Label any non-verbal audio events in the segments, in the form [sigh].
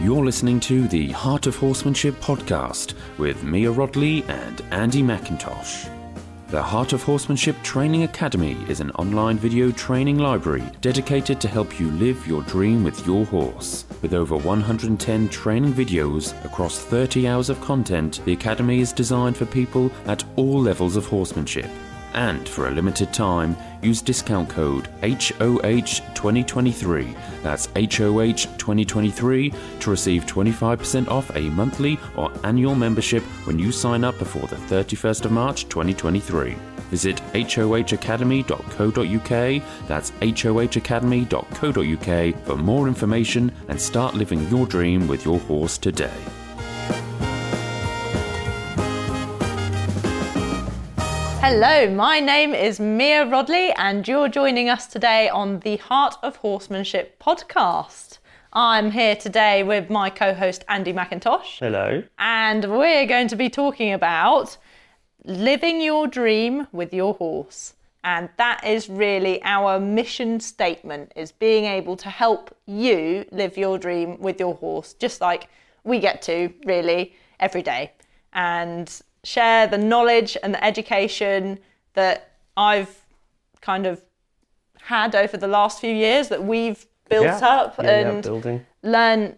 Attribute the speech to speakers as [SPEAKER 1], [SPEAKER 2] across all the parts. [SPEAKER 1] You're listening to the Heart of Horsemanship podcast with Mia Rodley and Andy McIntosh. The Heart of Horsemanship Training Academy is an online video training library dedicated to help you live your dream with your horse. With over 110 training videos across 30 hours of content, the Academy is designed for people at all levels of horsemanship. And for a limited time, use discount code HOH2023, that's HOH2023, to receive 25% off a monthly or annual membership when you sign up before the 31st of March 2023. Visit hohacademy.co.uk, that's hohacademy.co.uk for more information and start living your dream with your horse today.
[SPEAKER 2] Hello, my name is Mia Rodley, and you're joining us today on the Heart of Horsemanship podcast. I'm here today with my co host Andy McIntosh,
[SPEAKER 3] Hello.
[SPEAKER 2] and we're going to be talking about living your dream with your horse. And that is really our mission statement is being able to help you live your dream with your horse, just like we get to really every day. And share the knowledge and the education that I've kind of had over the last few years that we've built up
[SPEAKER 3] yeah, yeah,
[SPEAKER 2] and
[SPEAKER 3] building.
[SPEAKER 2] learn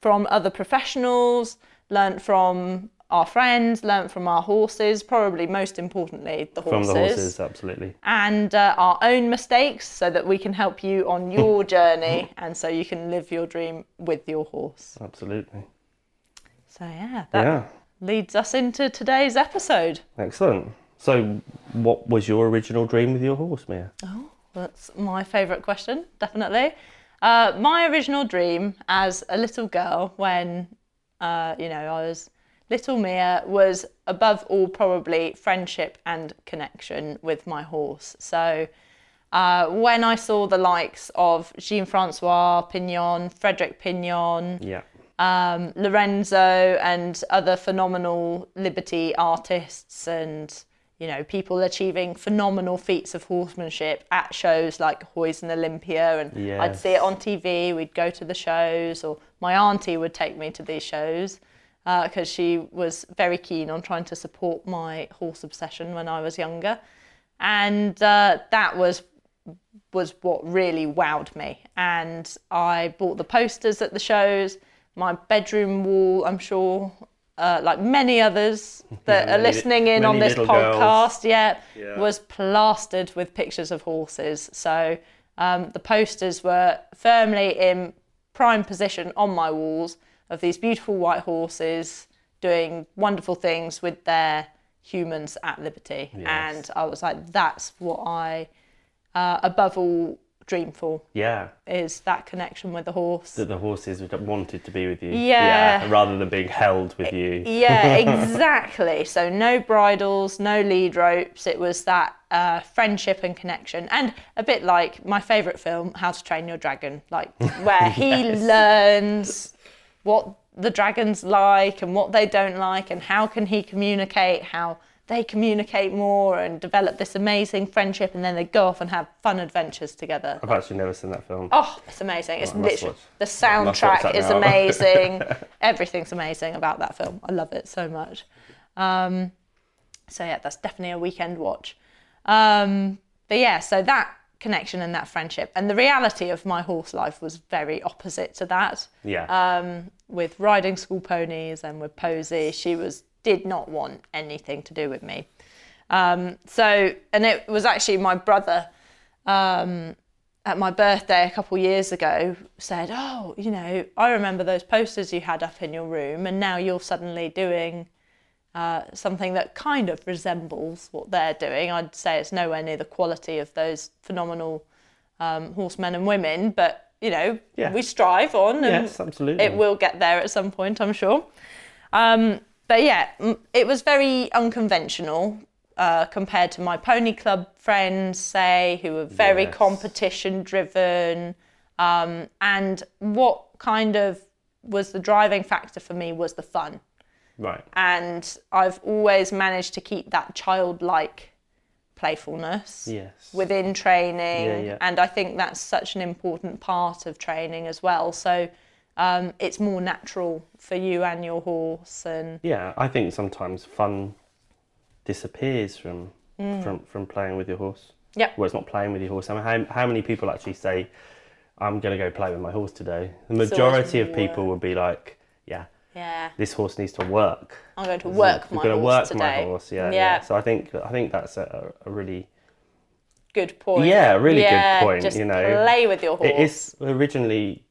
[SPEAKER 2] from other professionals, learn from our friends, learn from our horses, probably most importantly, the
[SPEAKER 3] From
[SPEAKER 2] horses.
[SPEAKER 3] the horses, absolutely.
[SPEAKER 2] And uh, our own mistakes so that we can help you
[SPEAKER 3] [laughs]
[SPEAKER 2] on your journey and so you can live your dream with your horse.
[SPEAKER 3] Absolutely.
[SPEAKER 2] So, yeah, that
[SPEAKER 3] yeah.
[SPEAKER 2] leads us into today's episode.
[SPEAKER 3] Excellent. So, what was your original dream with your horse, Mia?
[SPEAKER 2] Oh, That's my favourite question, definitely. Uh, my original dream as a little girl, when uh, you know I was little Mia, was above all probably friendship and connection with my horse. So uh, when I saw the likes of Jean Francois Pignon, Frederick Pignon,
[SPEAKER 3] Yeah.
[SPEAKER 2] um, Lorenzo and other phenomenal liberty artists and you know people achieving phenomenal feats of horsemanship at shows like Hoys and Olympia and I'd see it
[SPEAKER 3] Yes.
[SPEAKER 2] on TV we'd go to the shows or my auntie would take me to these shows because she was very keen on trying to support my horse obsession when I was younger and uh, that was was what really wowed me. And I bought the posters at the shows, my bedroom wall, I'm sure, uh, like many
[SPEAKER 3] [laughs]
[SPEAKER 2] others that
[SPEAKER 3] Yeah,
[SPEAKER 2] are
[SPEAKER 3] many-
[SPEAKER 2] listening in
[SPEAKER 3] many
[SPEAKER 2] on this
[SPEAKER 3] little
[SPEAKER 2] podcast, yeah,
[SPEAKER 3] Yeah.
[SPEAKER 2] was plastered with pictures of horses. So um, the posters were firmly in prime position on my walls of these beautiful white horses doing wonderful things with their humans at liberty. And I was like, that's what I uh, above all dream for
[SPEAKER 3] Yeah.
[SPEAKER 2] is that connection with the horse.
[SPEAKER 3] That the horses would- wanted to be with you.
[SPEAKER 2] Yeah.
[SPEAKER 3] Rather than being held with you.
[SPEAKER 2] yeah, exactly. So no bridles, no lead ropes. It was that uh, friendship and connection, and a bit like my favourite film, How to Train Your Dragon, like where he learns what the dragons like and what they don't like, and how can he communicate, how they communicate more, and develop this amazing friendship, and then they go off and have fun adventures together.
[SPEAKER 3] I've actually never seen that film.
[SPEAKER 2] Oh, it's amazing. It's
[SPEAKER 3] I must
[SPEAKER 2] literally
[SPEAKER 3] watch-
[SPEAKER 2] the
[SPEAKER 3] must watch
[SPEAKER 2] soundtrack
[SPEAKER 3] that
[SPEAKER 2] is
[SPEAKER 3] now.
[SPEAKER 2] amazing. Everything's amazing about that film. I love it so much. Um, so yeah, that's definitely a weekend watch. Um, but yeah, so that connection and that friendship and the reality of my horse life was very opposite to that
[SPEAKER 3] Yeah.
[SPEAKER 2] um, with riding school ponies and with Posy. She was did not want anything to do with me. Um, so, and it was actually my brother um, at my birthday a couple years ago said, "Oh, you know, I remember those posters you had up in your room, and now you're suddenly doing." Uh, something that kind of resembles what they're doing. I'd say it's nowhere near the quality of those phenomenal um, horsemen and women, but you know,
[SPEAKER 3] Yeah.
[SPEAKER 2] we strive on and
[SPEAKER 3] Yes, absolutely.
[SPEAKER 2] it will get there at some point, I'm sure. Um, but yeah, m- it was very unconventional uh, compared to my pony club friends, say, who were very
[SPEAKER 3] Yes.
[SPEAKER 2] competition driven. Um, and what kind of was the driving factor for me was the fun
[SPEAKER 3] Right.
[SPEAKER 2] and I've always managed to keep that childlike playfulness
[SPEAKER 3] Yes.
[SPEAKER 2] within training
[SPEAKER 3] Yeah, yeah.
[SPEAKER 2] and I think that's such an important part of training as well so um, it's more natural for you and your horse. And
[SPEAKER 3] Yeah, I think sometimes fun disappears from
[SPEAKER 2] Mm.
[SPEAKER 3] from from playing with your horse.
[SPEAKER 2] Yep.
[SPEAKER 3] Well, it's not playing with your horse. I mean, how how many people actually say, "I'm going to go play with my horse today"? The
[SPEAKER 2] it's
[SPEAKER 3] majority of people
[SPEAKER 2] work.
[SPEAKER 3] would be like, "Yeah,
[SPEAKER 2] yeah,
[SPEAKER 3] this horse needs to work.
[SPEAKER 2] I'm going to work my
[SPEAKER 3] You're going
[SPEAKER 2] horse
[SPEAKER 3] to work
[SPEAKER 2] today.
[SPEAKER 3] my horse." Yeah, yeah. So I think I think that's a, a really
[SPEAKER 2] Good point.
[SPEAKER 3] Yeah, really good
[SPEAKER 2] Yeah,
[SPEAKER 3] point,
[SPEAKER 2] Just
[SPEAKER 3] you know.
[SPEAKER 2] play with your horse.
[SPEAKER 3] it is originally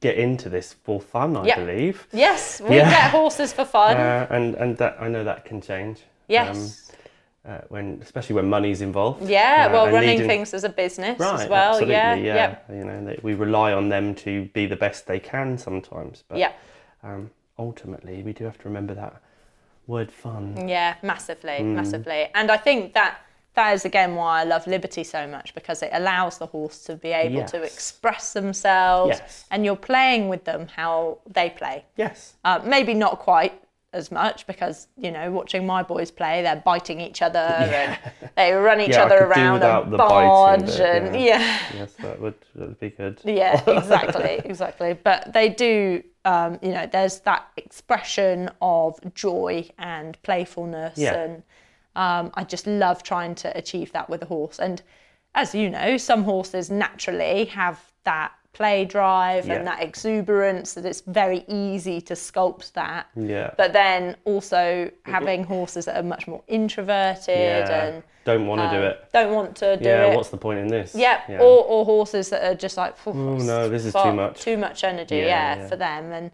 [SPEAKER 3] get into this for fun, I
[SPEAKER 2] Yep.
[SPEAKER 3] believe.
[SPEAKER 2] Yes, we
[SPEAKER 3] Yeah.
[SPEAKER 2] get horses for
[SPEAKER 3] [laughs]
[SPEAKER 2] fun.
[SPEAKER 3] Uh, and and that I know that can change. Um,
[SPEAKER 2] yes.
[SPEAKER 3] uh, when especially when money's involved.
[SPEAKER 2] yeah,
[SPEAKER 3] uh,
[SPEAKER 2] well,
[SPEAKER 3] and
[SPEAKER 2] running
[SPEAKER 3] needing-
[SPEAKER 2] things as a business
[SPEAKER 3] Right,
[SPEAKER 2] as well.
[SPEAKER 3] absolutely,
[SPEAKER 2] yeah,
[SPEAKER 3] yeah.
[SPEAKER 2] Yep.
[SPEAKER 3] You know, that we rely on them to be the best they can sometimes, but
[SPEAKER 2] Yeah,
[SPEAKER 3] um, ultimately we do have to remember that word fun.
[SPEAKER 2] yeah, massively,
[SPEAKER 3] Mm.
[SPEAKER 2] massively. And I think that that is again why I love liberty so much because it allows the horse to be able to
[SPEAKER 3] Yes.
[SPEAKER 2] express themselves,
[SPEAKER 3] Yes.
[SPEAKER 2] and you're playing with them how they play.
[SPEAKER 3] Yes.
[SPEAKER 2] Uh, maybe not quite as much because you know, watching my boys play, they're biting each other and they
[SPEAKER 3] [laughs]
[SPEAKER 2] run each
[SPEAKER 3] Yeah, I
[SPEAKER 2] other
[SPEAKER 3] could do
[SPEAKER 2] around
[SPEAKER 3] without
[SPEAKER 2] and
[SPEAKER 3] the biting
[SPEAKER 2] barge,
[SPEAKER 3] bit,
[SPEAKER 2] and [laughs]
[SPEAKER 3] yeah.
[SPEAKER 2] yeah.
[SPEAKER 3] Yes, that would that would be good.
[SPEAKER 2] Yeah,
[SPEAKER 3] [laughs]
[SPEAKER 2] exactly, exactly. But they do, um, you know, there's that expression of joy and playfulness,
[SPEAKER 3] Yeah.
[SPEAKER 2] and um, I just love trying to achieve that with a horse. And as you know, some horses naturally have that play drive
[SPEAKER 3] Yeah.
[SPEAKER 2] and that exuberance that it's very easy to sculpt that.
[SPEAKER 3] Yeah.
[SPEAKER 2] But then also having horses that are much more introverted
[SPEAKER 3] Mm-hmm. yeah.
[SPEAKER 2] and
[SPEAKER 3] Don't want to do
[SPEAKER 2] um,
[SPEAKER 3] it.
[SPEAKER 2] don't want to do
[SPEAKER 3] Yeah.
[SPEAKER 2] it.
[SPEAKER 3] What's the point in this?
[SPEAKER 2] Yep.
[SPEAKER 3] Yeah.
[SPEAKER 2] Or, or horses that are just like, oh
[SPEAKER 3] no, this is too much."
[SPEAKER 2] Too much energy, yeah,
[SPEAKER 3] Yeah, yeah.
[SPEAKER 2] for them. And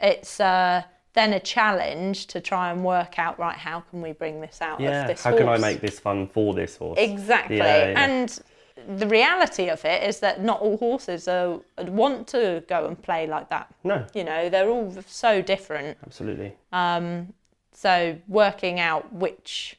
[SPEAKER 2] it's uh, then a challenge to try and work out, right, how can we bring this out
[SPEAKER 3] yeah.
[SPEAKER 2] of this
[SPEAKER 3] How can I
[SPEAKER 2] horse?
[SPEAKER 3] make this fun for this horse?
[SPEAKER 2] Exactly.
[SPEAKER 3] Yeah, yeah.
[SPEAKER 2] And the reality of it is that not all horses are, want to go and play like that.
[SPEAKER 3] no.
[SPEAKER 2] You know, they're all so different.
[SPEAKER 3] Absolutely.
[SPEAKER 2] So working out which,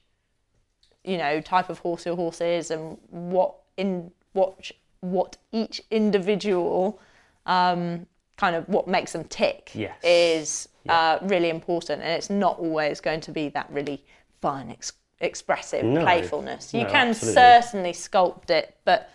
[SPEAKER 2] you know, type of horse your horse is and what in what what each individual um, kind of what makes them tick
[SPEAKER 3] Yes.
[SPEAKER 2] is uh, really important, and it's not always going to be that really fun, ex- expressive
[SPEAKER 3] No.
[SPEAKER 2] playfulness. You
[SPEAKER 3] No,
[SPEAKER 2] can
[SPEAKER 3] absolutely.
[SPEAKER 2] certainly sculpt it, but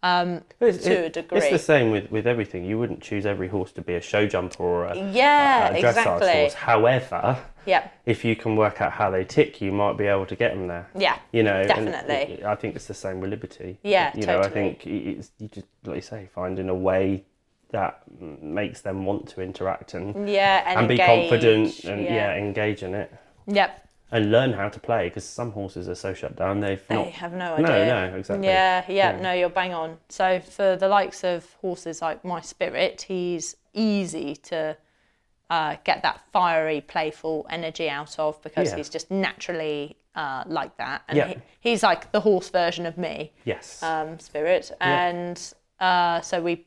[SPEAKER 3] But it's,
[SPEAKER 2] to a
[SPEAKER 3] it- It's
[SPEAKER 2] degree.
[SPEAKER 3] the same with, with everything. You wouldn't choose every horse to be a show jumper or a,
[SPEAKER 2] yeah,
[SPEAKER 3] a dressage horse.
[SPEAKER 2] exactly.
[SPEAKER 3] However,
[SPEAKER 2] Yeah,
[SPEAKER 3] if you can work out how they tick, you might be able to get them there.
[SPEAKER 2] yeah,
[SPEAKER 3] You know, and
[SPEAKER 2] Definitely.
[SPEAKER 3] it- I think it's the same with liberty.
[SPEAKER 2] Yeah,
[SPEAKER 3] you know, I
[SPEAKER 2] totally.
[SPEAKER 3] think i- it's you just like you say, finding a way that mm, makes them want to interact and
[SPEAKER 2] yeah, and,
[SPEAKER 3] and be confident
[SPEAKER 2] Mm, engage,
[SPEAKER 3] and yeah. engage in it
[SPEAKER 2] yep.
[SPEAKER 3] and learn how to play because some horses are so shut down they've
[SPEAKER 2] They
[SPEAKER 3] not.
[SPEAKER 2] have no
[SPEAKER 3] No,
[SPEAKER 2] idea.
[SPEAKER 3] no, exactly.
[SPEAKER 2] Yeah, yeah,
[SPEAKER 3] Yeah.
[SPEAKER 2] no, you're bang on. So for the likes of horses like my spirit, he's easy to uh, get that fiery, playful energy out of because
[SPEAKER 3] Yeah.
[SPEAKER 2] he's just naturally uh, like that, and
[SPEAKER 3] Yeah.
[SPEAKER 2] he, he's like the horse version of me
[SPEAKER 3] Yes.
[SPEAKER 2] um, spirit. And uh, so we,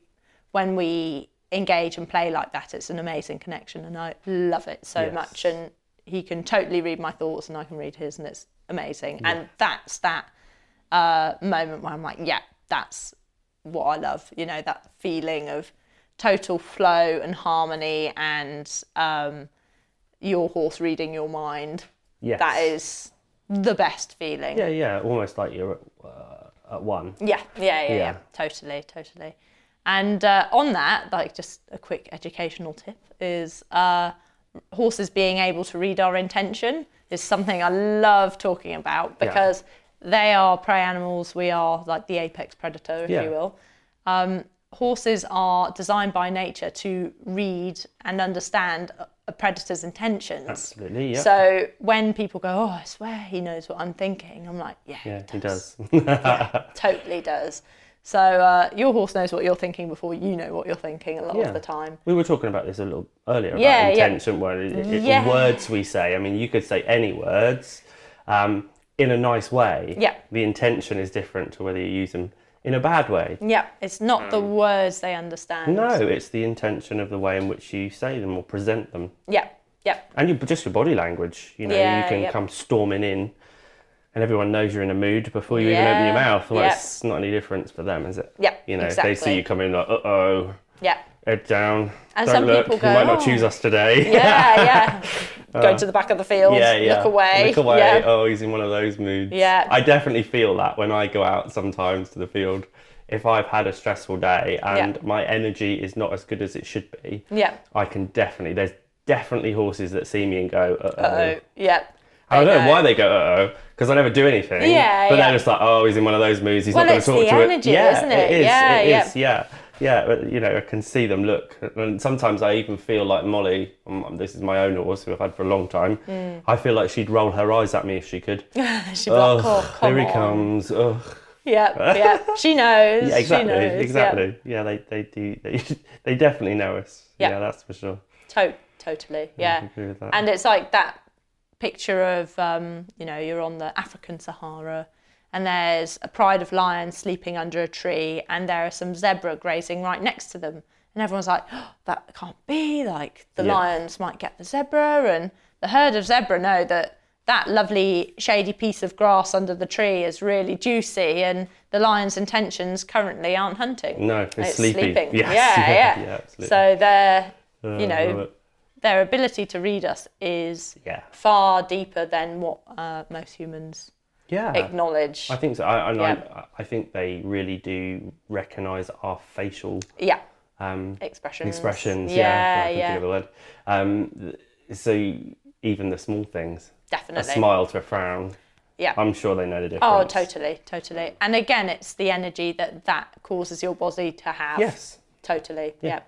[SPEAKER 2] when we engage and play like that, it's an amazing connection, and I love it so
[SPEAKER 3] Yes.
[SPEAKER 2] much. And he can totally read my thoughts, and I can read his, and it's amazing. And that's that uh, moment where I'm like, yeah, that's what I love. You know, that feeling of total flow and harmony, and um, your horse reading your mind.
[SPEAKER 3] yes.
[SPEAKER 2] That is the best feeling.
[SPEAKER 3] Yeah, yeah. Almost like you're at, uh, at one.
[SPEAKER 2] Yeah, yeah, yeah, yeah.
[SPEAKER 3] Yeah.
[SPEAKER 2] Totally, totally. And uh, on that, like just a quick educational tip is uh, horses being able to read our intention is something I love talking about
[SPEAKER 3] Yeah.
[SPEAKER 2] because they are prey animals. We are like the apex predator, if
[SPEAKER 3] Yeah.
[SPEAKER 2] you will. Um, horses are designed by nature to read and understand a- a predator's intentions.
[SPEAKER 3] Absolutely. Yeah.
[SPEAKER 2] So when people go, oh, I swear he knows what I'm thinking, I'm like, yeah,
[SPEAKER 3] yeah, he does. [laughs]
[SPEAKER 2] totally does. So uh, your horse knows what you're thinking before you know what you're thinking a lot
[SPEAKER 3] Yeah.
[SPEAKER 2] of the time.
[SPEAKER 3] We were talking about this a little earlier
[SPEAKER 2] Yeah, yeah.
[SPEAKER 3] about intention, where it, it,
[SPEAKER 2] Yeah.
[SPEAKER 3] words we say. I mean, you could say any words um, in a nice way.
[SPEAKER 2] Yeah.
[SPEAKER 3] The intention is different to whether you use them in a bad way.
[SPEAKER 2] Yeah, it's not the words they understand.
[SPEAKER 3] No, it's the intention of the way in which you say them or present them,
[SPEAKER 2] Yeah, yeah,
[SPEAKER 3] and you, just your body language. You know,
[SPEAKER 2] Yeah,
[SPEAKER 3] you can
[SPEAKER 2] yep.
[SPEAKER 3] come storming in, and everyone knows you're in a mood before you even open
[SPEAKER 2] Yeah,
[SPEAKER 3] your mouth. Well,
[SPEAKER 2] yep.
[SPEAKER 3] it's not any difference for them, is it?
[SPEAKER 2] Yep,
[SPEAKER 3] You know, if they
[SPEAKER 2] exactly.
[SPEAKER 3] see you come in like, uh oh, [laughs]
[SPEAKER 2] yeah,
[SPEAKER 3] head down.
[SPEAKER 2] And
[SPEAKER 3] don't
[SPEAKER 2] some
[SPEAKER 3] look,
[SPEAKER 2] people
[SPEAKER 3] you
[SPEAKER 2] go,
[SPEAKER 3] might not
[SPEAKER 2] "Oh."
[SPEAKER 3] choose us today.
[SPEAKER 2] yeah, yeah. Go to the back of the field.
[SPEAKER 3] Uh, yeah, yeah.
[SPEAKER 2] Look away.
[SPEAKER 3] Look away.
[SPEAKER 2] Yeah.
[SPEAKER 3] Oh, he's in one of those moods.
[SPEAKER 2] Yeah.
[SPEAKER 3] I definitely feel that when I go out sometimes to the field. if I've had a stressful day and
[SPEAKER 2] Yeah.
[SPEAKER 3] my energy is not as good as it should be,
[SPEAKER 2] Yeah.
[SPEAKER 3] I can definitely. There's definitely horses that see me and go, uh
[SPEAKER 2] Oh,
[SPEAKER 3] oh.
[SPEAKER 2] yeah.
[SPEAKER 3] I don't
[SPEAKER 2] They
[SPEAKER 3] know
[SPEAKER 2] go- [laughs]
[SPEAKER 3] why they go, uh oh, because I never do anything.
[SPEAKER 2] Yeah,
[SPEAKER 3] But
[SPEAKER 2] yeah.
[SPEAKER 3] they're just like, oh, he's in one of those moods. He's
[SPEAKER 2] Well,
[SPEAKER 3] not going
[SPEAKER 2] it's
[SPEAKER 3] to talk
[SPEAKER 2] the
[SPEAKER 3] to
[SPEAKER 2] energy,
[SPEAKER 3] it. Yeah,
[SPEAKER 2] isn't it?
[SPEAKER 3] it is.
[SPEAKER 2] Yeah,
[SPEAKER 3] it
[SPEAKER 2] yeah.
[SPEAKER 3] is, Yeah. Yeah, but, you know, I can see them look, and sometimes I even feel like Molly. Um, this is my own horse who I've had for a long time. I feel like she'd roll her eyes at me if she could.
[SPEAKER 2] She'd be Mm. like, oh, come
[SPEAKER 3] here he
[SPEAKER 2] on.
[SPEAKER 3] comes. Ugh.
[SPEAKER 2] Yeah,
[SPEAKER 3] [laughs]
[SPEAKER 2] yeah. She knows.
[SPEAKER 3] Yeah, exactly,
[SPEAKER 2] She knows.
[SPEAKER 3] exactly. Yeah, they, they do. They, [laughs] they definitely know us.
[SPEAKER 2] Yeah.
[SPEAKER 3] yeah, that's for sure.
[SPEAKER 2] Yeah. To- totally.
[SPEAKER 3] I
[SPEAKER 2] Yeah.
[SPEAKER 3] agree with that.
[SPEAKER 2] And it's like that picture of, um, you know, you're on the African Sahara and there's a pride of lions sleeping under a tree and there are some zebra grazing right next to them. And everyone's like, oh, that can't be. Like the
[SPEAKER 3] Yeah.
[SPEAKER 2] lions might get the zebra. And the herd of zebra know that that lovely shady piece of grass under the tree is really juicy and the lion's intentions currently aren't hunting.
[SPEAKER 3] no, it's,
[SPEAKER 2] It's
[SPEAKER 3] sleepy.
[SPEAKER 2] sleeping.
[SPEAKER 3] Yes, [laughs]
[SPEAKER 2] Yeah, yeah.
[SPEAKER 3] yeah, absolutely.
[SPEAKER 2] So they're, you
[SPEAKER 3] Uh,
[SPEAKER 2] know,
[SPEAKER 3] but-
[SPEAKER 2] their ability to read us is
[SPEAKER 3] Yeah.
[SPEAKER 2] far deeper than what uh, most humans
[SPEAKER 3] yeah.
[SPEAKER 2] acknowledge.
[SPEAKER 3] Uh, I think so. I, and
[SPEAKER 2] Yeah.
[SPEAKER 3] I, I think they really do recognise our facial
[SPEAKER 2] yeah,
[SPEAKER 3] um,
[SPEAKER 2] expressions.
[SPEAKER 3] expressions.
[SPEAKER 2] Yeah,
[SPEAKER 3] I couldn't
[SPEAKER 2] yeah,
[SPEAKER 3] think of the word. Um, th- so even the small things, a
[SPEAKER 2] definitely.
[SPEAKER 3] smile to a frown,
[SPEAKER 2] yeah.
[SPEAKER 3] I'm sure they know the difference.
[SPEAKER 2] oh, totally, totally. And again, it's the energy that that causes your body to have.
[SPEAKER 3] Yes.
[SPEAKER 2] Totally. Yeah.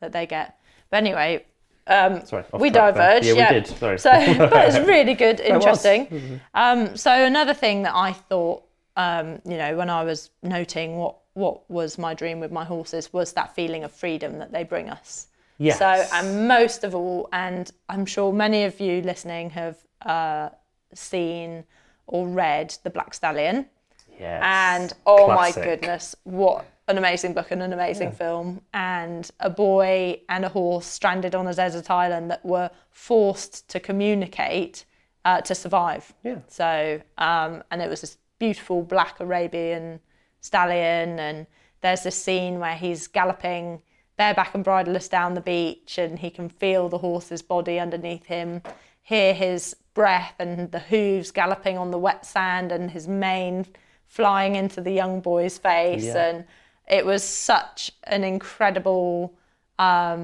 [SPEAKER 2] That they get. But anyway, um,
[SPEAKER 3] Sorry. off
[SPEAKER 2] we
[SPEAKER 3] track there.
[SPEAKER 2] diverged.
[SPEAKER 3] Yeah, we did. Sorry.
[SPEAKER 2] So,
[SPEAKER 3] [laughs]
[SPEAKER 2] but it's really good,
[SPEAKER 3] was.
[SPEAKER 2] interesting. Um, so another thing that I thought, um, you know, when I was noting what what was my dream with my horses was that feeling of freedom that they bring us.
[SPEAKER 3] Yes.
[SPEAKER 2] So, um, and most of all, and I'm sure many of you listening have uh, seen or read The Black Stallion.
[SPEAKER 3] Yes.
[SPEAKER 2] And oh
[SPEAKER 3] Classic.
[SPEAKER 2] my goodness, what an amazing book and an amazing film. And a boy and a horse stranded on a desert island that were forced to communicate uh, to survive.
[SPEAKER 3] Yeah.
[SPEAKER 2] So, um, and it was this beautiful black Arabian stallion. And there's this scene where he's galloping bareback and bridleless down the beach, and he can feel the horse's body underneath him, hear his breath and the hooves galloping on the wet sand, and his mane flying into the young boy's face.
[SPEAKER 3] Yeah.
[SPEAKER 2] And it was such an incredible, um,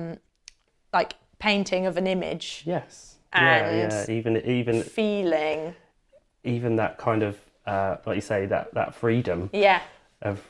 [SPEAKER 2] like, painting of an image.
[SPEAKER 3] Yes.
[SPEAKER 2] And-
[SPEAKER 3] yeah, yeah. Even even
[SPEAKER 2] Feeling,
[SPEAKER 3] even that kind of uh, like you say that that freedom
[SPEAKER 2] yeah,
[SPEAKER 3] of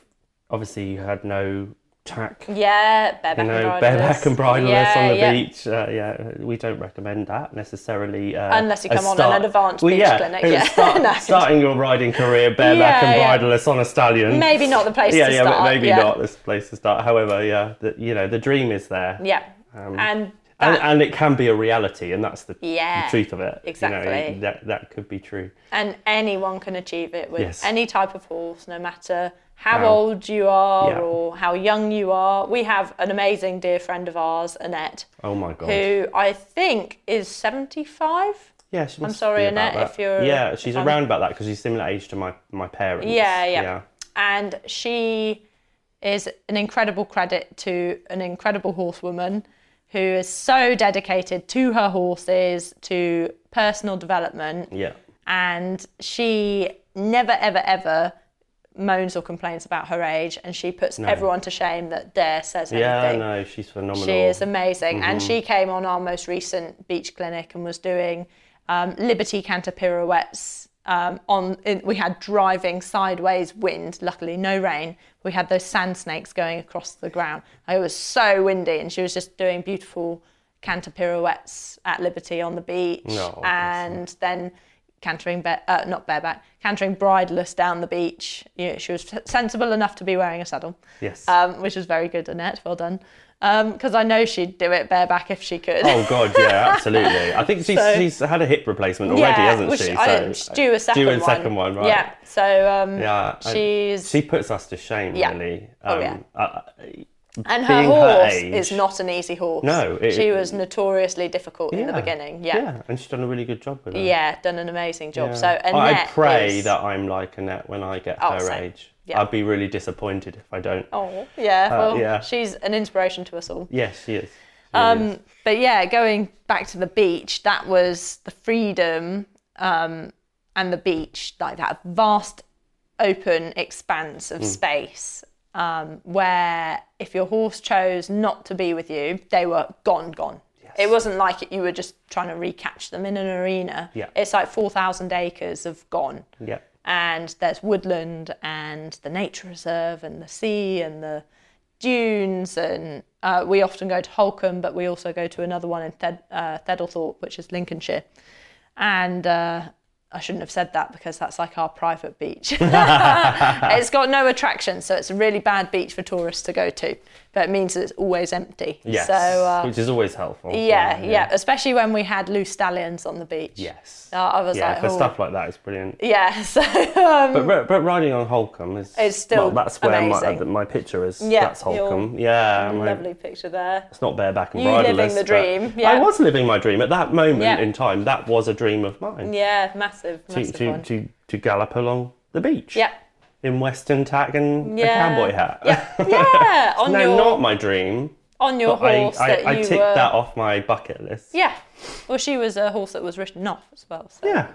[SPEAKER 3] obviously you had no tack
[SPEAKER 2] yeah, bareback
[SPEAKER 3] you
[SPEAKER 2] and
[SPEAKER 3] know
[SPEAKER 2] bridleless,
[SPEAKER 3] bareback and bridleless
[SPEAKER 2] Yeah,
[SPEAKER 3] on the
[SPEAKER 2] yeah.
[SPEAKER 3] beach uh, yeah we don't recommend that necessarily uh,
[SPEAKER 2] Unless you
[SPEAKER 3] as
[SPEAKER 2] come on an
[SPEAKER 3] start-
[SPEAKER 2] advanced
[SPEAKER 3] well,
[SPEAKER 2] beach
[SPEAKER 3] yeah,
[SPEAKER 2] clinic,
[SPEAKER 3] it's
[SPEAKER 2] yeah. [laughs]
[SPEAKER 3] start-
[SPEAKER 2] No.
[SPEAKER 3] starting your riding career bareback
[SPEAKER 2] Yeah, yeah.
[SPEAKER 3] and bridleless on a stallion
[SPEAKER 2] Maybe not the place
[SPEAKER 3] yeah
[SPEAKER 2] to
[SPEAKER 3] yeah
[SPEAKER 2] start.
[SPEAKER 3] but maybe
[SPEAKER 2] yeah.
[SPEAKER 3] not this place to start however yeah the, you know the dream is there
[SPEAKER 2] Yeah, and
[SPEAKER 3] Um, and,
[SPEAKER 2] that,
[SPEAKER 3] and it can be a reality and that's the, the
[SPEAKER 2] Yeah,
[SPEAKER 3] truth of it you
[SPEAKER 2] exactly.
[SPEAKER 3] know, that, that could be true
[SPEAKER 2] and anyone can achieve it with
[SPEAKER 3] Yes.
[SPEAKER 2] any type of horse, no matter how
[SPEAKER 3] How-
[SPEAKER 2] old you are
[SPEAKER 3] Yeah.
[SPEAKER 2] or how young you are. We have an amazing dear friend of ours, Annette,
[SPEAKER 3] oh my god
[SPEAKER 2] who I think is 75.
[SPEAKER 3] Yeah, she must
[SPEAKER 2] sorry,
[SPEAKER 3] be about
[SPEAKER 2] Annette, if
[SPEAKER 3] that.
[SPEAKER 2] you're-
[SPEAKER 3] Yeah,
[SPEAKER 2] if
[SPEAKER 3] she's
[SPEAKER 2] I'm-
[SPEAKER 3] around about that because she's similar age to my my parents.
[SPEAKER 2] Yeah, yeah. And she is an incredible credit to an incredible horsewoman who is so dedicated to her horses, to personal development,
[SPEAKER 3] yeah,
[SPEAKER 2] and she never ever ever moans or complains about her age and she puts everyone to shame that dare says anything
[SPEAKER 3] yeah. no, she's phenomenal. Mm-hmm.
[SPEAKER 2] she is amazing and she came on our most recent beach clinic and was doing um, liberty canter pirouettes um, on in, we had driving sideways wind luckily no rain we had those sand snakes going across the ground it was so windy and she was just doing beautiful canter pirouettes at liberty on the beach
[SPEAKER 3] No,
[SPEAKER 2] and then cantering ba- uh, not bareback cantering bridleless down the beach yeah, she was sensible enough to be wearing a saddle
[SPEAKER 3] Yes.
[SPEAKER 2] um, which was very good, Annette. Well done. Because I know she'd do it bareback if she could.
[SPEAKER 3] oh God, yeah, absolutely. I
[SPEAKER 2] [laughs]
[SPEAKER 3] think she's she's had a hip replacement already, hasn't
[SPEAKER 2] which
[SPEAKER 3] she?
[SPEAKER 2] I, she's due a second
[SPEAKER 3] due a
[SPEAKER 2] one.
[SPEAKER 3] second one, right?
[SPEAKER 2] Yeah. So um,
[SPEAKER 3] Yeah, I-
[SPEAKER 2] she's
[SPEAKER 3] she puts us to shame,
[SPEAKER 2] Yeah.
[SPEAKER 3] really.
[SPEAKER 2] Oh, yeah.
[SPEAKER 3] uh,
[SPEAKER 2] and her
[SPEAKER 3] being her
[SPEAKER 2] horse
[SPEAKER 3] age-
[SPEAKER 2] is not an easy horse.
[SPEAKER 3] No, it-
[SPEAKER 2] she was notoriously difficult in the
[SPEAKER 3] yeah,
[SPEAKER 2] beginning. Yeah.
[SPEAKER 3] and she's done a really good job with
[SPEAKER 2] yeah,
[SPEAKER 3] it.
[SPEAKER 2] done an amazing job.
[SPEAKER 3] Yeah.
[SPEAKER 2] So
[SPEAKER 3] I-
[SPEAKER 2] Annette,
[SPEAKER 3] I pray
[SPEAKER 2] is-
[SPEAKER 3] that I'm like Annette when I get
[SPEAKER 2] Oh,
[SPEAKER 3] her
[SPEAKER 2] same.
[SPEAKER 3] age.
[SPEAKER 2] Yeah.
[SPEAKER 3] I'd be really disappointed if I don't.
[SPEAKER 2] Oh yeah, well,
[SPEAKER 3] Uh, yeah.
[SPEAKER 2] she's an inspiration to us all.
[SPEAKER 3] Yes, she is. She is.
[SPEAKER 2] Um, but yeah, going back to the beach, that was the freedom um,
[SPEAKER 3] Hmm.
[SPEAKER 2] and the beach, like that vast open expanse of space um, where if your horse chose not to be with you, they were gone, gone. It wasn't like you were just trying to recatch them in an arena.
[SPEAKER 3] Yeah.
[SPEAKER 2] It's like 4,000 acres of gone.
[SPEAKER 3] Yeah.
[SPEAKER 2] And there's woodland and the nature reserve and the sea and the dunes. And uh, we often go to Holcombe, but we also go to another one in Thed- uh, Theddlethorpe, which is Lincolnshire. And uh, I shouldn't have said that because that's like our private beach. [laughs] it's got no attraction, so it's a really bad beach for tourists to go to. But it means that it's always empty.
[SPEAKER 3] Yes.
[SPEAKER 2] So, uh,
[SPEAKER 3] Which is always helpful.
[SPEAKER 2] yeah, yeah, especially when we had loose stallions on the beach.
[SPEAKER 3] Yes.
[SPEAKER 2] Uh, I was
[SPEAKER 3] yeah,
[SPEAKER 2] like,
[SPEAKER 3] for
[SPEAKER 2] oh.
[SPEAKER 3] stuff like that, it's brilliant.
[SPEAKER 2] Yeah, [laughs] so um,
[SPEAKER 3] But, ri- but riding on Holcomb is
[SPEAKER 2] It's still
[SPEAKER 3] well, that's where my, uh,
[SPEAKER 2] amazing.
[SPEAKER 3] my picture is.
[SPEAKER 2] Yeah,
[SPEAKER 3] that's Holcomb. Yeah, my-
[SPEAKER 2] lovely picture there.
[SPEAKER 3] it's not bareback and
[SPEAKER 2] You
[SPEAKER 3] riderless.
[SPEAKER 2] living the
[SPEAKER 3] but
[SPEAKER 2] dream, yeah.
[SPEAKER 3] I was living my dream at that moment
[SPEAKER 2] Yeah.
[SPEAKER 3] in time. That was a dream of mine.
[SPEAKER 2] Yeah, massive,
[SPEAKER 3] to,
[SPEAKER 2] massive
[SPEAKER 3] to,
[SPEAKER 2] one.
[SPEAKER 3] to to gallop along the beach.
[SPEAKER 2] yeah,
[SPEAKER 3] In western tack and
[SPEAKER 2] Yeah.
[SPEAKER 3] a cowboy hat.
[SPEAKER 2] yeah, yeah. On
[SPEAKER 3] [laughs] no,
[SPEAKER 2] your
[SPEAKER 3] not my dream.
[SPEAKER 2] on your
[SPEAKER 3] But I,
[SPEAKER 2] horse
[SPEAKER 3] I,
[SPEAKER 2] that
[SPEAKER 3] I
[SPEAKER 2] you
[SPEAKER 3] ticked
[SPEAKER 2] were.
[SPEAKER 3] that off my bucket list.
[SPEAKER 2] Yeah, well, she was a horse that was written off as well. So
[SPEAKER 3] Yeah.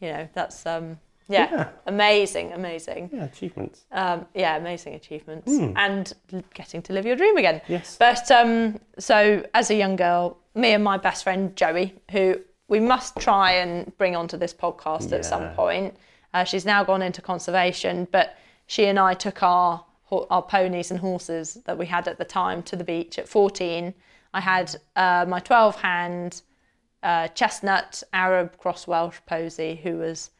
[SPEAKER 2] you know, that's um, yeah,
[SPEAKER 3] Yeah.
[SPEAKER 2] amazing, amazing.
[SPEAKER 3] Yeah, achievements.
[SPEAKER 2] um, yeah, amazing achievements and l- getting to live your dream again.
[SPEAKER 3] Hmm. Yes.
[SPEAKER 2] But um, so as a young girl, me and my best friend Joey, who we must try and bring onto this podcast at some
[SPEAKER 3] Yeah.
[SPEAKER 2] point. Uh, she's now gone into conservation, but she and I took our ho- our ponies and horses that we had at the time to the beach at 14. I had uh, my 12 hand uh, chestnut Arab cross Welsh posy, who was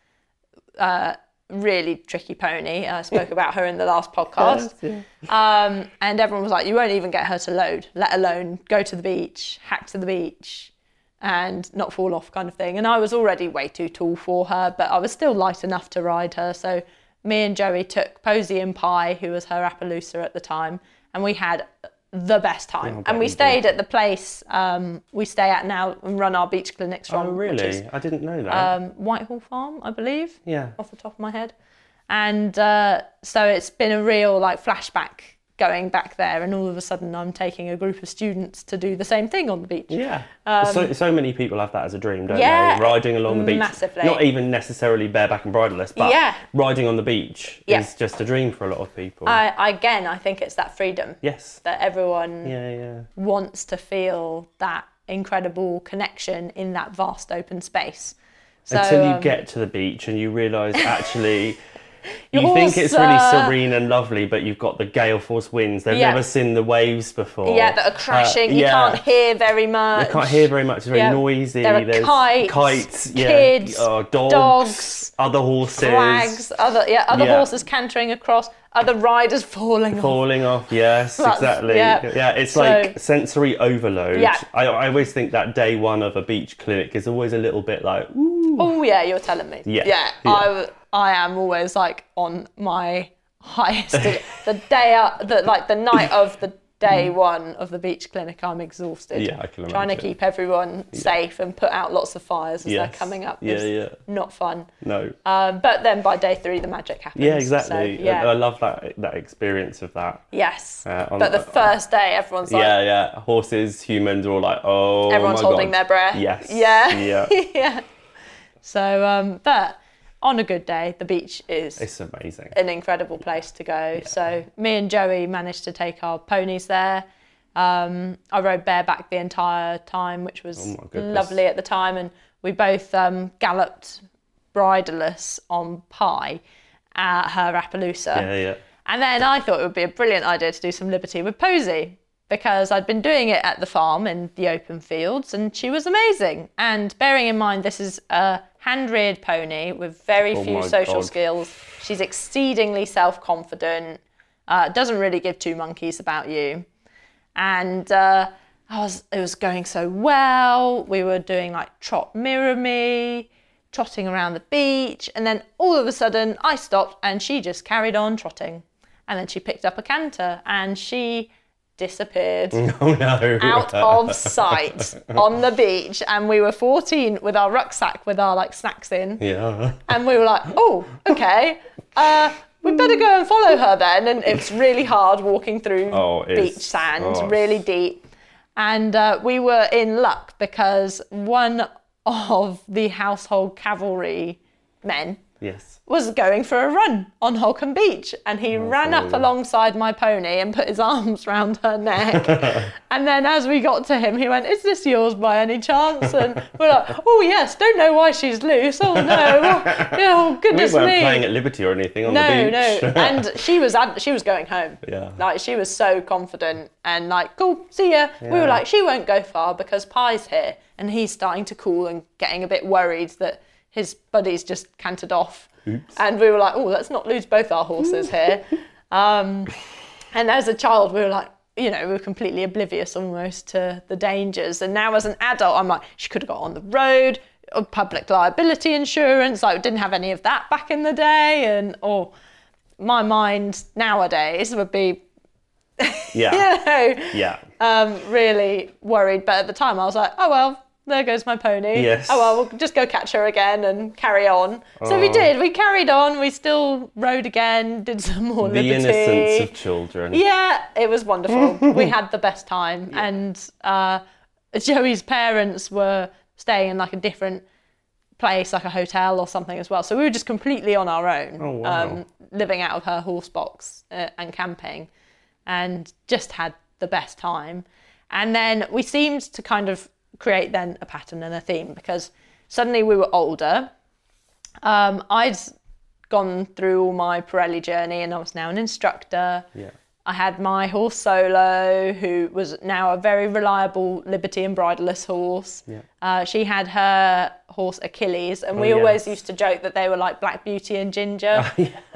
[SPEAKER 2] uh, really tricky pony. I spoke about her in the last podcast. Um, and everyone was like, you won't even get her to load, let alone go to the beach, hack to the beach, and not fall off, kind of thing. And I was already way too tall for her, but I was still light enough to ride her. So me and Joey took Posy and Pie, who was her Appaloosa at the time, and we had the best time.
[SPEAKER 3] bet
[SPEAKER 2] and we
[SPEAKER 3] Oh, you did.
[SPEAKER 2] stayed at the place um, we stay at now and run our beach clinics from.
[SPEAKER 3] Oh,
[SPEAKER 2] which is,
[SPEAKER 3] really? I didn't know that.
[SPEAKER 2] um, Whitehall Farm, I believe
[SPEAKER 3] yeah.
[SPEAKER 2] off the top of my head. And uh, so it's been a real like flashback going back there, and all of a sudden I'm taking a group of students to do the same thing on the beach.
[SPEAKER 3] Yeah. so so many people have that as a dream, don't
[SPEAKER 2] Um, Yeah,
[SPEAKER 3] they? Riding along the beach.
[SPEAKER 2] massively.
[SPEAKER 3] Not even necessarily bareback and bridleless, but
[SPEAKER 2] Yeah.
[SPEAKER 3] riding on the beach
[SPEAKER 2] Yeah.
[SPEAKER 3] is just a dream for a lot of people.
[SPEAKER 2] I, I- again, I think it's that freedom
[SPEAKER 3] yes.
[SPEAKER 2] that everyone
[SPEAKER 3] Yeah, yeah.
[SPEAKER 2] wants to feel that incredible connection in that vast open space. So,
[SPEAKER 3] Until you
[SPEAKER 2] um,
[SPEAKER 3] get to the beach and you realise actually
[SPEAKER 2] [laughs]
[SPEAKER 3] you
[SPEAKER 2] Your
[SPEAKER 3] think it's really
[SPEAKER 2] horse, uh,
[SPEAKER 3] serene and lovely, but you've got the gale force winds. They've
[SPEAKER 2] Yeah.
[SPEAKER 3] never seen the waves before.
[SPEAKER 2] yeah, that are crashing.
[SPEAKER 3] Uh,
[SPEAKER 2] You
[SPEAKER 3] yeah.
[SPEAKER 2] can't hear very much.
[SPEAKER 3] I can't hear very much. It's very
[SPEAKER 2] Yeah.
[SPEAKER 3] noisy.
[SPEAKER 2] There are
[SPEAKER 3] There's
[SPEAKER 2] kites,
[SPEAKER 3] yeah,
[SPEAKER 2] kids,
[SPEAKER 3] oh, dogs,
[SPEAKER 2] dogs,
[SPEAKER 3] other horses,
[SPEAKER 2] flags, other yeah, other
[SPEAKER 3] Yeah.
[SPEAKER 2] horses cantering across, other riders [laughs] falling off.
[SPEAKER 3] falling off. Yes,
[SPEAKER 2] That's-
[SPEAKER 3] exactly.
[SPEAKER 2] yeah.
[SPEAKER 3] Yeah, it's like
[SPEAKER 2] So-
[SPEAKER 3] sensory overload.
[SPEAKER 2] Yeah.
[SPEAKER 3] I, I always think that day one of a beach clinic is always a little bit like, ooh,
[SPEAKER 2] Oh yeah, you're telling me.
[SPEAKER 3] Yeah,
[SPEAKER 2] Yeah.
[SPEAKER 3] yeah.
[SPEAKER 2] I w- I am always like on my [laughs] highest. the day out, the like the night of the day one of the beach clinic, I'm exhausted.
[SPEAKER 3] Mm. Yeah, I can
[SPEAKER 2] Trying to
[SPEAKER 3] imagine.
[SPEAKER 2] keep everyone safe and put out lots of fires as
[SPEAKER 3] Yes.
[SPEAKER 2] they're coming up.
[SPEAKER 3] Yeah,
[SPEAKER 2] is
[SPEAKER 3] yeah.
[SPEAKER 2] Not fun.
[SPEAKER 3] no.
[SPEAKER 2] Um, but then by day three, the magic happens.
[SPEAKER 3] yeah,
[SPEAKER 2] So,
[SPEAKER 3] exactly. I-
[SPEAKER 2] yeah.
[SPEAKER 3] I, love that that experience of that.
[SPEAKER 2] yes.
[SPEAKER 3] Uh, on-
[SPEAKER 2] but the first day, everyone's like,
[SPEAKER 3] yeah, yeah. Horses, humans are all like, oh,
[SPEAKER 2] everyone's
[SPEAKER 3] my
[SPEAKER 2] holding
[SPEAKER 3] God.
[SPEAKER 2] their breath.
[SPEAKER 3] Yes.
[SPEAKER 2] [laughs] Yeah.
[SPEAKER 3] Yeah.
[SPEAKER 2] [laughs] yeah. So, um, but on a good day, the beach is
[SPEAKER 3] It's amazing.
[SPEAKER 2] an incredible place to go. So me and Joey managed to take our ponies there. Um, I rode bareback the entire time, which was
[SPEAKER 3] Oh my goodness.
[SPEAKER 2] lovely at the time, and we both um, galloped bridleless on Pie at her Appaloosa.
[SPEAKER 3] Yeah, yeah.
[SPEAKER 2] And then I thought it would be a brilliant idea to do some liberty with Posy because I'd been doing it at the farm in the open fields and she was amazing. And bearing in mind, this is a hand reared pony with very
[SPEAKER 3] Oh
[SPEAKER 2] few
[SPEAKER 3] my
[SPEAKER 2] social
[SPEAKER 3] God.
[SPEAKER 2] skills. She's exceedingly self confident, uh, doesn't really give two monkeys about you. And uh, I was, it was going so well. We were doing like trot mirror me, trotting around the beach. And then all of a sudden, I stopped and she just carried on trotting. And then she picked up a canter and she disappeared
[SPEAKER 3] [laughs] Oh no. [laughs]
[SPEAKER 2] out of sight on the beach. And we were 14 with our rucksack with our like snacks in.
[SPEAKER 3] yeah.
[SPEAKER 2] And we were like, oh, okay. Uh, we better go and follow her then. And it's really hard walking through
[SPEAKER 3] Oh, it is.
[SPEAKER 2] beach sand,
[SPEAKER 3] Oh, it's-
[SPEAKER 2] really deep. And uh, we were in luck because one of the household cavalry men
[SPEAKER 3] Yes.
[SPEAKER 2] was going for a run on Holcombe Beach and
[SPEAKER 3] Oh,
[SPEAKER 2] he ran up alongside my pony and put his [laughs] arms round her
[SPEAKER 3] [laughs]
[SPEAKER 2] neck. and then as we got to him, he went, Is this yours by any chance? And we're like, Oh, yes, don't know why she's loose. Oh, no.
[SPEAKER 3] [laughs]
[SPEAKER 2] Well, oh,
[SPEAKER 3] We
[SPEAKER 2] goodness
[SPEAKER 3] weren't
[SPEAKER 2] me.
[SPEAKER 3] playing at liberty or anything on the
[SPEAKER 2] no,
[SPEAKER 3] beach. [laughs]
[SPEAKER 2] no. [laughs] And she was ad- she was going home.
[SPEAKER 3] Yeah.
[SPEAKER 2] Like she was so confident and like, cool, see ya. We
[SPEAKER 3] Yeah.
[SPEAKER 2] were like, she won't go far because Pi's here and he's starting to cool and getting a bit worried that his buddies just cantered off. Oops. And we were like, oh, let's not lose both our horses
[SPEAKER 3] [laughs]
[SPEAKER 2] here. Um, and as a child, we were like, you know, we were completely oblivious almost to the dangers. And now as an adult, I'm like, she could have got on the road, or public liability insurance. I didn't have any of that back in the day. And, oh, or my mind nowadays would be, [laughs]
[SPEAKER 3] Yeah.
[SPEAKER 2] you know,
[SPEAKER 3] Yeah.
[SPEAKER 2] um, really worried. But at the time, I was like, oh, well, there goes my pony.
[SPEAKER 3] Yes.
[SPEAKER 2] Oh, well, we'll just go catch her again and carry on. So we
[SPEAKER 3] Oh.
[SPEAKER 2] did. We carried on. We still rode again, did some more
[SPEAKER 3] the
[SPEAKER 2] liberty.
[SPEAKER 3] innocence of children.
[SPEAKER 2] Yeah, it was wonderful.
[SPEAKER 3] [laughs]
[SPEAKER 2] we had the best time, and uh, Joey's parents were staying in like a different place, like a hotel or something as well. So we were just completely on our own, um,
[SPEAKER 3] Oh, wow.
[SPEAKER 2] living out of her horse box uh, and camping, and just had the best time. And then we seemed to kind of create then a pattern and a theme because suddenly we were older. Um, I'd gone through all my Pirelli journey, and I was now an instructor.
[SPEAKER 3] Yeah.
[SPEAKER 2] I had my horse Solo, who was now a very reliable Liberty and bridleless horse.
[SPEAKER 3] Yeah. Oh,
[SPEAKER 2] Uh, she had her horse Achilles, and we
[SPEAKER 3] yes. Oh,
[SPEAKER 2] always used to joke that they were like Black Beauty and
[SPEAKER 3] [laughs]
[SPEAKER 2] Ginger.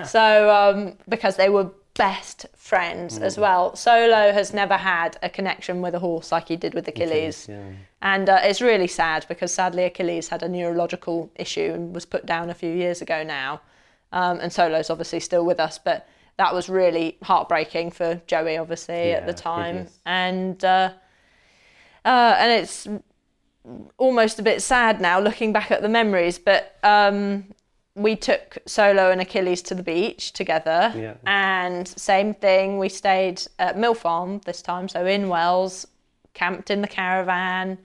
[SPEAKER 2] So, um, because they were best friends
[SPEAKER 3] Mm.
[SPEAKER 2] as well. Solo has never had a connection with a horse like he did with Achilles.
[SPEAKER 3] yeah.
[SPEAKER 2] And uh, it's really sad because sadly Achilles had a neurological issue and was put down a few years ago now. Um, and Solo's obviously still with us, but that was really heartbreaking for Joey, obviously, at the
[SPEAKER 3] Yeah, it
[SPEAKER 2] time.
[SPEAKER 3] is.
[SPEAKER 2] And uh, uh, and it's almost a bit sad now looking back at the memories, but um, we took Solo and Achilles to the beach together.
[SPEAKER 3] Yeah.
[SPEAKER 2] And same thing, we stayed at Mill Farm this time, so in Wells, camped in the caravan,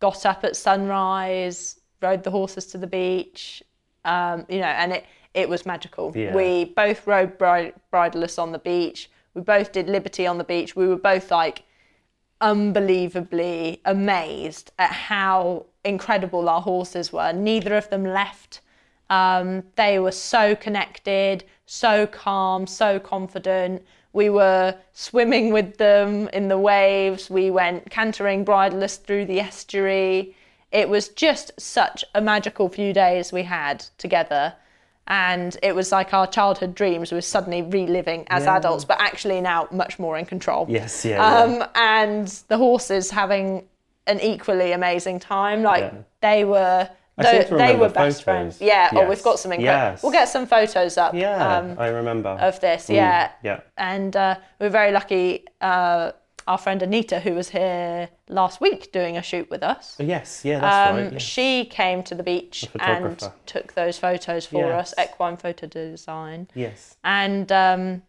[SPEAKER 2] got up at sunrise, rode the horses to the beach, um, you know, and it, it was magical.
[SPEAKER 3] Yeah.
[SPEAKER 2] We both rode bri- bridleless on the beach. We both did Liberty on the beach. We were both like unbelievably amazed at how incredible our horses were. Neither of them left. Um, they were so connected, so calm, so confident. We were swimming with them in the waves. We went cantering bridleless through the estuary. It was just such a magical few days we had together. And it was like our childhood dreams we were suddenly reliving as
[SPEAKER 3] Yeah.
[SPEAKER 2] adults, but actually now much more in control
[SPEAKER 3] Yes, yeah. Oh, yeah.
[SPEAKER 2] um, and the horses having an equally amazing time. Like
[SPEAKER 3] Yeah.
[SPEAKER 2] they were,
[SPEAKER 3] I seem
[SPEAKER 2] they,
[SPEAKER 3] to
[SPEAKER 2] they
[SPEAKER 3] remember
[SPEAKER 2] were best
[SPEAKER 3] photos.
[SPEAKER 2] friends. Yeah. Oh,
[SPEAKER 3] Yes.
[SPEAKER 2] we've got some. Incre-
[SPEAKER 3] Yes.
[SPEAKER 2] We'll get some photos up.
[SPEAKER 3] yeah,
[SPEAKER 2] Um,
[SPEAKER 3] I remember. Mm,
[SPEAKER 2] of this. Yeah.
[SPEAKER 3] yeah.
[SPEAKER 2] And uh, we were very lucky. Uh, our friend Anita, who was here last week doing a shoot with us.
[SPEAKER 3] yes, yeah, that's
[SPEAKER 2] Um,
[SPEAKER 3] right. yeah.
[SPEAKER 2] She came to the beach and
[SPEAKER 3] photographer.
[SPEAKER 2] took those photos for us,
[SPEAKER 3] Yes.
[SPEAKER 2] Equine Photo Design
[SPEAKER 3] Yes.
[SPEAKER 2] and um,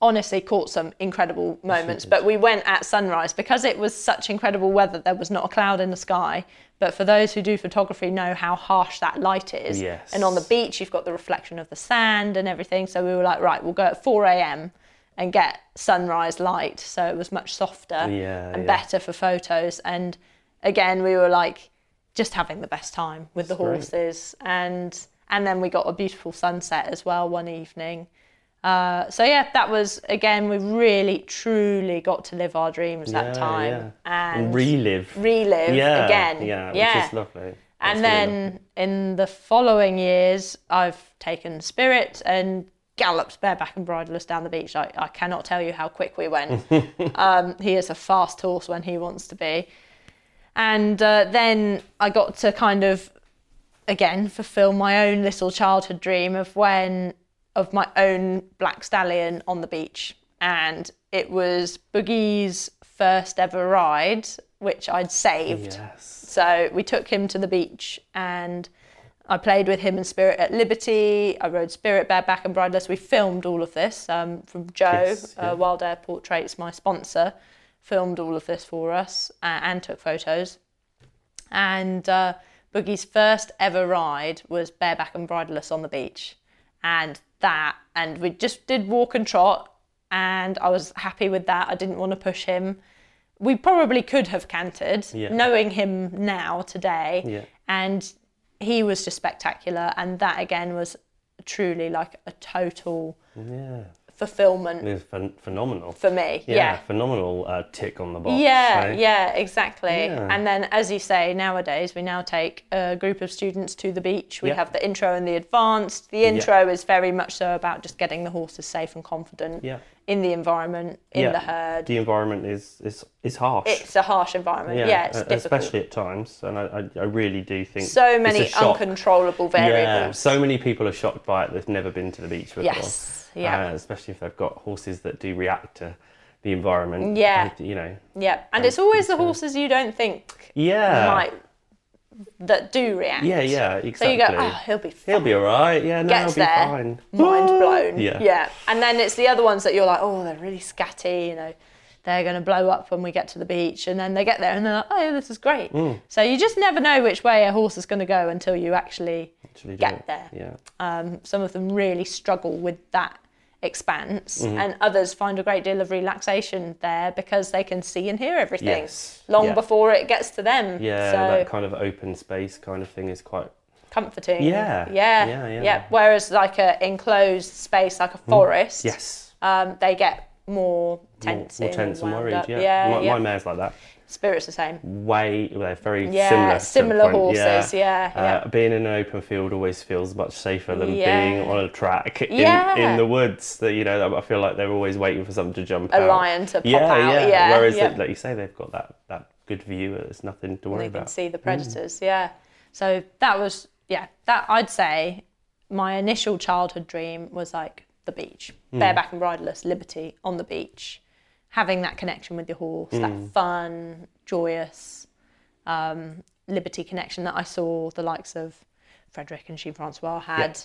[SPEAKER 2] honestly caught some incredible moments. But we went at sunrise because it was such incredible weather. There was not a cloud in the sky. But for those who do photography, know how harsh that light is.
[SPEAKER 3] Yes.
[SPEAKER 2] And on the beach, you've got the reflection of the sand and everything. So we were like, right, we'll go at 4 a.m. and get sunrise light. So it was much softer
[SPEAKER 3] Yeah,
[SPEAKER 2] and
[SPEAKER 3] yeah.
[SPEAKER 2] better for photos. And again, we were like just having the best time with the
[SPEAKER 3] great.
[SPEAKER 2] horses and and then we got a beautiful sunset as well one evening. Uh, so yeah, that was again we really truly got to live our dreams
[SPEAKER 3] Yeah,
[SPEAKER 2] that time
[SPEAKER 3] yeah.
[SPEAKER 2] and
[SPEAKER 3] relive.
[SPEAKER 2] relive
[SPEAKER 3] yeah,
[SPEAKER 2] again.
[SPEAKER 3] Yeah, which is lovely. That's
[SPEAKER 2] and
[SPEAKER 3] really
[SPEAKER 2] then
[SPEAKER 3] lovely.
[SPEAKER 2] in the following years, I've taken Spirit and galloped bareback and bridleless down the beach. I, I cannot tell you how quick we went. um, he is a fast horse when he wants to be. And uh, then I got to kind of, again, fulfill my own little childhood dream of when, of my own black stallion on the beach. And it was Boogie's first ever ride, which I'd saved.
[SPEAKER 3] yes.
[SPEAKER 2] So we took him to the beach and I played with him in Spirit at Liberty. I rode Spirit bareback and bridleless. We filmed all of this um, from Joe,
[SPEAKER 3] Yes, yeah.
[SPEAKER 2] uh, Wild Air Portraits, my sponsor, filmed all of this for us uh, and took photos. And uh, Boogie's first ever ride was bareback and bridleless on the beach, and that, and we just did walk and trot, and I was happy with that. I didn't want to push him. We probably could have cantered,
[SPEAKER 3] Yeah.
[SPEAKER 2] knowing him now today,
[SPEAKER 3] Yeah.
[SPEAKER 2] and he was just spectacular. And that again was truly like a total
[SPEAKER 3] Yeah,
[SPEAKER 2] fulfillment
[SPEAKER 3] it was phen- phenomenal.
[SPEAKER 2] for me.
[SPEAKER 3] yeah,
[SPEAKER 2] yeah.
[SPEAKER 3] phenomenal uh, tick on the box.
[SPEAKER 2] Yeah,
[SPEAKER 3] eh?
[SPEAKER 2] yeah, exactly.
[SPEAKER 3] Yeah.
[SPEAKER 2] And then, as you say, nowadays we now take a group of students to the beach. We
[SPEAKER 3] Yeah.
[SPEAKER 2] have the intro and the advanced. The intro is very much so about just getting the horses safe and confident
[SPEAKER 3] Yeah.
[SPEAKER 2] in the environment, in
[SPEAKER 3] Yeah.
[SPEAKER 2] the herd.
[SPEAKER 3] The environment is is is harsh.
[SPEAKER 2] It's a harsh environment. Yeah, it's
[SPEAKER 3] uh,
[SPEAKER 2] difficult.
[SPEAKER 3] especially at times, and I, I, I really do think
[SPEAKER 2] so
[SPEAKER 3] it's a
[SPEAKER 2] many
[SPEAKER 3] shock.
[SPEAKER 2] uncontrollable
[SPEAKER 3] Yeah,
[SPEAKER 2] variables.
[SPEAKER 3] so many people are shocked by it. They've never been to the beach before.
[SPEAKER 2] Yes, yeah.
[SPEAKER 3] Uh, especially if they've got horses that do react to the environment.
[SPEAKER 2] Yeah.
[SPEAKER 3] and, you know.
[SPEAKER 2] yeah, and it's always the horses you don't think
[SPEAKER 3] Yeah.
[SPEAKER 2] might that do react.
[SPEAKER 3] Yeah, yeah, exactly.
[SPEAKER 2] So you go, oh, he'll be fine.
[SPEAKER 3] He'll be all right. Yeah, no,
[SPEAKER 2] gets
[SPEAKER 3] he'll be
[SPEAKER 2] there,
[SPEAKER 3] fine.
[SPEAKER 2] mind blown.
[SPEAKER 3] Yeah.
[SPEAKER 2] And then it's the other ones that you're like, oh, they're really scatty, you know, they're going to blow up when we get to the beach. And then they get there and they're like, oh, yeah, this is great.
[SPEAKER 3] Mm.
[SPEAKER 2] So you just never know which way a horse is going to go until you actually
[SPEAKER 3] Should we do
[SPEAKER 2] get
[SPEAKER 3] it?
[SPEAKER 2] there.
[SPEAKER 3] Yeah.
[SPEAKER 2] Um, some of them really struggle with that expanse,
[SPEAKER 3] Mm-hmm.
[SPEAKER 2] and others find a great deal of relaxation there because they can see and hear everything
[SPEAKER 3] Yes.
[SPEAKER 2] long
[SPEAKER 3] Yeah.
[SPEAKER 2] before it gets to them.
[SPEAKER 3] Yeah,
[SPEAKER 2] so
[SPEAKER 3] that kind of open space kind of thing is quite.
[SPEAKER 2] comforting.
[SPEAKER 3] Yeah.
[SPEAKER 2] yeah,
[SPEAKER 3] Yeah, yeah. Mm.
[SPEAKER 2] Whereas like a enclosed space, like a forest,
[SPEAKER 3] Yes.
[SPEAKER 2] um, they get more
[SPEAKER 3] More,
[SPEAKER 2] tense,
[SPEAKER 3] more tense and worried. Yeah.
[SPEAKER 2] yeah,
[SPEAKER 3] my,
[SPEAKER 2] yeah.
[SPEAKER 3] my mare's like that.
[SPEAKER 2] Spirits the same.
[SPEAKER 3] Way, they're very
[SPEAKER 2] Yeah,
[SPEAKER 3] similar. to
[SPEAKER 2] similar
[SPEAKER 3] the point.
[SPEAKER 2] horses, yeah,
[SPEAKER 3] Uh, being in an open field always feels much safer than
[SPEAKER 2] Yeah.
[SPEAKER 3] being on a track in,
[SPEAKER 2] Yeah.
[SPEAKER 3] in the woods. That you know, I feel like they're always waiting for something to jump.
[SPEAKER 2] A
[SPEAKER 3] out.
[SPEAKER 2] lion to pop
[SPEAKER 3] yeah,
[SPEAKER 2] out,
[SPEAKER 3] Yeah,
[SPEAKER 2] yeah,
[SPEAKER 3] Whereas,
[SPEAKER 2] yeah.
[SPEAKER 3] they- like you say, they've got that that good view. There's nothing to worry
[SPEAKER 2] They can
[SPEAKER 3] about. Mm.
[SPEAKER 2] see the predators. Yeah. So that was yeah. That I'd say my initial childhood dream was like the beach,
[SPEAKER 3] Mm.
[SPEAKER 2] bareback and riderless, liberty on the beach, having that connection with your horse,
[SPEAKER 3] Mm.
[SPEAKER 2] that fun, joyous um, liberty connection that I saw the likes of Frederick and Jean Francois had.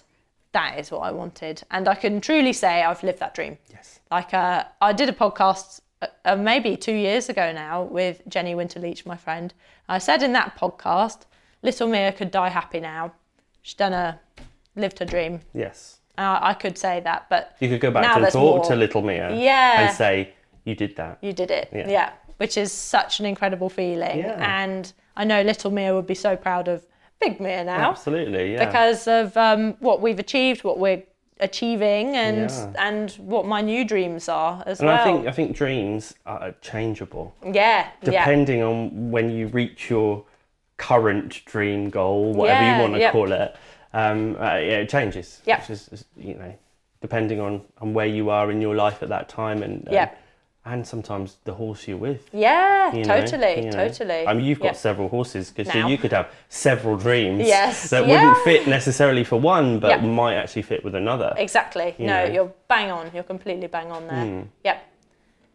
[SPEAKER 2] That is what I wanted, and I can truly say I've lived that dream.
[SPEAKER 3] Yes.
[SPEAKER 2] Like uh, I did a podcast uh, uh, maybe two years ago now with Jenny Winterleach, my friend. I said in that podcast, Little Mia could die happy now. She's done a lived her dream.
[SPEAKER 3] Yes.
[SPEAKER 2] Uh, I could say that, but
[SPEAKER 3] You could go back
[SPEAKER 2] Now
[SPEAKER 3] and
[SPEAKER 2] there's
[SPEAKER 3] talk to
[SPEAKER 2] more.
[SPEAKER 3] Little Mia
[SPEAKER 2] Yeah.
[SPEAKER 3] and say, You did that.
[SPEAKER 2] you did it.
[SPEAKER 3] Yeah.
[SPEAKER 2] Yeah. Which is such an incredible feeling.
[SPEAKER 3] Yeah.
[SPEAKER 2] And I know Little Mia would be so proud of Big Mia now.
[SPEAKER 3] Absolutely, yeah.
[SPEAKER 2] because of um, what we've achieved, what we're achieving, and
[SPEAKER 3] Yeah.
[SPEAKER 2] and what my new dreams are as
[SPEAKER 3] and
[SPEAKER 2] well.
[SPEAKER 3] I think I think dreams are changeable.
[SPEAKER 2] yeah, yeah,
[SPEAKER 3] depending on when you reach your current dream goal, whatever you
[SPEAKER 2] Yeah,
[SPEAKER 3] want to
[SPEAKER 2] yep.
[SPEAKER 3] call it, um, uh, yeah, it changes.
[SPEAKER 2] Yep.
[SPEAKER 3] It's just, it's, you know, depending on, on where you are in your life at that time and, and,
[SPEAKER 2] Yep.
[SPEAKER 3] and sometimes the horse you're with.
[SPEAKER 2] yeah,
[SPEAKER 3] you know,
[SPEAKER 2] totally,
[SPEAKER 3] you know.
[SPEAKER 2] totally.
[SPEAKER 3] I mean, you've got
[SPEAKER 2] Yeah.
[SPEAKER 3] several horses because
[SPEAKER 2] Now.
[SPEAKER 3] you could have several dreams
[SPEAKER 2] Yes,
[SPEAKER 3] that
[SPEAKER 2] yeah.
[SPEAKER 3] wouldn't fit necessarily for one, but
[SPEAKER 2] Yep.
[SPEAKER 3] might actually fit with another.
[SPEAKER 2] Exactly.
[SPEAKER 3] you
[SPEAKER 2] no,
[SPEAKER 3] know. Hmm.
[SPEAKER 2] you're bang on. You're completely bang on there. Yep,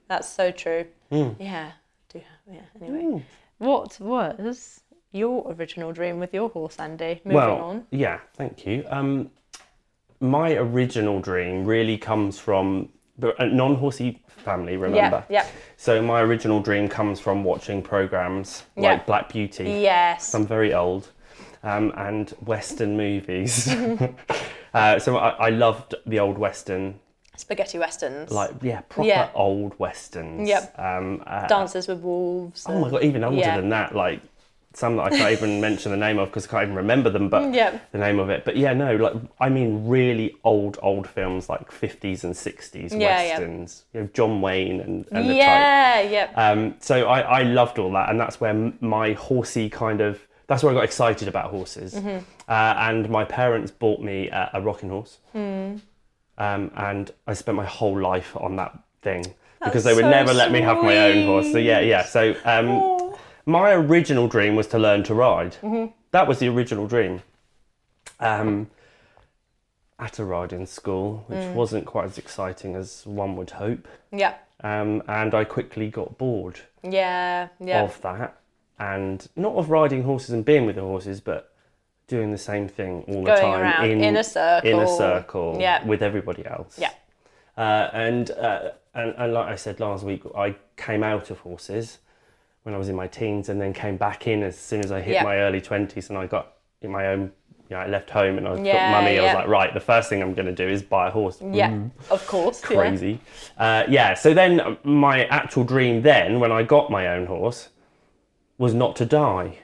[SPEAKER 2] that's so true. Yeah. Do yeah. Anyway,
[SPEAKER 3] Hmm.
[SPEAKER 2] what was your original dream with your horse, Andy? Moving
[SPEAKER 3] well,
[SPEAKER 2] on.
[SPEAKER 3] yeah, thank you. Um, my original dream really comes from the- a non-horsey family. Remember,
[SPEAKER 2] yeah.
[SPEAKER 3] So my original dream comes from watching programs
[SPEAKER 2] Yeah.
[SPEAKER 3] like Black Beauty.
[SPEAKER 2] Yes.
[SPEAKER 3] I'm very old, um, and Western
[SPEAKER 2] [laughs]
[SPEAKER 3] movies. uh, so I, I loved the old Western,
[SPEAKER 2] Spaghetti westerns.
[SPEAKER 3] like yeah, proper
[SPEAKER 2] Yeah.
[SPEAKER 3] old Westerns.
[SPEAKER 2] Yep.
[SPEAKER 3] Um, uh,
[SPEAKER 2] Dances with Wolves.
[SPEAKER 3] Oh my god, even older
[SPEAKER 2] Yeah.
[SPEAKER 3] than that, like some that I can't
[SPEAKER 2] [laughs]
[SPEAKER 3] even mention the name of because I can't even remember them, but
[SPEAKER 2] Yeah.
[SPEAKER 3] the name of it. But yeah, no, like I mean, really old, old films like 50s and 60s
[SPEAKER 2] yeah.
[SPEAKER 3] westerns, you know, John Wayne and, and the type.
[SPEAKER 2] yeah. Yep.
[SPEAKER 3] Um, so I, I loved all that, and that's where m- my horsey kind of that's where I got excited about horses.
[SPEAKER 2] Mm-hmm.
[SPEAKER 3] Uh, and my parents bought me a, a rocking horse,
[SPEAKER 2] Hmm.
[SPEAKER 3] um, and I spent my whole life on that thing because they would
[SPEAKER 2] so
[SPEAKER 3] never let me have my own horse. So yeah, yeah. So
[SPEAKER 2] Aw. Mm-hmm.
[SPEAKER 3] um, my original dream was to learn to ride. That was the original dream. Um, at a riding school, which
[SPEAKER 2] Mm.
[SPEAKER 3] wasn't quite as exciting as one would hope
[SPEAKER 2] Yep.
[SPEAKER 3] um, and I quickly got bored
[SPEAKER 2] Yeah, yeah,
[SPEAKER 3] of that, and not of riding horses and being with the horses, but doing the same thing all the
[SPEAKER 2] Going
[SPEAKER 3] time
[SPEAKER 2] around in a circle.
[SPEAKER 3] in a circle,
[SPEAKER 2] Yeah.
[SPEAKER 3] with everybody else,
[SPEAKER 2] Yeah.
[SPEAKER 3] Uh, and, uh, and and like I said last week, I came out of horses, when I was in my teens, and then came back in as soon as I hit
[SPEAKER 2] Yeah.
[SPEAKER 3] my early twenties, and I got in my own. You know, I left home and I have
[SPEAKER 2] Yeah,
[SPEAKER 3] got money. I
[SPEAKER 2] yeah.
[SPEAKER 3] was like, right, the first thing I'm going to do is buy a horse.
[SPEAKER 2] Yeah, of course. yeah. [laughs]
[SPEAKER 3] hmm. Crazy. Uh, yeah. So then uh, my actual dream then, when I got my own horse, was not to die.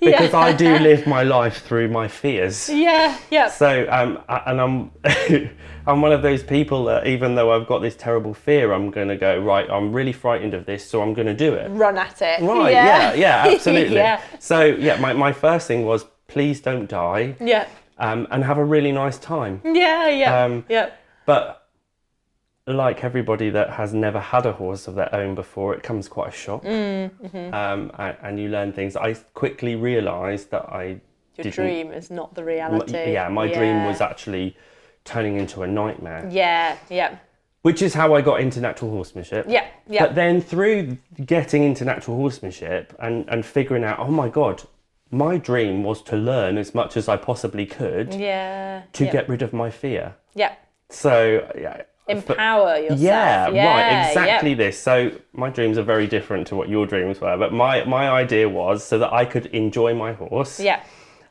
[SPEAKER 3] because I do
[SPEAKER 2] [laughs]
[SPEAKER 3] live my life through my fears.
[SPEAKER 2] Yeah, yeah.
[SPEAKER 3] So, um, I- and I'm, [laughs] I'm one of those people that even though I've got this terrible fear, I'm gonna go right. I'm really frightened of this, so I'm gonna do it.
[SPEAKER 2] Run at it.
[SPEAKER 3] Right? Yeah,
[SPEAKER 2] [laughs]
[SPEAKER 3] yeah, absolutely.
[SPEAKER 2] yeah.
[SPEAKER 3] So, yeah, my, my first thing was please don't die,
[SPEAKER 2] Yeah.
[SPEAKER 3] um, and have a really nice time.
[SPEAKER 2] Yeah, yeah.
[SPEAKER 3] Um,
[SPEAKER 2] yeah.
[SPEAKER 3] But like everybody that has never had a horse of their own before, it comes quite a shock.
[SPEAKER 2] Mm, mm-hmm.
[SPEAKER 3] Um, a- and you learn things. I quickly realised that I
[SPEAKER 2] Your
[SPEAKER 3] didn't-
[SPEAKER 2] dream is not the
[SPEAKER 3] my-
[SPEAKER 2] reality.
[SPEAKER 3] yeah, my dream was actually turning into a nightmare.
[SPEAKER 2] Yeah, yeah,
[SPEAKER 3] which is how I got into natural horsemanship.
[SPEAKER 2] yeah, yeah.
[SPEAKER 3] But then through getting into natural horsemanship and, and figuring out, oh my God, my dream was to learn as much as I possibly could
[SPEAKER 2] yeah.
[SPEAKER 3] to
[SPEAKER 2] Mm, yeah.
[SPEAKER 3] get rid of my fear.
[SPEAKER 2] yeah.
[SPEAKER 3] So, yeah. but-
[SPEAKER 2] Empower yourself.
[SPEAKER 3] yeah,
[SPEAKER 2] yeah,
[SPEAKER 3] right, exactly this. So my dreams are very different to what your dreams were, but my, my idea was so that I could enjoy my horse
[SPEAKER 2] Yeah.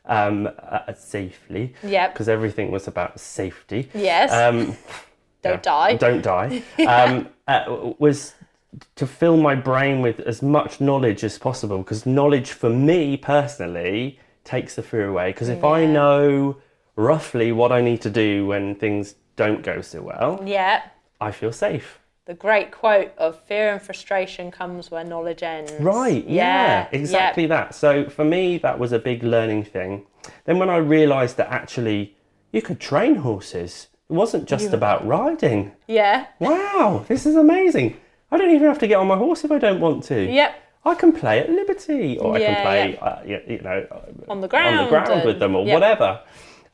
[SPEAKER 3] um, uh, safely.
[SPEAKER 2] Yep.
[SPEAKER 3] Because everything was about safety.
[SPEAKER 2] Yes.
[SPEAKER 3] Um,
[SPEAKER 2] [laughs] Don't
[SPEAKER 3] Yeah.
[SPEAKER 2] die.
[SPEAKER 3] Don't die.
[SPEAKER 2] [laughs]
[SPEAKER 3] um, uh, was to fill my brain with as much knowledge as possible because knowledge for me personally takes the fear away. Because if I know roughly what I need to do when things don't go so well,
[SPEAKER 2] Yeah.
[SPEAKER 3] I feel safe.
[SPEAKER 2] The great quote of fear and frustration comes where knowledge ends.
[SPEAKER 3] Right, yeah, exactly that. So for me, that was a big learning thing. Then when I realised that actually you could train horses, it wasn't just about riding.
[SPEAKER 2] Yeah.
[SPEAKER 3] Wow, this is amazing. I don't even have to get on my horse if I don't want to.
[SPEAKER 2] Yep.
[SPEAKER 3] I can play at liberty, or I
[SPEAKER 2] Yeah,
[SPEAKER 3] can play, uh, y- you know, uh,
[SPEAKER 2] On the ground.
[SPEAKER 3] on the ground with
[SPEAKER 2] and-
[SPEAKER 3] them or
[SPEAKER 2] yeah.
[SPEAKER 3] whatever.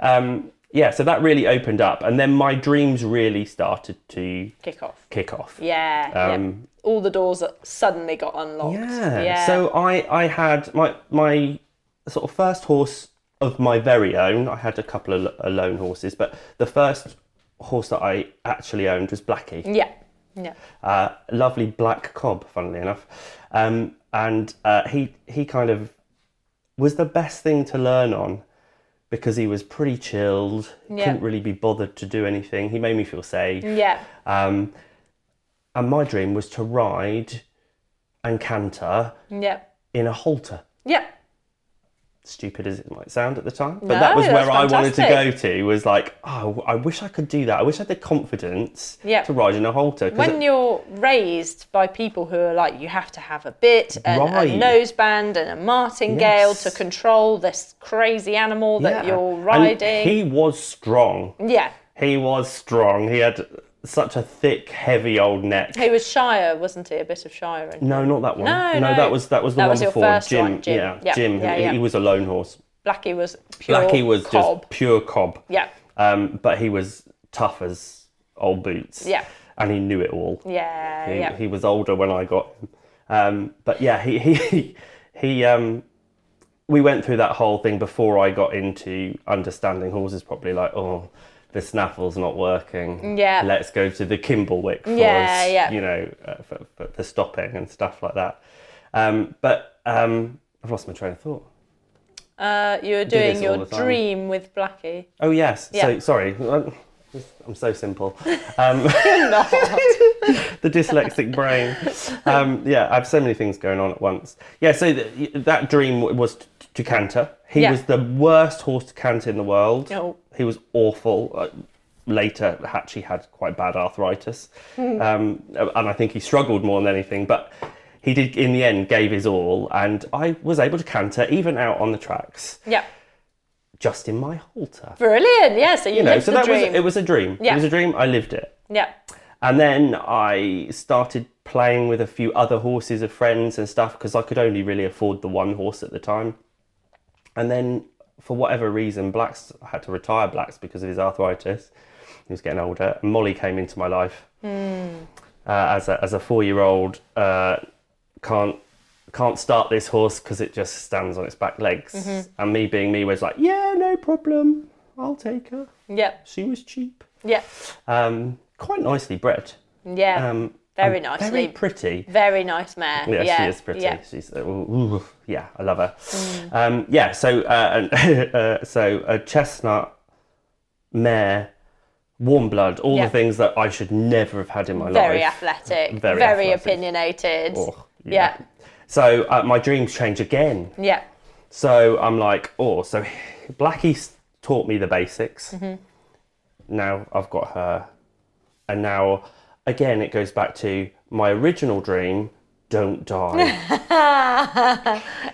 [SPEAKER 3] Um, yeah, so that really opened up, and then my dreams really started to
[SPEAKER 2] Kick off.
[SPEAKER 3] kick off.
[SPEAKER 2] Yeah. yeah.
[SPEAKER 3] Um,
[SPEAKER 2] All the doors that suddenly got unlocked.
[SPEAKER 3] Yeah.
[SPEAKER 2] yeah.
[SPEAKER 3] So I, I had my my sort of first horse of my very own. I had a couple of lo- loan horses, but the first horse that I actually owned was Blackie.
[SPEAKER 2] Yeah. Yeah.
[SPEAKER 3] uh, lovely black cob, funnily enough. Um, and uh, he he kind of was the best thing to learn on because he was pretty chilled,
[SPEAKER 2] Yeah. Mm.
[SPEAKER 3] couldn't really be bothered to do anything. He made me feel safe.
[SPEAKER 2] Yeah.
[SPEAKER 3] Um, and my dream was to ride and canter
[SPEAKER 2] Yeah.
[SPEAKER 3] in a halter.
[SPEAKER 2] Yeah.
[SPEAKER 3] Stupid as it might sound at the time, but
[SPEAKER 2] No,
[SPEAKER 3] that was
[SPEAKER 2] that's
[SPEAKER 3] where I wanted to go
[SPEAKER 2] fantastic.
[SPEAKER 3] to. Was like, oh, I wish I could do that. I wish I had the confidence
[SPEAKER 2] Yeah.
[SPEAKER 3] to ride in a halter. 'Cause
[SPEAKER 2] When you're raised by people who are like, you have to have a bit and a
[SPEAKER 3] Right.
[SPEAKER 2] noseband and a martingale
[SPEAKER 3] Yes.
[SPEAKER 2] to control this crazy animal that
[SPEAKER 3] Yeah.
[SPEAKER 2] you're
[SPEAKER 3] And
[SPEAKER 2] riding.
[SPEAKER 3] he was strong.
[SPEAKER 2] yeah.
[SPEAKER 3] He was strong. He had such a thick, heavy old neck.
[SPEAKER 2] He was Shire, wasn't he? A bit of Shire. In
[SPEAKER 3] No, not that one.
[SPEAKER 2] No, no.
[SPEAKER 3] that was that was the
[SPEAKER 2] That
[SPEAKER 3] one
[SPEAKER 2] was your
[SPEAKER 3] before.
[SPEAKER 2] first
[SPEAKER 3] Jim,
[SPEAKER 2] one, Jim.
[SPEAKER 3] yeah,
[SPEAKER 2] Yeah,
[SPEAKER 3] Jim.
[SPEAKER 2] yeah,
[SPEAKER 3] he,
[SPEAKER 2] yeah.
[SPEAKER 3] he was a lone horse.
[SPEAKER 2] Blackie was pure
[SPEAKER 3] Mm. Blackie was
[SPEAKER 2] cob.
[SPEAKER 3] just pure cob.
[SPEAKER 2] Yeah.
[SPEAKER 3] Um, but he was tough as old boots.
[SPEAKER 2] Yeah.
[SPEAKER 3] And he knew it all.
[SPEAKER 2] Yeah,
[SPEAKER 3] He,
[SPEAKER 2] yeah.
[SPEAKER 3] he was older when I got him. Um, but yeah, he he [laughs] he um we went through that whole thing before I got into understanding horses properly, like, oh, the snaffle's not working.
[SPEAKER 2] Yeah.
[SPEAKER 3] Let's go to the Kimblewick for
[SPEAKER 2] Yeah,
[SPEAKER 3] us,
[SPEAKER 2] yeah.
[SPEAKER 3] you know, uh, for, for the stopping and stuff like that. Um, but um, I've lost my train of thought.
[SPEAKER 2] Uh, you were
[SPEAKER 3] this
[SPEAKER 2] doing
[SPEAKER 3] all
[SPEAKER 2] your
[SPEAKER 3] the time.
[SPEAKER 2] dream with Blackie.
[SPEAKER 3] Oh, yes.
[SPEAKER 2] Yeah.
[SPEAKER 3] So, sorry. I'm
[SPEAKER 2] [laughs]
[SPEAKER 3] so simple. Um,
[SPEAKER 2] Not.
[SPEAKER 3] [laughs] the dyslexic brain. Um, yeah, I have so many things going on at once. Yeah, so th- that dream w- was t- to canter. He
[SPEAKER 2] Yeah. Oh.
[SPEAKER 3] was the worst horse to canter in the world.
[SPEAKER 2] No.
[SPEAKER 3] He was awful. Uh, later, Hatchie had quite bad arthritis.
[SPEAKER 2] Hmm.
[SPEAKER 3] Um, and I think he struggled more than anything, but he did, in the end, gave his all. And I was able to canter, even out on the tracks,
[SPEAKER 2] yeah.
[SPEAKER 3] just in my halter.
[SPEAKER 2] Brilliant. Yeah. So you,
[SPEAKER 3] You know,
[SPEAKER 2] lived
[SPEAKER 3] so
[SPEAKER 2] the
[SPEAKER 3] that
[SPEAKER 2] dream.
[SPEAKER 3] was it was a dream.
[SPEAKER 2] Yeah.
[SPEAKER 3] It was a dream. I lived it.
[SPEAKER 2] yeah.
[SPEAKER 3] And then I started playing with a few other horses of friends and stuff because I could only really afford the one horse at the time. And then, for whatever reason, Blacks I had to retire Blacks because of his arthritis. He was getting older. And Molly came into my life
[SPEAKER 2] Hmm.
[SPEAKER 3] uh, as a, as a four year old. Uh, can't can't start this horse because it just stands on its back legs.
[SPEAKER 2] Mm-hmm.
[SPEAKER 3] And me being me was like, yeah, no problem. I'll take her.
[SPEAKER 2] Yeah.
[SPEAKER 3] She was cheap.
[SPEAKER 2] Yeah.
[SPEAKER 3] Um, quite nicely bred.
[SPEAKER 2] Yeah.
[SPEAKER 3] Um,
[SPEAKER 2] Very nicely.
[SPEAKER 3] Very pretty.
[SPEAKER 2] Very nice mare.
[SPEAKER 3] Yeah,
[SPEAKER 2] Yeah,
[SPEAKER 3] she is pretty.
[SPEAKER 2] yeah. Mm.
[SPEAKER 3] She's uh, ooh, ooh, yeah, I love her. Um, yeah, so uh, and, [laughs] uh, so a chestnut mare, warm blood, all
[SPEAKER 2] Yeah.
[SPEAKER 3] the things that I should never have had in my
[SPEAKER 2] Very
[SPEAKER 3] life.
[SPEAKER 2] athletic.
[SPEAKER 3] Very
[SPEAKER 2] Very,
[SPEAKER 3] athletic.
[SPEAKER 2] opinionated.
[SPEAKER 3] Oh,
[SPEAKER 2] yeah.
[SPEAKER 3] So uh, my dreams change again.
[SPEAKER 2] Yeah.
[SPEAKER 3] So I'm like, oh, so [laughs] Blackie s- taught me the basics.
[SPEAKER 2] Mm-hmm.
[SPEAKER 3] Now I've got her. And now, again, it goes back to my original dream
[SPEAKER 2] [laughs]
[SPEAKER 3] don't die.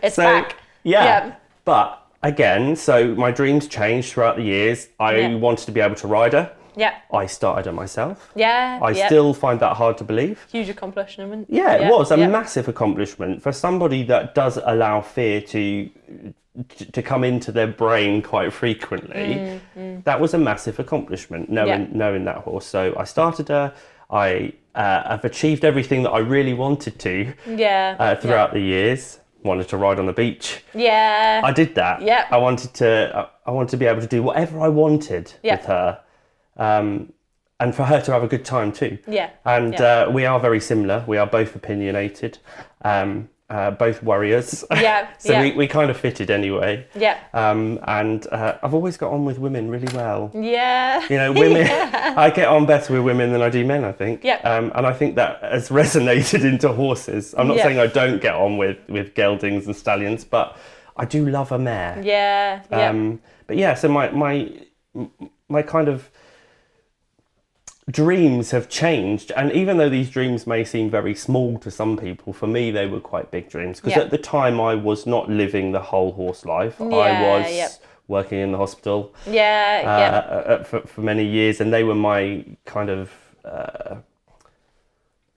[SPEAKER 2] It's
[SPEAKER 3] so,
[SPEAKER 2] back.
[SPEAKER 3] Yeah.
[SPEAKER 2] Yeah.
[SPEAKER 3] But again, so my dreams changed throughout the years. I
[SPEAKER 2] Yeah.
[SPEAKER 3] wanted to be able to ride her.
[SPEAKER 2] Yeah.
[SPEAKER 3] I started her myself.
[SPEAKER 2] Yeah.
[SPEAKER 3] I
[SPEAKER 2] yeah.
[SPEAKER 3] still find that hard to believe.
[SPEAKER 2] Huge accomplishment.
[SPEAKER 3] Yeah, it was a
[SPEAKER 2] yeah.
[SPEAKER 3] massive accomplishment for somebody that does allow fear to to come into their brain quite frequently. That was a massive accomplishment knowing
[SPEAKER 2] Mm, Yeah.
[SPEAKER 3] knowing that horse. So I started her. I uh, have achieved everything that I really wanted to
[SPEAKER 2] Yeah.
[SPEAKER 3] uh, throughout the years. Wanted to ride on the beach.
[SPEAKER 2] Yeah.
[SPEAKER 3] I did that.
[SPEAKER 2] Yeah.
[SPEAKER 3] I wanted to. uh, I- I wanted to be able to do whatever I wanted
[SPEAKER 2] Yeah.
[SPEAKER 3] with her, um, and for her to have a good time too.
[SPEAKER 2] Yeah,
[SPEAKER 3] And
[SPEAKER 2] yeah.
[SPEAKER 3] Uh, we are very similar. We are both opinionated, um, uh, both warriors. [laughs]
[SPEAKER 2] Yeah,
[SPEAKER 3] so
[SPEAKER 2] yeah.
[SPEAKER 3] We, we kind of fitted anyway.
[SPEAKER 2] Yeah.
[SPEAKER 3] Um, and uh, I've always got on with women really well.
[SPEAKER 2] yeah.
[SPEAKER 3] You know,
[SPEAKER 2] [laughs]
[SPEAKER 3] women. [laughs] I get on better with women than I do men. I think.
[SPEAKER 2] Yeah.
[SPEAKER 3] Um, and I think that has [laughs] resonated into horses. I'm not
[SPEAKER 2] Yeah.
[SPEAKER 3] saying I don't get on with with geldings and stallions, but I do love a mare.
[SPEAKER 2] Yeah. Yeah.
[SPEAKER 3] Um, but yeah, so my my my kind of dreams have changed, and even though these dreams may seem very small to some people, for me they were quite big dreams because
[SPEAKER 2] Yeah.
[SPEAKER 3] at the time I was not living the whole horse life. I
[SPEAKER 2] Yeah,
[SPEAKER 3] was
[SPEAKER 2] yep.
[SPEAKER 3] working in the hospital
[SPEAKER 2] yeah.
[SPEAKER 3] uh,
[SPEAKER 2] yeah.
[SPEAKER 3] uh, for, for many years, and they were my kind of uh,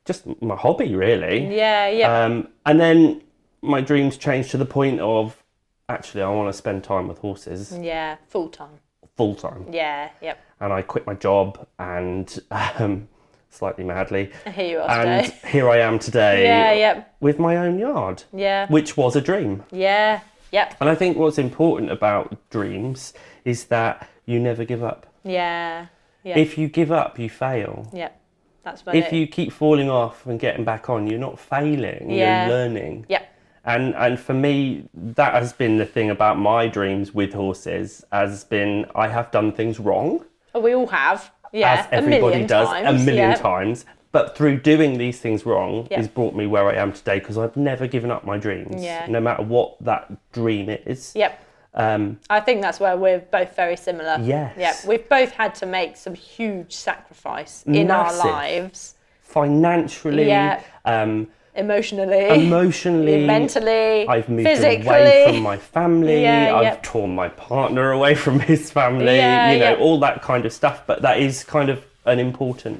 [SPEAKER 3] just my hobby, really.
[SPEAKER 2] Yeah. Yeah.
[SPEAKER 3] Um, and then my dreams changed to the point of actually, I want to spend time with horses
[SPEAKER 2] yeah. Full time.
[SPEAKER 3] full time.
[SPEAKER 2] Yeah. Yep. [laughs]
[SPEAKER 3] And I quit my job and [laughs] um, slightly madly.
[SPEAKER 2] Here you are
[SPEAKER 3] And
[SPEAKER 2] today.
[SPEAKER 3] here I am
[SPEAKER 2] [laughs]
[SPEAKER 3] today
[SPEAKER 2] Yeah. Yep.
[SPEAKER 3] with my own yard,
[SPEAKER 2] Yeah.
[SPEAKER 3] which was a dream.
[SPEAKER 2] Yeah. Yep.
[SPEAKER 3] And I think what's important about dreams is that you never give up.
[SPEAKER 2] Yeah. Yeah.
[SPEAKER 3] If you give up, you fail.
[SPEAKER 2] yep. That's about
[SPEAKER 3] If
[SPEAKER 2] it.
[SPEAKER 3] you keep falling off and getting back on, you're not failing,
[SPEAKER 2] Yeah.
[SPEAKER 3] you're learning.
[SPEAKER 2] Yep.
[SPEAKER 3] and and for me that has been the thing about my dreams with horses has been i have done things wrong
[SPEAKER 2] Oh, we all have. Yeah.
[SPEAKER 3] as everybody
[SPEAKER 2] a million
[SPEAKER 3] does
[SPEAKER 2] times.
[SPEAKER 3] a million
[SPEAKER 2] yeah.
[SPEAKER 3] times but through doing these things wrong
[SPEAKER 2] Yeah.
[SPEAKER 3] has brought me where i am today because i've never given up my dreams
[SPEAKER 2] Yeah.
[SPEAKER 3] no matter what that dream is
[SPEAKER 2] Yep.
[SPEAKER 3] um,
[SPEAKER 2] I think that's where we're both very similar.
[SPEAKER 3] Yes.
[SPEAKER 2] Yeah. We've both had to make some huge sacrifice in
[SPEAKER 3] Massive.
[SPEAKER 2] our lives,
[SPEAKER 3] financially
[SPEAKER 2] Yeah.
[SPEAKER 3] um,
[SPEAKER 2] emotionally,
[SPEAKER 3] emotionally
[SPEAKER 2] [laughs] mentally,
[SPEAKER 3] I've moved
[SPEAKER 2] physically.
[SPEAKER 3] away from my family.
[SPEAKER 2] Yeah,
[SPEAKER 3] I've
[SPEAKER 2] yep.
[SPEAKER 3] torn my partner away from his family.
[SPEAKER 2] Yeah,
[SPEAKER 3] you know,
[SPEAKER 2] yep.
[SPEAKER 3] all that kind of stuff. But that is kind of an important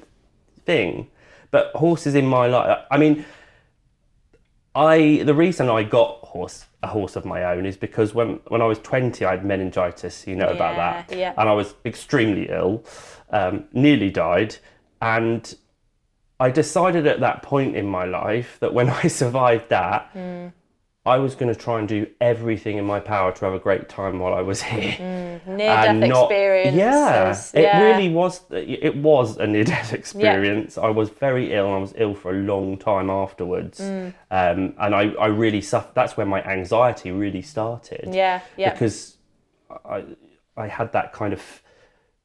[SPEAKER 3] thing. But horses in my life, I mean, I the reason I got horse a horse of my own is because when when I was twenty, I had meningitis. You know about
[SPEAKER 2] Yeah,
[SPEAKER 3] that,
[SPEAKER 2] yeah.
[SPEAKER 3] and I was extremely ill, um, nearly died, and I decided at that point in my life that when [laughs] I survived that.
[SPEAKER 2] Hmm.
[SPEAKER 3] I was going to try and do everything in my power to have a great time while I was here
[SPEAKER 2] near-death experiences.
[SPEAKER 3] yeah, it
[SPEAKER 2] yeah.
[SPEAKER 3] really was. It was a near-death [laughs] experience. I was very ill, and I was ill for a long time afterwards.
[SPEAKER 2] Mm.
[SPEAKER 3] Um, and I, I really suffered. That's where my anxiety really started.
[SPEAKER 2] Yeah, yeah.
[SPEAKER 3] Because I, I had that kind of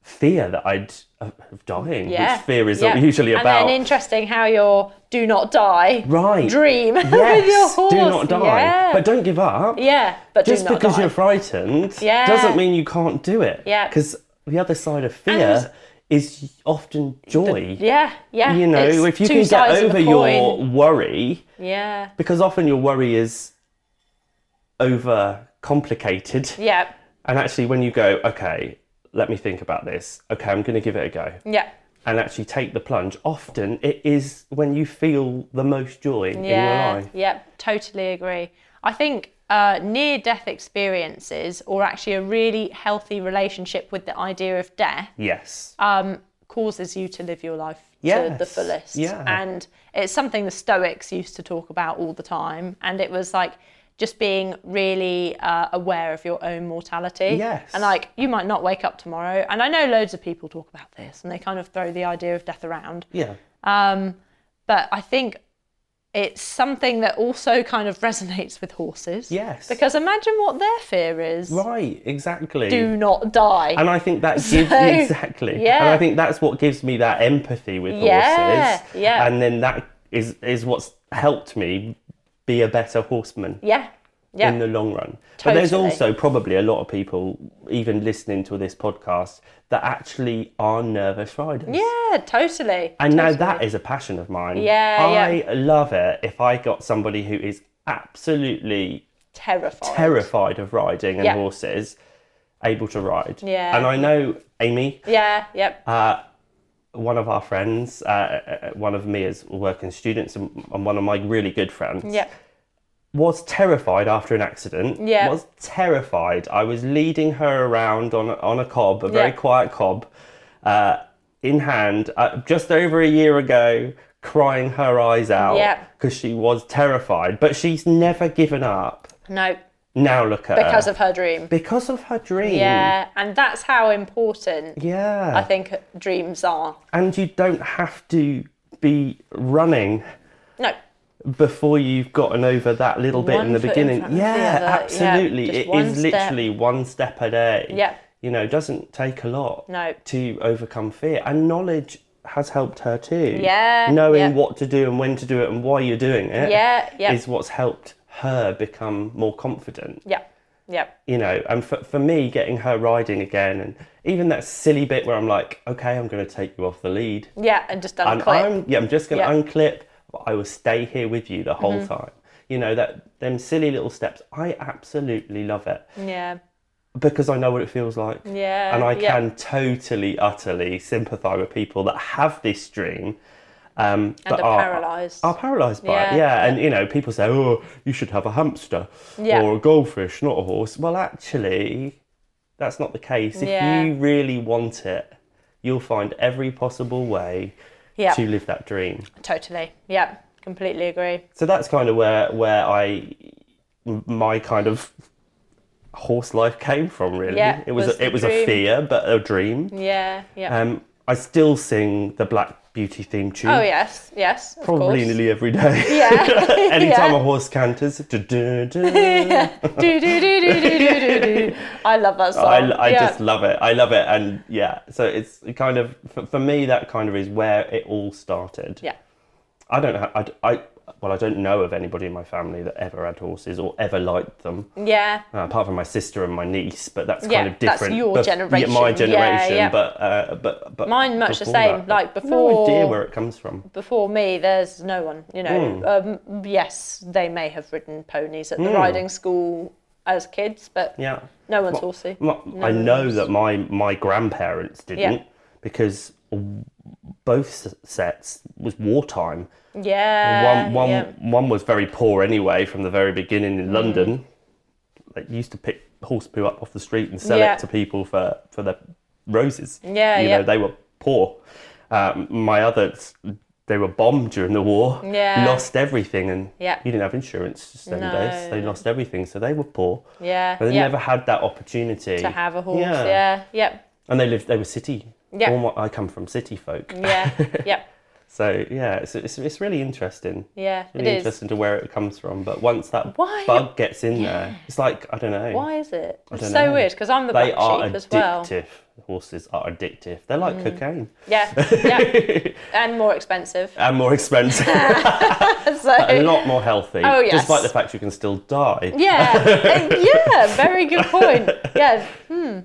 [SPEAKER 3] fear that I'd uh, of dying,
[SPEAKER 2] yeah.
[SPEAKER 3] which fear is
[SPEAKER 2] yeah.
[SPEAKER 3] usually about.
[SPEAKER 2] And then interesting how your do not die
[SPEAKER 3] Right.
[SPEAKER 2] dream [laughs] with your
[SPEAKER 3] yes,
[SPEAKER 2] horse.
[SPEAKER 3] do not die,
[SPEAKER 2] Yeah.
[SPEAKER 3] but don't give up.
[SPEAKER 2] yeah, but
[SPEAKER 3] Just
[SPEAKER 2] do not
[SPEAKER 3] because
[SPEAKER 2] die.
[SPEAKER 3] you're frightened
[SPEAKER 2] Yeah.
[SPEAKER 3] doesn't mean you can't do it.
[SPEAKER 2] Yeah.
[SPEAKER 3] Because the other side of fear is often joy.
[SPEAKER 2] yeah, yeah.
[SPEAKER 3] You know,
[SPEAKER 2] it's
[SPEAKER 3] if you
[SPEAKER 2] two
[SPEAKER 3] can get
[SPEAKER 2] sides of
[SPEAKER 3] over
[SPEAKER 2] the coin.
[SPEAKER 3] your worry,
[SPEAKER 2] yeah,
[SPEAKER 3] because often your worry is over complicated.
[SPEAKER 2] yeah,
[SPEAKER 3] And actually, when you go, okay, let me think about this. Okay, I'm going to give it a go.
[SPEAKER 2] yeah,
[SPEAKER 3] And actually take the plunge. Often it is when you feel the most joy in
[SPEAKER 2] yeah,
[SPEAKER 3] your life.
[SPEAKER 2] yeah. Totally agree. I think uh, near-death experiences, or actually a really healthy relationship with the idea of death,
[SPEAKER 3] Yes.
[SPEAKER 2] um, causes you to live your life to the
[SPEAKER 3] Yes,
[SPEAKER 2] fullest.
[SPEAKER 3] yeah.
[SPEAKER 2] And it's something the Stoics used to talk about all the time. And it was like just being really uh, aware of your own mortality.
[SPEAKER 3] Yes.
[SPEAKER 2] And like you might not wake up tomorrow. And I know loads of people talk about this and they kind of throw the idea of death around.
[SPEAKER 3] yeah.
[SPEAKER 2] But I think it's something that also kind of resonates with horses.
[SPEAKER 3] Yes.
[SPEAKER 2] Because imagine what their fear is.
[SPEAKER 3] Right, exactly.
[SPEAKER 2] Do not die.
[SPEAKER 3] [laughs] and I think that gives
[SPEAKER 2] So,
[SPEAKER 3] exactly.
[SPEAKER 2] yeah.
[SPEAKER 3] And I think that's what gives me that empathy with
[SPEAKER 2] Yeah,
[SPEAKER 3] horses.
[SPEAKER 2] yeah.
[SPEAKER 3] And then that is is what's helped me be a better horseman
[SPEAKER 2] yeah. Yeah.
[SPEAKER 3] in the long run. But there's
[SPEAKER 2] Totally.
[SPEAKER 3] also probably a lot of people, even listening to this podcast, that actually are nervous riders.
[SPEAKER 2] yeah, totally.
[SPEAKER 3] And now
[SPEAKER 2] totally.
[SPEAKER 3] that is a passion of mine.
[SPEAKER 2] Yeah, yeah.
[SPEAKER 3] I love it if I got somebody who is absolutely
[SPEAKER 2] terrifying.
[SPEAKER 3] terrified of riding and
[SPEAKER 2] Yeah.
[SPEAKER 3] horses able to ride.
[SPEAKER 2] Yeah.
[SPEAKER 3] And I know Amy,
[SPEAKER 2] Yeah, yep.
[SPEAKER 3] Ah. one of our friends, uh, uh, one of Mia's working students, and, and one of my really good friends,
[SPEAKER 2] yep.
[SPEAKER 3] was terrified after an accident.
[SPEAKER 2] Yeah.
[SPEAKER 3] Was terrified. I was leading her around on a, on a cob, a very
[SPEAKER 2] Yeah.
[SPEAKER 3] quiet cob, uh, in hand, uh, just over a year ago, crying her eyes out
[SPEAKER 2] Yeah.
[SPEAKER 3] because she was terrified. But she's never given up.
[SPEAKER 2] No,
[SPEAKER 3] Now look at
[SPEAKER 2] because
[SPEAKER 3] her.
[SPEAKER 2] of her dream.
[SPEAKER 3] because of her dream.
[SPEAKER 2] Yeah, and that's how important
[SPEAKER 3] Yeah.
[SPEAKER 2] I think dreams are.
[SPEAKER 3] and you don't have to be running
[SPEAKER 2] No,
[SPEAKER 3] before you've gotten over that little bit
[SPEAKER 2] One
[SPEAKER 3] in the
[SPEAKER 2] foot in
[SPEAKER 3] beginning.
[SPEAKER 2] front of the
[SPEAKER 3] yeah,
[SPEAKER 2] other, yeah,
[SPEAKER 3] absolutely.
[SPEAKER 2] just
[SPEAKER 3] It is
[SPEAKER 2] one step.
[SPEAKER 3] literally one step a day.
[SPEAKER 2] Yeah.
[SPEAKER 3] You know, it doesn't take a lot
[SPEAKER 2] No.
[SPEAKER 3] to overcome fear. And knowledge has helped her too.
[SPEAKER 2] Yeah,
[SPEAKER 3] Knowing
[SPEAKER 2] yeah.
[SPEAKER 3] what to do and when to do it and why you're doing it is
[SPEAKER 2] Yeah, yeah.
[SPEAKER 3] what's helped her become more confident
[SPEAKER 2] yeah, yeah,
[SPEAKER 3] you know, and for, for me, getting her riding again, and even that silly bit where I'm like, okay, I'm going to take you off the lead.
[SPEAKER 2] yeah, and just
[SPEAKER 3] And
[SPEAKER 2] unclip.
[SPEAKER 3] I'm, yeah, I'm just going to
[SPEAKER 2] Yeah. Mm-hmm.
[SPEAKER 3] unclip, but I will stay here with you the whole time. You know, that them silly little steps. I absolutely love it
[SPEAKER 2] yeah,
[SPEAKER 3] because I know what it feels like.
[SPEAKER 2] Yeah,
[SPEAKER 3] And I
[SPEAKER 2] yeah.
[SPEAKER 3] can totally, utterly sympathize with people that have this dream. Um,
[SPEAKER 2] and
[SPEAKER 3] but
[SPEAKER 2] are
[SPEAKER 3] are,
[SPEAKER 2] paralysed.
[SPEAKER 3] are paralysed by
[SPEAKER 2] Yeah.
[SPEAKER 3] it. Yeah, and you know, people say, "Oh, you should have a hamster
[SPEAKER 2] Yeah.
[SPEAKER 3] or a goldfish, not a horse." Well, actually, that's not the case. If
[SPEAKER 2] Yeah.
[SPEAKER 3] you really want it, you'll find every possible way
[SPEAKER 2] yeah,
[SPEAKER 3] to live that dream.
[SPEAKER 2] totally. Yeah, completely agree.
[SPEAKER 3] So that's kind of where where I my kind of horse life came from. Really,
[SPEAKER 2] Yeah,
[SPEAKER 3] it was,
[SPEAKER 2] was
[SPEAKER 3] a, it
[SPEAKER 2] the
[SPEAKER 3] was a
[SPEAKER 2] dream.
[SPEAKER 3] fear, but a dream.
[SPEAKER 2] Yeah, yeah.
[SPEAKER 3] Um, I still sing the Black Beauty theme tune.
[SPEAKER 2] oh yes, yes. Of
[SPEAKER 3] Probably
[SPEAKER 2] course.
[SPEAKER 3] nearly every day.
[SPEAKER 2] [laughs]
[SPEAKER 3] [laughs]
[SPEAKER 2] Yeah.
[SPEAKER 3] Anytime
[SPEAKER 2] Yeah.
[SPEAKER 3] a horse
[SPEAKER 2] [laughs]
[SPEAKER 3] canters, du-du-du.
[SPEAKER 2] do do do do do do do do. I love that song.
[SPEAKER 3] I, I
[SPEAKER 2] yeah.
[SPEAKER 3] just love it. I love it. And yeah, so it's kind of, for, for me, that kind of is where it all started.
[SPEAKER 2] yeah.
[SPEAKER 3] I don't have, I, d- I- well, I don't know of anybody in my family that ever had horses or ever liked them,
[SPEAKER 2] Yeah.
[SPEAKER 3] uh, apart from my sister and my niece, but that's
[SPEAKER 2] Yeah,
[SPEAKER 3] kind of
[SPEAKER 2] that's
[SPEAKER 3] different.
[SPEAKER 2] your
[SPEAKER 3] But-
[SPEAKER 2] generation.
[SPEAKER 3] Yeah, my
[SPEAKER 2] Yeah,
[SPEAKER 3] generation.
[SPEAKER 2] yeah.
[SPEAKER 3] But, uh, but, but
[SPEAKER 2] Mine much the
[SPEAKER 3] before
[SPEAKER 2] same,
[SPEAKER 3] that,
[SPEAKER 2] like
[SPEAKER 3] No idea
[SPEAKER 2] before-
[SPEAKER 3] where it comes from.
[SPEAKER 2] Before me, there's no one. You
[SPEAKER 3] Hmm.
[SPEAKER 2] know, um, yes, they may have ridden ponies at the riding school as kids, but
[SPEAKER 3] Yeah.
[SPEAKER 2] no one's
[SPEAKER 3] Well,
[SPEAKER 2] horsey.
[SPEAKER 3] Well, I know that my my grandparents didn't because both s- sets was wartime.
[SPEAKER 2] Yeah.
[SPEAKER 3] one one
[SPEAKER 2] Uh, yeah. Mm.
[SPEAKER 3] one was very poor anyway from the very beginning in London. They used to pick horse poo up off the street and sell
[SPEAKER 2] Yeah.
[SPEAKER 3] it to people for for their roses.
[SPEAKER 2] Yeah,
[SPEAKER 3] you
[SPEAKER 2] yeah.
[SPEAKER 3] know they were poor. Um, my others. They were bombed during the war,
[SPEAKER 2] Yeah.
[SPEAKER 3] lost everything, and
[SPEAKER 2] Yeah.
[SPEAKER 3] you didn't have insurance just them
[SPEAKER 2] No.
[SPEAKER 3] days. They lost everything, so they were poor.
[SPEAKER 2] Yeah.
[SPEAKER 3] But they
[SPEAKER 2] yeah.
[SPEAKER 3] never had that opportunity
[SPEAKER 2] to have a horse. Yeah. Yeah.
[SPEAKER 3] And they lived. They were city.
[SPEAKER 2] Yeah.
[SPEAKER 3] All my- I come from city folk. [laughs]
[SPEAKER 2] Yeah. Yeah.
[SPEAKER 3] So yeah, it's it's, it's really interesting.
[SPEAKER 2] Yeah. It
[SPEAKER 3] Really
[SPEAKER 2] is.
[SPEAKER 3] interesting to where it comes from. But once that
[SPEAKER 2] Why-
[SPEAKER 3] bug gets in there, it's like I don't know.
[SPEAKER 2] Why is it? It's
[SPEAKER 3] don't
[SPEAKER 2] so
[SPEAKER 3] know.
[SPEAKER 2] weird because I'm the
[SPEAKER 3] They
[SPEAKER 2] black
[SPEAKER 3] are
[SPEAKER 2] sheep
[SPEAKER 3] addictive.
[SPEAKER 2] as well. Mm.
[SPEAKER 3] Horses are addictive. They're like cocaine [laughs]
[SPEAKER 2] Yeah. Yeah. and more expensive. [laughs]
[SPEAKER 3] and more expensive,
[SPEAKER 2] So.
[SPEAKER 3] a lot more healthy.
[SPEAKER 2] Oh, yes.
[SPEAKER 3] Despite the fact you can still die. [laughs]
[SPEAKER 2] Yeah, Uh, yeah, very good point. Yeah, hmm.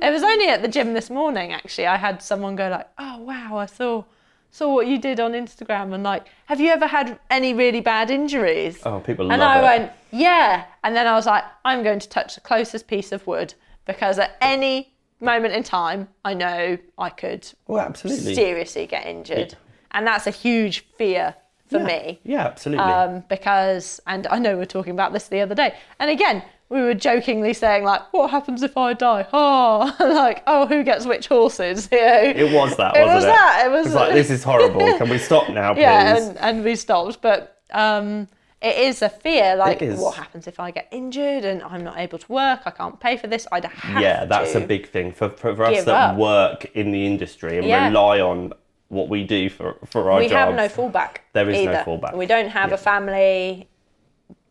[SPEAKER 2] It was only at the gym this morning actually. I had someone go like, "Oh wow, I saw saw what you did on Instagram," and like, "Have you ever had any really bad injuries?"
[SPEAKER 3] Oh, people
[SPEAKER 2] and
[SPEAKER 3] love
[SPEAKER 2] I
[SPEAKER 3] it.
[SPEAKER 2] went, "Yeah," and then I was like, "I'm going to touch the closest piece of wood because at any moment in time, I know I could
[SPEAKER 3] Oh, absolutely.
[SPEAKER 2] seriously get injured, and that's a huge fear for
[SPEAKER 3] Yeah.
[SPEAKER 2] me
[SPEAKER 3] Yeah, absolutely.
[SPEAKER 2] um, because, and I know we were talking about this the other day, and again, we were jokingly saying like, "What happens if I die?" [laughs] Oh, like, oh, who gets which horses? [laughs] You know?
[SPEAKER 3] it was that,
[SPEAKER 2] It
[SPEAKER 3] wasn't
[SPEAKER 2] was
[SPEAKER 3] it?
[SPEAKER 2] that. It
[SPEAKER 3] It
[SPEAKER 2] was
[SPEAKER 3] was
[SPEAKER 2] [laughs]
[SPEAKER 3] like this is horrible. Can we stop now, please?
[SPEAKER 2] yeah, and, and we stopped, but um, it is a fear. Like,
[SPEAKER 3] is.
[SPEAKER 2] what happens if I get injured and I'm not able to work? I can't pay for this. I'd have
[SPEAKER 3] yeah that's
[SPEAKER 2] to.
[SPEAKER 3] a big thing for, for, for us
[SPEAKER 2] give
[SPEAKER 3] that
[SPEAKER 2] up.
[SPEAKER 3] work in the industry and
[SPEAKER 2] Yeah.
[SPEAKER 3] rely on what we do for, for our
[SPEAKER 2] we have
[SPEAKER 3] jobs.
[SPEAKER 2] no fallback.
[SPEAKER 3] There is no
[SPEAKER 2] either.
[SPEAKER 3] fallback.
[SPEAKER 2] We don't have
[SPEAKER 3] Yeah.
[SPEAKER 2] a family,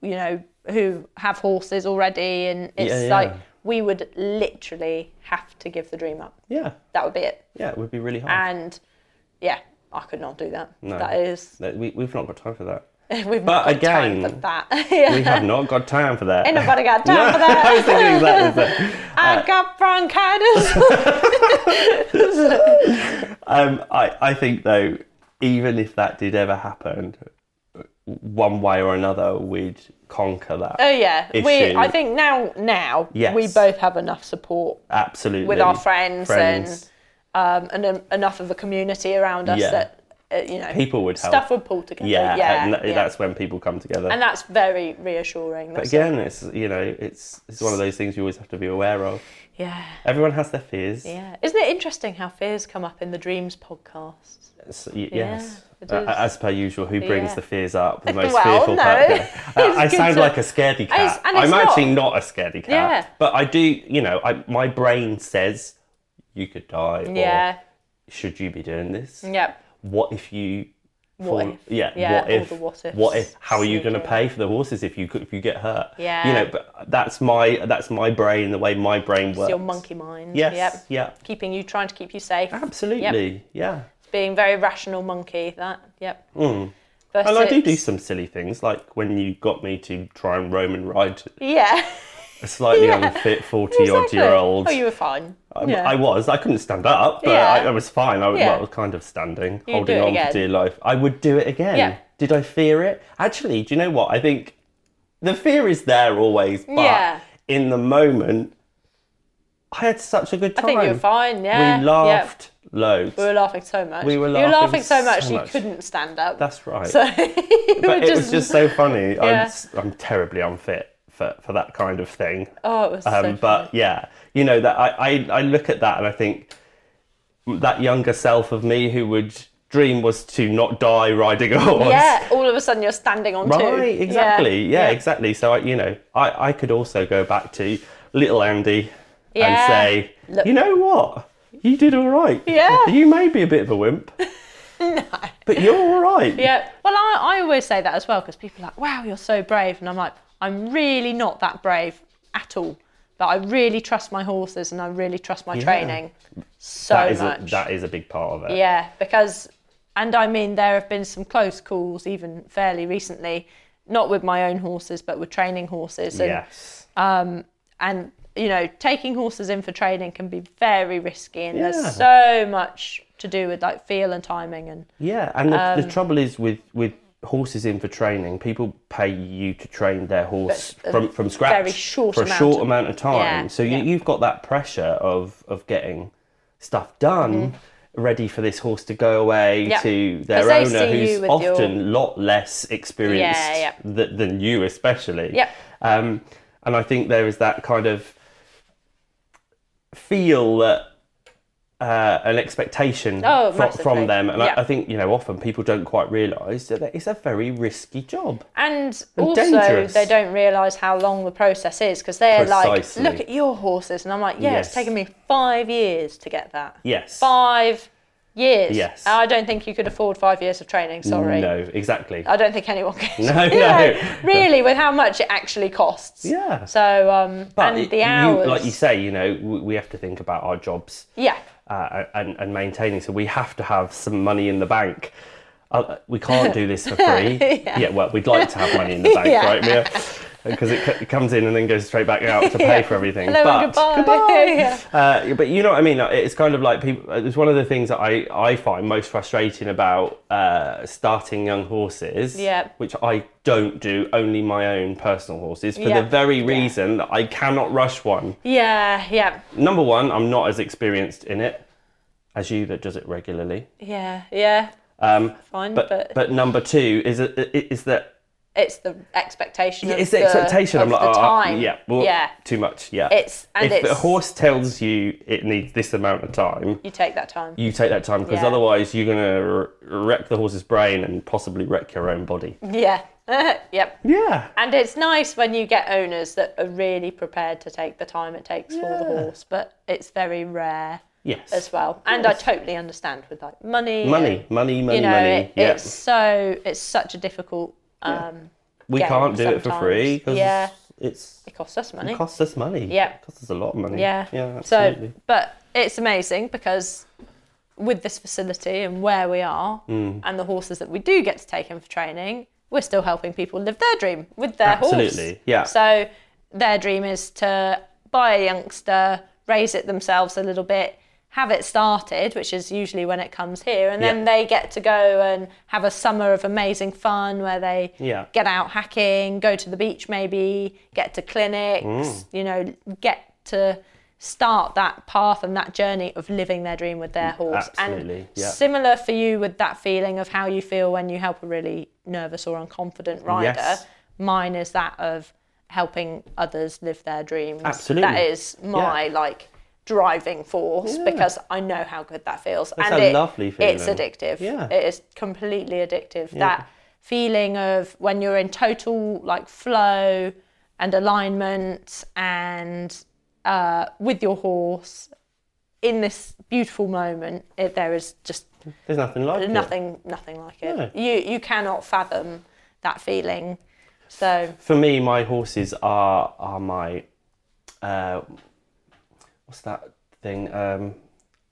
[SPEAKER 2] you know, who have horses already, and it's
[SPEAKER 3] Yeah, yeah.
[SPEAKER 2] like we would literally have to give the dream up.
[SPEAKER 3] yeah,
[SPEAKER 2] That would be it.
[SPEAKER 3] yeah, it would be really hard.
[SPEAKER 2] And yeah, I could not do that.
[SPEAKER 3] No.
[SPEAKER 2] That is, [laughs]
[SPEAKER 3] That- we, we've not got time for that.
[SPEAKER 2] we've
[SPEAKER 3] But
[SPEAKER 2] not got time
[SPEAKER 3] again,
[SPEAKER 2] for [laughs] that. yeah.
[SPEAKER 3] We have not got time for that.
[SPEAKER 2] Ain't nobody got time for that.
[SPEAKER 3] [laughs] I was thinking that was it.
[SPEAKER 2] I got bronchitis.
[SPEAKER 3] [laughs] Um, I, I think though, even if that did ever happen, one way or another, we'd conquer that.
[SPEAKER 2] oh yeah, we.
[SPEAKER 3] Issue.
[SPEAKER 2] I think now, now
[SPEAKER 3] Yes.
[SPEAKER 2] we both have enough support
[SPEAKER 3] Absolutely.
[SPEAKER 2] with our friends,
[SPEAKER 3] Friends.
[SPEAKER 2] and um, and en- enough of a community around us
[SPEAKER 3] Yeah.
[SPEAKER 2] that uh, you know
[SPEAKER 3] People would help.
[SPEAKER 2] stuff would pull together.
[SPEAKER 3] yeah,
[SPEAKER 2] Yeah, yeah,
[SPEAKER 3] and that- that's when people come together.
[SPEAKER 2] And that's very reassuring.
[SPEAKER 3] but
[SPEAKER 2] That's
[SPEAKER 3] again, it's you know, it's it's one of those things you always have to be aware of.
[SPEAKER 2] yeah,
[SPEAKER 3] Everyone has their fears.
[SPEAKER 2] yeah. Isn't it interesting how fears come up in the dreams podcast?
[SPEAKER 3] So, y- yes.
[SPEAKER 2] it
[SPEAKER 3] Uh,
[SPEAKER 2] is.
[SPEAKER 3] as per usual, who brings
[SPEAKER 2] Yeah.
[SPEAKER 3] the fears
[SPEAKER 2] [laughs]
[SPEAKER 3] up? The most
[SPEAKER 2] Well,
[SPEAKER 3] fearful
[SPEAKER 2] no.
[SPEAKER 3] podcast. Uh, I
[SPEAKER 2] good
[SPEAKER 3] sound
[SPEAKER 2] to-
[SPEAKER 3] like a scaredy cat.
[SPEAKER 2] and
[SPEAKER 3] I'm
[SPEAKER 2] it's not-
[SPEAKER 3] actually not a scaredy cat.
[SPEAKER 2] Yeah.
[SPEAKER 3] But I do, you know, I, my brain says you could die.
[SPEAKER 2] Yeah,
[SPEAKER 3] Or should you be doing this?
[SPEAKER 2] yeah.
[SPEAKER 3] What if you?
[SPEAKER 2] What if?
[SPEAKER 3] Yeah.
[SPEAKER 2] Yeah,
[SPEAKER 3] What
[SPEAKER 2] all
[SPEAKER 3] if?
[SPEAKER 2] the what ifs
[SPEAKER 3] what if? How are you going to
[SPEAKER 2] sneaking.
[SPEAKER 3] pay for the horses if you could- if you get hurt?
[SPEAKER 2] Yeah.
[SPEAKER 3] You know, but that's my that's my brain. The way my brain works.
[SPEAKER 2] It's your monkey mind.
[SPEAKER 3] Yes.
[SPEAKER 2] Yep.
[SPEAKER 3] Yeah.
[SPEAKER 2] Keeping you trying to keep you safe.
[SPEAKER 3] Absolutely. Yeah.
[SPEAKER 2] Being very rational monkey. That. Yep.
[SPEAKER 3] Hmm. And I do do
[SPEAKER 2] Versus-
[SPEAKER 3] some silly things, like when you got me to try and roam and ride [laughs]
[SPEAKER 2] Yeah.
[SPEAKER 3] a slightly
[SPEAKER 2] Yeah.
[SPEAKER 3] unfit 40 odd
[SPEAKER 2] Exactly.
[SPEAKER 3] year old.
[SPEAKER 2] Oh, you were fine.
[SPEAKER 3] I,
[SPEAKER 2] yeah.
[SPEAKER 3] I was. I couldn't stand up, but
[SPEAKER 2] Yeah.
[SPEAKER 3] I, I was fine. I, was-
[SPEAKER 2] Yeah.
[SPEAKER 3] well, I was kind of standing,
[SPEAKER 2] You'd
[SPEAKER 3] holding
[SPEAKER 2] do it
[SPEAKER 3] on
[SPEAKER 2] again.
[SPEAKER 3] for dear life. I would do it again.
[SPEAKER 2] Yeah.
[SPEAKER 3] Did I fear it? Actually, do you know what? I think the fear is there always, but
[SPEAKER 2] Yeah.
[SPEAKER 3] in the moment, I had such a good
[SPEAKER 2] I
[SPEAKER 3] time.
[SPEAKER 2] think you were fine. Yeah.
[SPEAKER 3] We
[SPEAKER 2] Yep.
[SPEAKER 3] laughed loads.
[SPEAKER 2] We were laughing so much.
[SPEAKER 3] We were
[SPEAKER 2] you were
[SPEAKER 3] laughing
[SPEAKER 2] laughing so much
[SPEAKER 3] so
[SPEAKER 2] you
[SPEAKER 3] much.
[SPEAKER 2] couldn't stand up.
[SPEAKER 3] That's right.
[SPEAKER 2] [laughs] so [laughs] you were
[SPEAKER 3] but it
[SPEAKER 2] just,
[SPEAKER 3] was just so funny.
[SPEAKER 2] Yeah.
[SPEAKER 3] I'm, I'm terribly unfit for, for that kind of thing.
[SPEAKER 2] oh, it was so
[SPEAKER 3] Um, but
[SPEAKER 2] funny.
[SPEAKER 3] yeah, you know that I, I I look at that and I think that younger self of me who would dream was to not die riding a horse.
[SPEAKER 2] yeah, all of a sudden you're standing on two.
[SPEAKER 3] Right. Exactly. Yeah.
[SPEAKER 2] yeah.
[SPEAKER 3] Exactly. So I, you know, I I could also go back to little Andy
[SPEAKER 2] Yeah.
[SPEAKER 3] and say,
[SPEAKER 2] Look-
[SPEAKER 3] you know what, you did all right.
[SPEAKER 2] Yeah.
[SPEAKER 3] You may be a bit of a
[SPEAKER 2] [laughs]
[SPEAKER 3] wimp. But you're all right.
[SPEAKER 2] Yeah. Well, I, I always say that as well because people are like, wow, you're so brave. And I'm like, I'm really not that brave at all. But I really trust my horses and I really trust my training so
[SPEAKER 3] That is
[SPEAKER 2] much.
[SPEAKER 3] a, that is a big part of it.
[SPEAKER 2] Yeah, because, and I mean, there have been some close calls even fairly recently, not with my own horses, but with training horses. And,
[SPEAKER 3] Yes.
[SPEAKER 2] and you know, taking horses in for training can be very risky, and
[SPEAKER 3] Yeah.
[SPEAKER 2] there's so much to do with like feel and timing. And
[SPEAKER 3] Yeah, and the,
[SPEAKER 2] Um,
[SPEAKER 3] the trouble is with with horses in for training, people pay you to train their horse
[SPEAKER 2] But a
[SPEAKER 3] from from scratch
[SPEAKER 2] very short
[SPEAKER 3] for a
[SPEAKER 2] amount
[SPEAKER 3] short
[SPEAKER 2] of-
[SPEAKER 3] amount of time.
[SPEAKER 2] Yeah,
[SPEAKER 3] so you,
[SPEAKER 2] yeah.
[SPEAKER 3] you've got that pressure of of getting stuff done. Ready for this horse to go away
[SPEAKER 2] Yeah.
[SPEAKER 3] to
[SPEAKER 2] 'Cause
[SPEAKER 3] their
[SPEAKER 2] Mm-hmm. they
[SPEAKER 3] owner,
[SPEAKER 2] see you
[SPEAKER 3] who's
[SPEAKER 2] with
[SPEAKER 3] often lot less experienced
[SPEAKER 2] Yeah, yeah.
[SPEAKER 3] Th- than you, especially.
[SPEAKER 2] Yeah.
[SPEAKER 3] Um, and I think there is that kind of feel that uh, an expectation
[SPEAKER 2] Oh,
[SPEAKER 3] fro- from
[SPEAKER 2] massively.
[SPEAKER 3] them, and
[SPEAKER 2] Yeah.
[SPEAKER 3] I, I think you know often people don't quite realise that it's a very risky job.
[SPEAKER 2] and,
[SPEAKER 3] And
[SPEAKER 2] also,
[SPEAKER 3] dangerous.
[SPEAKER 2] they don't realise how long the process is because they're
[SPEAKER 3] Precisely.
[SPEAKER 2] like, look at your horses, and I'm like, yeah,
[SPEAKER 3] Yes.
[SPEAKER 2] it's taken me five years to get that.
[SPEAKER 3] Yes.
[SPEAKER 2] Five years.
[SPEAKER 3] Yes.
[SPEAKER 2] I don't think you could afford five years of training. Sorry.
[SPEAKER 3] No, exactly.
[SPEAKER 2] I don't think anyone [laughs] can.
[SPEAKER 3] No,
[SPEAKER 2] You
[SPEAKER 3] no.
[SPEAKER 2] know, really, with how much it actually costs.
[SPEAKER 3] Yeah.
[SPEAKER 2] So, um,
[SPEAKER 3] But
[SPEAKER 2] and
[SPEAKER 3] it-
[SPEAKER 2] the
[SPEAKER 3] you-
[SPEAKER 2] hours.
[SPEAKER 3] like you say, you know, we, we have to think about our jobs
[SPEAKER 2] Yeah.
[SPEAKER 3] uh, and, and maintaining. So we have to have some money in the bank. Uh, we can't do
[SPEAKER 2] [laughs]
[SPEAKER 3] this for free. yeah. well, we'd like to have money in the bank,
[SPEAKER 2] Yeah.
[SPEAKER 3] right, Mia? Because it, c- it comes in and then goes straight back out
[SPEAKER 2] [laughs]
[SPEAKER 3] to pay for everything.
[SPEAKER 2] Hello
[SPEAKER 3] but,
[SPEAKER 2] and goodbye. [laughs] Yeah.
[SPEAKER 3] Uh, but you know what I mean. like, It's kind of like people. It's one of the things that I, I find most frustrating about uh, starting young horses.
[SPEAKER 2] Yeah.
[SPEAKER 3] Which I don't do. Only my own personal horses for
[SPEAKER 2] Yeah.
[SPEAKER 3] the very reason that I cannot rush one.
[SPEAKER 2] Yeah. Yeah.
[SPEAKER 3] Number one, I'm not as experienced in it as you that does it regularly.
[SPEAKER 2] Yeah. Yeah.
[SPEAKER 3] Um,
[SPEAKER 2] Fine. [laughs]
[SPEAKER 3] but,
[SPEAKER 2] But,
[SPEAKER 3] but number two is is that
[SPEAKER 2] it's the expectation. of
[SPEAKER 3] it's the
[SPEAKER 2] the
[SPEAKER 3] expectation. I'm
[SPEAKER 2] of
[SPEAKER 3] like,
[SPEAKER 2] the
[SPEAKER 3] oh, I-
[SPEAKER 2] time.
[SPEAKER 3] yeah, well,
[SPEAKER 2] yeah.
[SPEAKER 3] too much. Yeah.
[SPEAKER 2] It's- and
[SPEAKER 3] if the
[SPEAKER 2] it's-
[SPEAKER 3] horse tells you it needs this amount of time,
[SPEAKER 2] You take that time.
[SPEAKER 3] you take that time because
[SPEAKER 2] Yeah.
[SPEAKER 3] otherwise you're gonna r- wreck the horse's brain and possibly wreck your own body.
[SPEAKER 2] Yeah. [laughs] yep.
[SPEAKER 3] Yeah.
[SPEAKER 2] And it's nice when you get owners that are really prepared to take the time it takes for the
[SPEAKER 3] Yeah.
[SPEAKER 2] horse, but it's very rare.
[SPEAKER 3] Yes.
[SPEAKER 2] as well. And I totally understand with like money.
[SPEAKER 3] Money, money,
[SPEAKER 2] and,
[SPEAKER 3] money,
[SPEAKER 2] you know,
[SPEAKER 3] money.
[SPEAKER 2] it,
[SPEAKER 3] yeah.
[SPEAKER 2] it's so it's such a difficult. Um,
[SPEAKER 3] we
[SPEAKER 2] game
[SPEAKER 3] can't do it for
[SPEAKER 2] sometimes.
[SPEAKER 3] free because
[SPEAKER 2] Yeah.
[SPEAKER 3] it's
[SPEAKER 2] It costs us money.
[SPEAKER 3] it costs us money.
[SPEAKER 2] Yeah.
[SPEAKER 3] It costs us a lot of money.
[SPEAKER 2] Yeah.
[SPEAKER 3] Yeah,
[SPEAKER 2] so,
[SPEAKER 3] absolutely.
[SPEAKER 2] but it's amazing because with this facility and where we are
[SPEAKER 3] Mm.
[SPEAKER 2] and the horses that we do get to take in for training, we're still helping people live their dream with their horse.
[SPEAKER 3] Absolutely, yeah.
[SPEAKER 2] So their dream is to buy a youngster, raise it themselves a little bit, have it started, which is usually when it comes here, and then
[SPEAKER 3] Yeah.
[SPEAKER 2] they get to go and have a summer of amazing fun where they
[SPEAKER 3] Yeah.
[SPEAKER 2] get out hacking, go to the beach maybe, get to clinics,
[SPEAKER 3] Mm.
[SPEAKER 2] you know, get to start that path and that journey of living their dream with their horse.
[SPEAKER 3] absolutely,
[SPEAKER 2] And
[SPEAKER 3] yeah.
[SPEAKER 2] similar for you with that feeling of how you feel when you help a really nervous or unconfident rider.
[SPEAKER 3] Yes.
[SPEAKER 2] Mine is that of helping others live their dreams.
[SPEAKER 3] Absolutely.
[SPEAKER 2] That is my like driving force
[SPEAKER 3] Yeah.
[SPEAKER 2] because I know how good that feels.
[SPEAKER 3] That's
[SPEAKER 2] and
[SPEAKER 3] a
[SPEAKER 2] it-
[SPEAKER 3] lovely
[SPEAKER 2] It's
[SPEAKER 3] feeling.
[SPEAKER 2] addictive.
[SPEAKER 3] Yeah.
[SPEAKER 2] It is completely addictive. That feeling of when you're in total like flow and alignment and uh, with your horse in this beautiful moment, it, there is just
[SPEAKER 3] There's nothing like it.
[SPEAKER 2] nothing, nothing like it.
[SPEAKER 3] No.
[SPEAKER 2] You you cannot fathom that feeling. So
[SPEAKER 3] for me, my horses are are my uh, what's that thing? Um,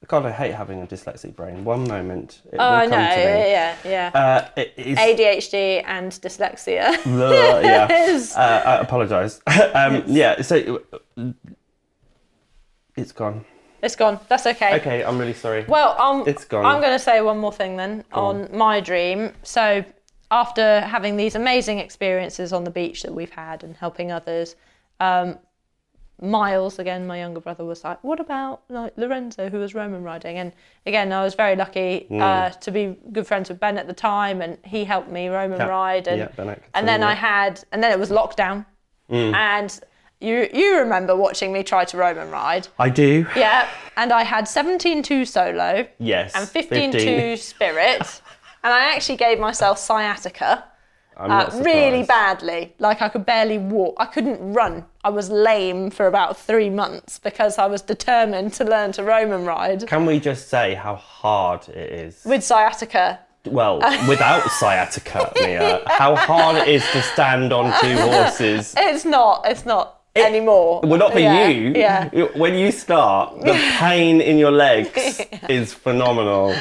[SPEAKER 3] God, I hate having a dyslexic brain. One moment, it
[SPEAKER 2] oh
[SPEAKER 3] will come
[SPEAKER 2] no,
[SPEAKER 3] to me.
[SPEAKER 2] yeah, yeah.
[SPEAKER 3] Uh, it is.
[SPEAKER 2] ADHD and dyslexia. [laughs]
[SPEAKER 3] Blah, yeah.
[SPEAKER 2] is-
[SPEAKER 3] Uh, I apologise. [laughs] um, yeah. So it's gone.
[SPEAKER 2] it's gone. That's okay.
[SPEAKER 3] Okay, I'm really sorry.
[SPEAKER 2] Well, um,
[SPEAKER 3] It's gone.
[SPEAKER 2] I'm going to say one more thing then on my dream. So, after having these amazing experiences on the beach that we've had and helping others, um, Miles, again, my younger brother, was like, "What about like Lorenzo, who was Roman riding?" And again, I was very lucky
[SPEAKER 3] Mm.
[SPEAKER 2] uh, to be good friends with Ben at the time, and he helped me Roman
[SPEAKER 3] Yeah.
[SPEAKER 2] ride, and
[SPEAKER 3] Yeah, Ben Atkinson,
[SPEAKER 2] and then I
[SPEAKER 3] yeah. Mm.
[SPEAKER 2] had, and then it was lockdown, and. You, you remember watching me try to Roman ride.
[SPEAKER 3] I do.
[SPEAKER 2] Yeah. And I had 17 2 solo
[SPEAKER 3] Yes.
[SPEAKER 2] and 15 to
[SPEAKER 3] [laughs]
[SPEAKER 2] spirit. and I actually gave myself sciatica
[SPEAKER 3] I'm
[SPEAKER 2] uh,
[SPEAKER 3] not
[SPEAKER 2] really
[SPEAKER 3] surprised.
[SPEAKER 2] badly. Like I could barely walk. I couldn't run. I was lame for about three months because I was determined to learn to roam and ride.
[SPEAKER 3] Can we just say how hard it is?
[SPEAKER 2] With sciatica, [laughs]
[SPEAKER 3] Well, without sciatica, Mia, how hard it is to stand on two horses.
[SPEAKER 2] it's not. It's not anymore.
[SPEAKER 3] Well, not for
[SPEAKER 2] Yeah,
[SPEAKER 3] [laughs] you.
[SPEAKER 2] Yeah.
[SPEAKER 3] When you
[SPEAKER 2] [laughs]
[SPEAKER 3] start, the pain in your legs is phenomenal.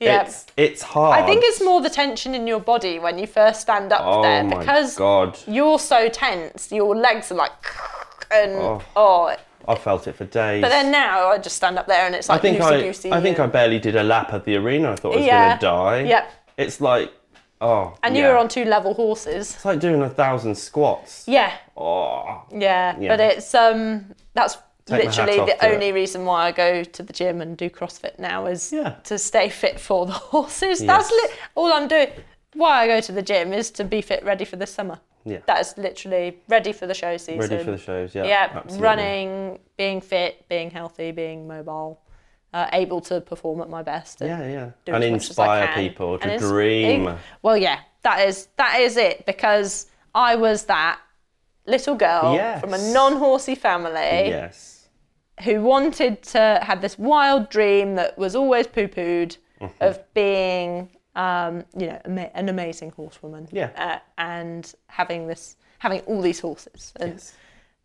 [SPEAKER 2] Yeah.
[SPEAKER 3] It's, it's hard.
[SPEAKER 2] I think it's more the tension in your body when you first stand up
[SPEAKER 3] oh
[SPEAKER 2] there
[SPEAKER 3] my
[SPEAKER 2] because
[SPEAKER 3] God.
[SPEAKER 2] you're so tense. Your legs are like, and
[SPEAKER 3] Oh.
[SPEAKER 2] oh,
[SPEAKER 3] I felt it for days.
[SPEAKER 2] But then now I just stand up there and it's
[SPEAKER 3] I
[SPEAKER 2] like
[SPEAKER 3] think I,
[SPEAKER 2] loosey-goosey
[SPEAKER 3] I think I
[SPEAKER 2] and-
[SPEAKER 3] barely did a lap of the arena. I thought I was
[SPEAKER 2] Yeah.
[SPEAKER 3] going to die.
[SPEAKER 2] Yep.
[SPEAKER 3] It's like, oh.
[SPEAKER 2] And you
[SPEAKER 3] yeah.
[SPEAKER 2] were on two level horses.
[SPEAKER 3] It's like doing a thousand squats.
[SPEAKER 2] Yeah,
[SPEAKER 3] Oh.
[SPEAKER 2] yeah.
[SPEAKER 3] Yeah.
[SPEAKER 2] But it's um that's
[SPEAKER 3] Take my hat
[SPEAKER 2] literally
[SPEAKER 3] off
[SPEAKER 2] the
[SPEAKER 3] to it.
[SPEAKER 2] only reason why I go to the gym and do CrossFit now is
[SPEAKER 3] Yeah.
[SPEAKER 2] to stay fit for the [laughs] horses. That's
[SPEAKER 3] Yes.
[SPEAKER 2] li- all I'm doing. Why I go to the gym is to be fit, ready for the summer.
[SPEAKER 3] Yeah.
[SPEAKER 2] That is literally ready for the show season.
[SPEAKER 3] Ready for the shows, yeah.
[SPEAKER 2] Yeah,
[SPEAKER 3] absolutely.
[SPEAKER 2] running, being fit, being healthy, being mobile, uh, able to perform at my best. and-
[SPEAKER 3] Yeah, yeah.
[SPEAKER 2] do
[SPEAKER 3] and
[SPEAKER 2] as much as I
[SPEAKER 3] inspire
[SPEAKER 2] can.
[SPEAKER 3] people to
[SPEAKER 2] And it's-
[SPEAKER 3] dream.
[SPEAKER 2] it- well, yeah, that is that is it because I was that little girl
[SPEAKER 3] Yes.
[SPEAKER 2] from a non-horsey family
[SPEAKER 3] Yes.
[SPEAKER 2] who wanted to had this wild dream that was always poo-pooed
[SPEAKER 3] Mm-hmm.
[SPEAKER 2] of being, um, you know, ama- an amazing horsewoman.
[SPEAKER 3] Yeah.
[SPEAKER 2] uh, and having this, having all these horses, and
[SPEAKER 3] Yes.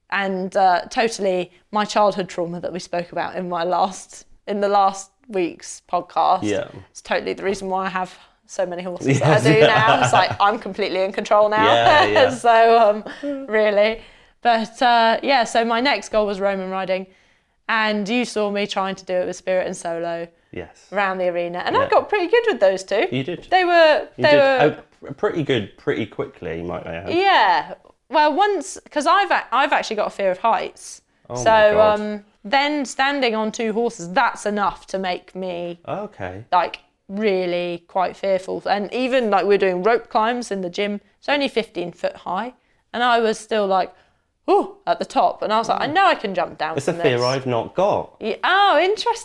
[SPEAKER 2] and uh, totally my childhood trauma that we spoke about in my last in the last week's podcast.
[SPEAKER 3] Yeah.
[SPEAKER 2] it's totally the reason why I have so many
[SPEAKER 3] [laughs]
[SPEAKER 2] horses that I do now. It's like I'm completely in control now.
[SPEAKER 3] Yeah,
[SPEAKER 2] [laughs]
[SPEAKER 3] yeah.
[SPEAKER 2] so um, really, but uh, yeah. So my next goal was Roman riding, and you saw me trying to do it with Spirit and Solo
[SPEAKER 3] Yes.
[SPEAKER 2] around the arena, and I
[SPEAKER 3] Yeah.
[SPEAKER 2] got pretty good with those two.
[SPEAKER 3] You did.
[SPEAKER 2] They were
[SPEAKER 3] You
[SPEAKER 2] they
[SPEAKER 3] did
[SPEAKER 2] were
[SPEAKER 3] uh, pr- pretty good, pretty quickly, might I add.
[SPEAKER 2] yeah. Well, once because I've a- I've actually got a fear of heights. so
[SPEAKER 3] Oh my God.
[SPEAKER 2] um then standing on two horses, that's enough to make me
[SPEAKER 3] Oh, Okay.
[SPEAKER 2] like really quite fearful. And even like we're doing rope climbs in the gym, it's only 15 foot high, and I was still like, oh, at the top, and I was like, I know I can jump down.
[SPEAKER 3] It's a
[SPEAKER 2] from
[SPEAKER 3] fear
[SPEAKER 2] this.
[SPEAKER 3] I've not got.
[SPEAKER 2] Yeah. Oh,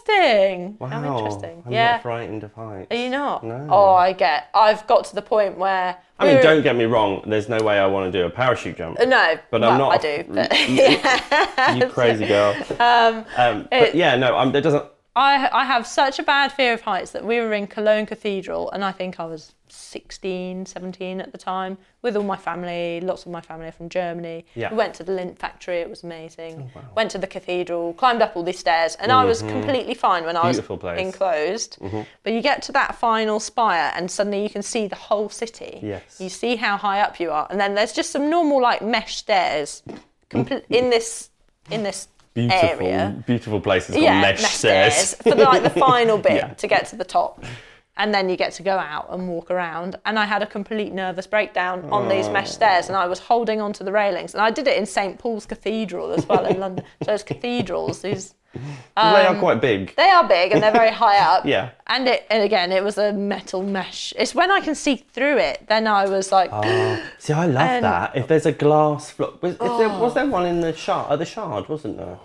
[SPEAKER 2] interesting.
[SPEAKER 3] Wow.
[SPEAKER 2] How Oh, interesting.
[SPEAKER 3] I'm
[SPEAKER 2] yeah.
[SPEAKER 3] not frightened of heights.
[SPEAKER 2] Are you not?
[SPEAKER 3] No.
[SPEAKER 2] Oh, I get. I've got to the point where.
[SPEAKER 3] I mean,
[SPEAKER 2] we're-
[SPEAKER 3] don't get me wrong. There's no way I want to do a parachute jump.
[SPEAKER 2] Uh, No,
[SPEAKER 3] But I'm
[SPEAKER 2] well,
[SPEAKER 3] not.
[SPEAKER 2] I
[SPEAKER 3] a-
[SPEAKER 2] do. But [laughs]
[SPEAKER 3] you crazy girl. Um, but yeah, no, um, it doesn't.
[SPEAKER 2] I I have such a bad fear of heights that we were in Cologne Cathedral, and I think I was 16, 17 at the time, with all my family, lots of my family are from Germany.
[SPEAKER 3] Yeah. Oh,
[SPEAKER 2] We went to the lint factory; it was amazing. Went to the cathedral, climbed up all these stairs, and I was completely fine when I
[SPEAKER 3] Mm-hmm. Beautiful
[SPEAKER 2] was
[SPEAKER 3] place. Mm-hmm.
[SPEAKER 2] enclosed. But you get to that final spire, and suddenly you can see the whole city.
[SPEAKER 3] Yes.
[SPEAKER 2] You see how high up you are, and then there's just some normal like mesh stairs, compl- in this in this
[SPEAKER 3] Mm-hmm. Beautiful,
[SPEAKER 2] area
[SPEAKER 3] beautiful places called
[SPEAKER 2] yeah,
[SPEAKER 3] mesh
[SPEAKER 2] mesh
[SPEAKER 3] stairs.
[SPEAKER 2] stairs for like
[SPEAKER 3] [laughs]
[SPEAKER 2] the final bit
[SPEAKER 3] Yeah.
[SPEAKER 2] to get to the top. And then you get to go out and walk around. And I had a complete nervous breakdown on these
[SPEAKER 3] Oh.
[SPEAKER 2] mesh stairs, and I was holding onto the railings. And I did it in St Paul's Cathedral as well
[SPEAKER 3] [laughs]
[SPEAKER 2] in London. So Those cathedrals, these
[SPEAKER 3] they
[SPEAKER 2] Um,
[SPEAKER 3] are quite big.
[SPEAKER 2] they are big and they're very high up.
[SPEAKER 3] Yeah.
[SPEAKER 2] And it, and again, it was a metal mesh. It's when I can see through it, then I was like,
[SPEAKER 3] Oh. See, I love
[SPEAKER 2] And- Oh.
[SPEAKER 3] that. If there's a glass floor, was, if there, was there one in the shard? At the shard, wasn't there?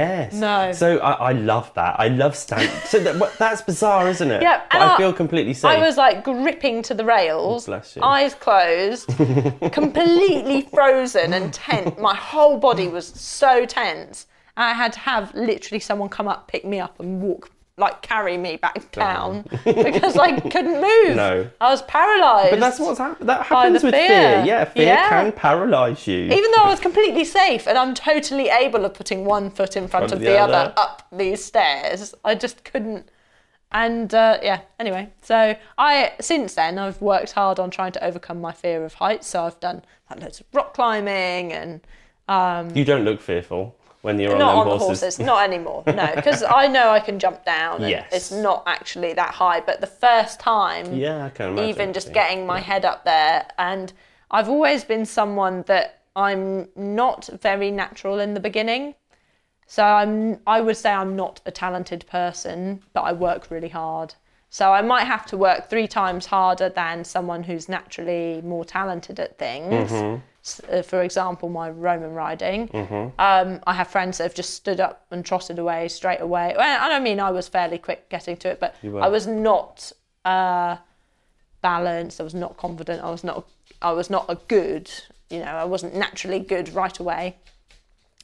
[SPEAKER 3] yes.
[SPEAKER 2] No.
[SPEAKER 3] So I, I love that. I love stand. so that, what- that's bizarre, isn't it?
[SPEAKER 2] Yeah,
[SPEAKER 3] But
[SPEAKER 2] and
[SPEAKER 3] I
[SPEAKER 2] I-
[SPEAKER 3] feel completely safe.
[SPEAKER 2] I was like gripping to the rails,
[SPEAKER 3] Bless you.
[SPEAKER 2] eyes
[SPEAKER 3] [laughs]
[SPEAKER 2] closed, completely frozen and tense. My whole body was so tense. I had to have literally someone come up, pick me up, and walk, like carry me back down because I couldn't move.
[SPEAKER 3] [laughs] No.
[SPEAKER 2] I was paralysed.
[SPEAKER 3] But that's what's hap- that happens
[SPEAKER 2] the
[SPEAKER 3] with fear.
[SPEAKER 2] fear.
[SPEAKER 3] Yeah, fear
[SPEAKER 2] Yeah.
[SPEAKER 3] can paralyse you.
[SPEAKER 2] Even though I was completely safe and I'm totally able of putting one foot in front
[SPEAKER 3] Front
[SPEAKER 2] of
[SPEAKER 3] of
[SPEAKER 2] the,
[SPEAKER 3] the
[SPEAKER 2] other.
[SPEAKER 3] other.
[SPEAKER 2] up these stairs, I just couldn't. And uh, yeah, anyway, so I since then I've worked hard on trying to overcome my fear of heights. So I've done like, loads of rock climbing and
[SPEAKER 3] you don't look fearful when you're
[SPEAKER 2] not
[SPEAKER 3] on
[SPEAKER 2] on
[SPEAKER 3] them
[SPEAKER 2] the horses, not anymore,
[SPEAKER 3] [laughs]
[SPEAKER 2] no, because I know I can jump down. And
[SPEAKER 3] Yes.
[SPEAKER 2] it's not actually that high, but the first time,
[SPEAKER 3] Yeah, I can imagine.
[SPEAKER 2] even just
[SPEAKER 3] actually.
[SPEAKER 2] getting my head up there. And I've always been someone that I'm not very natural in the beginning. So I'm I would say I'm not a talented person, but I work really hard. So I might have to work three times harder than someone who's naturally more talented at things.
[SPEAKER 3] Mm-hmm.
[SPEAKER 2] S- uh, For example, my Roman riding. Um, I have friends that have just stood up and trotted away straight away. Well, I don't mean I was fairly quick getting to it, but I was not uh, balanced. I was not confident. I was not. I was not a good. You know, I wasn't naturally good right away.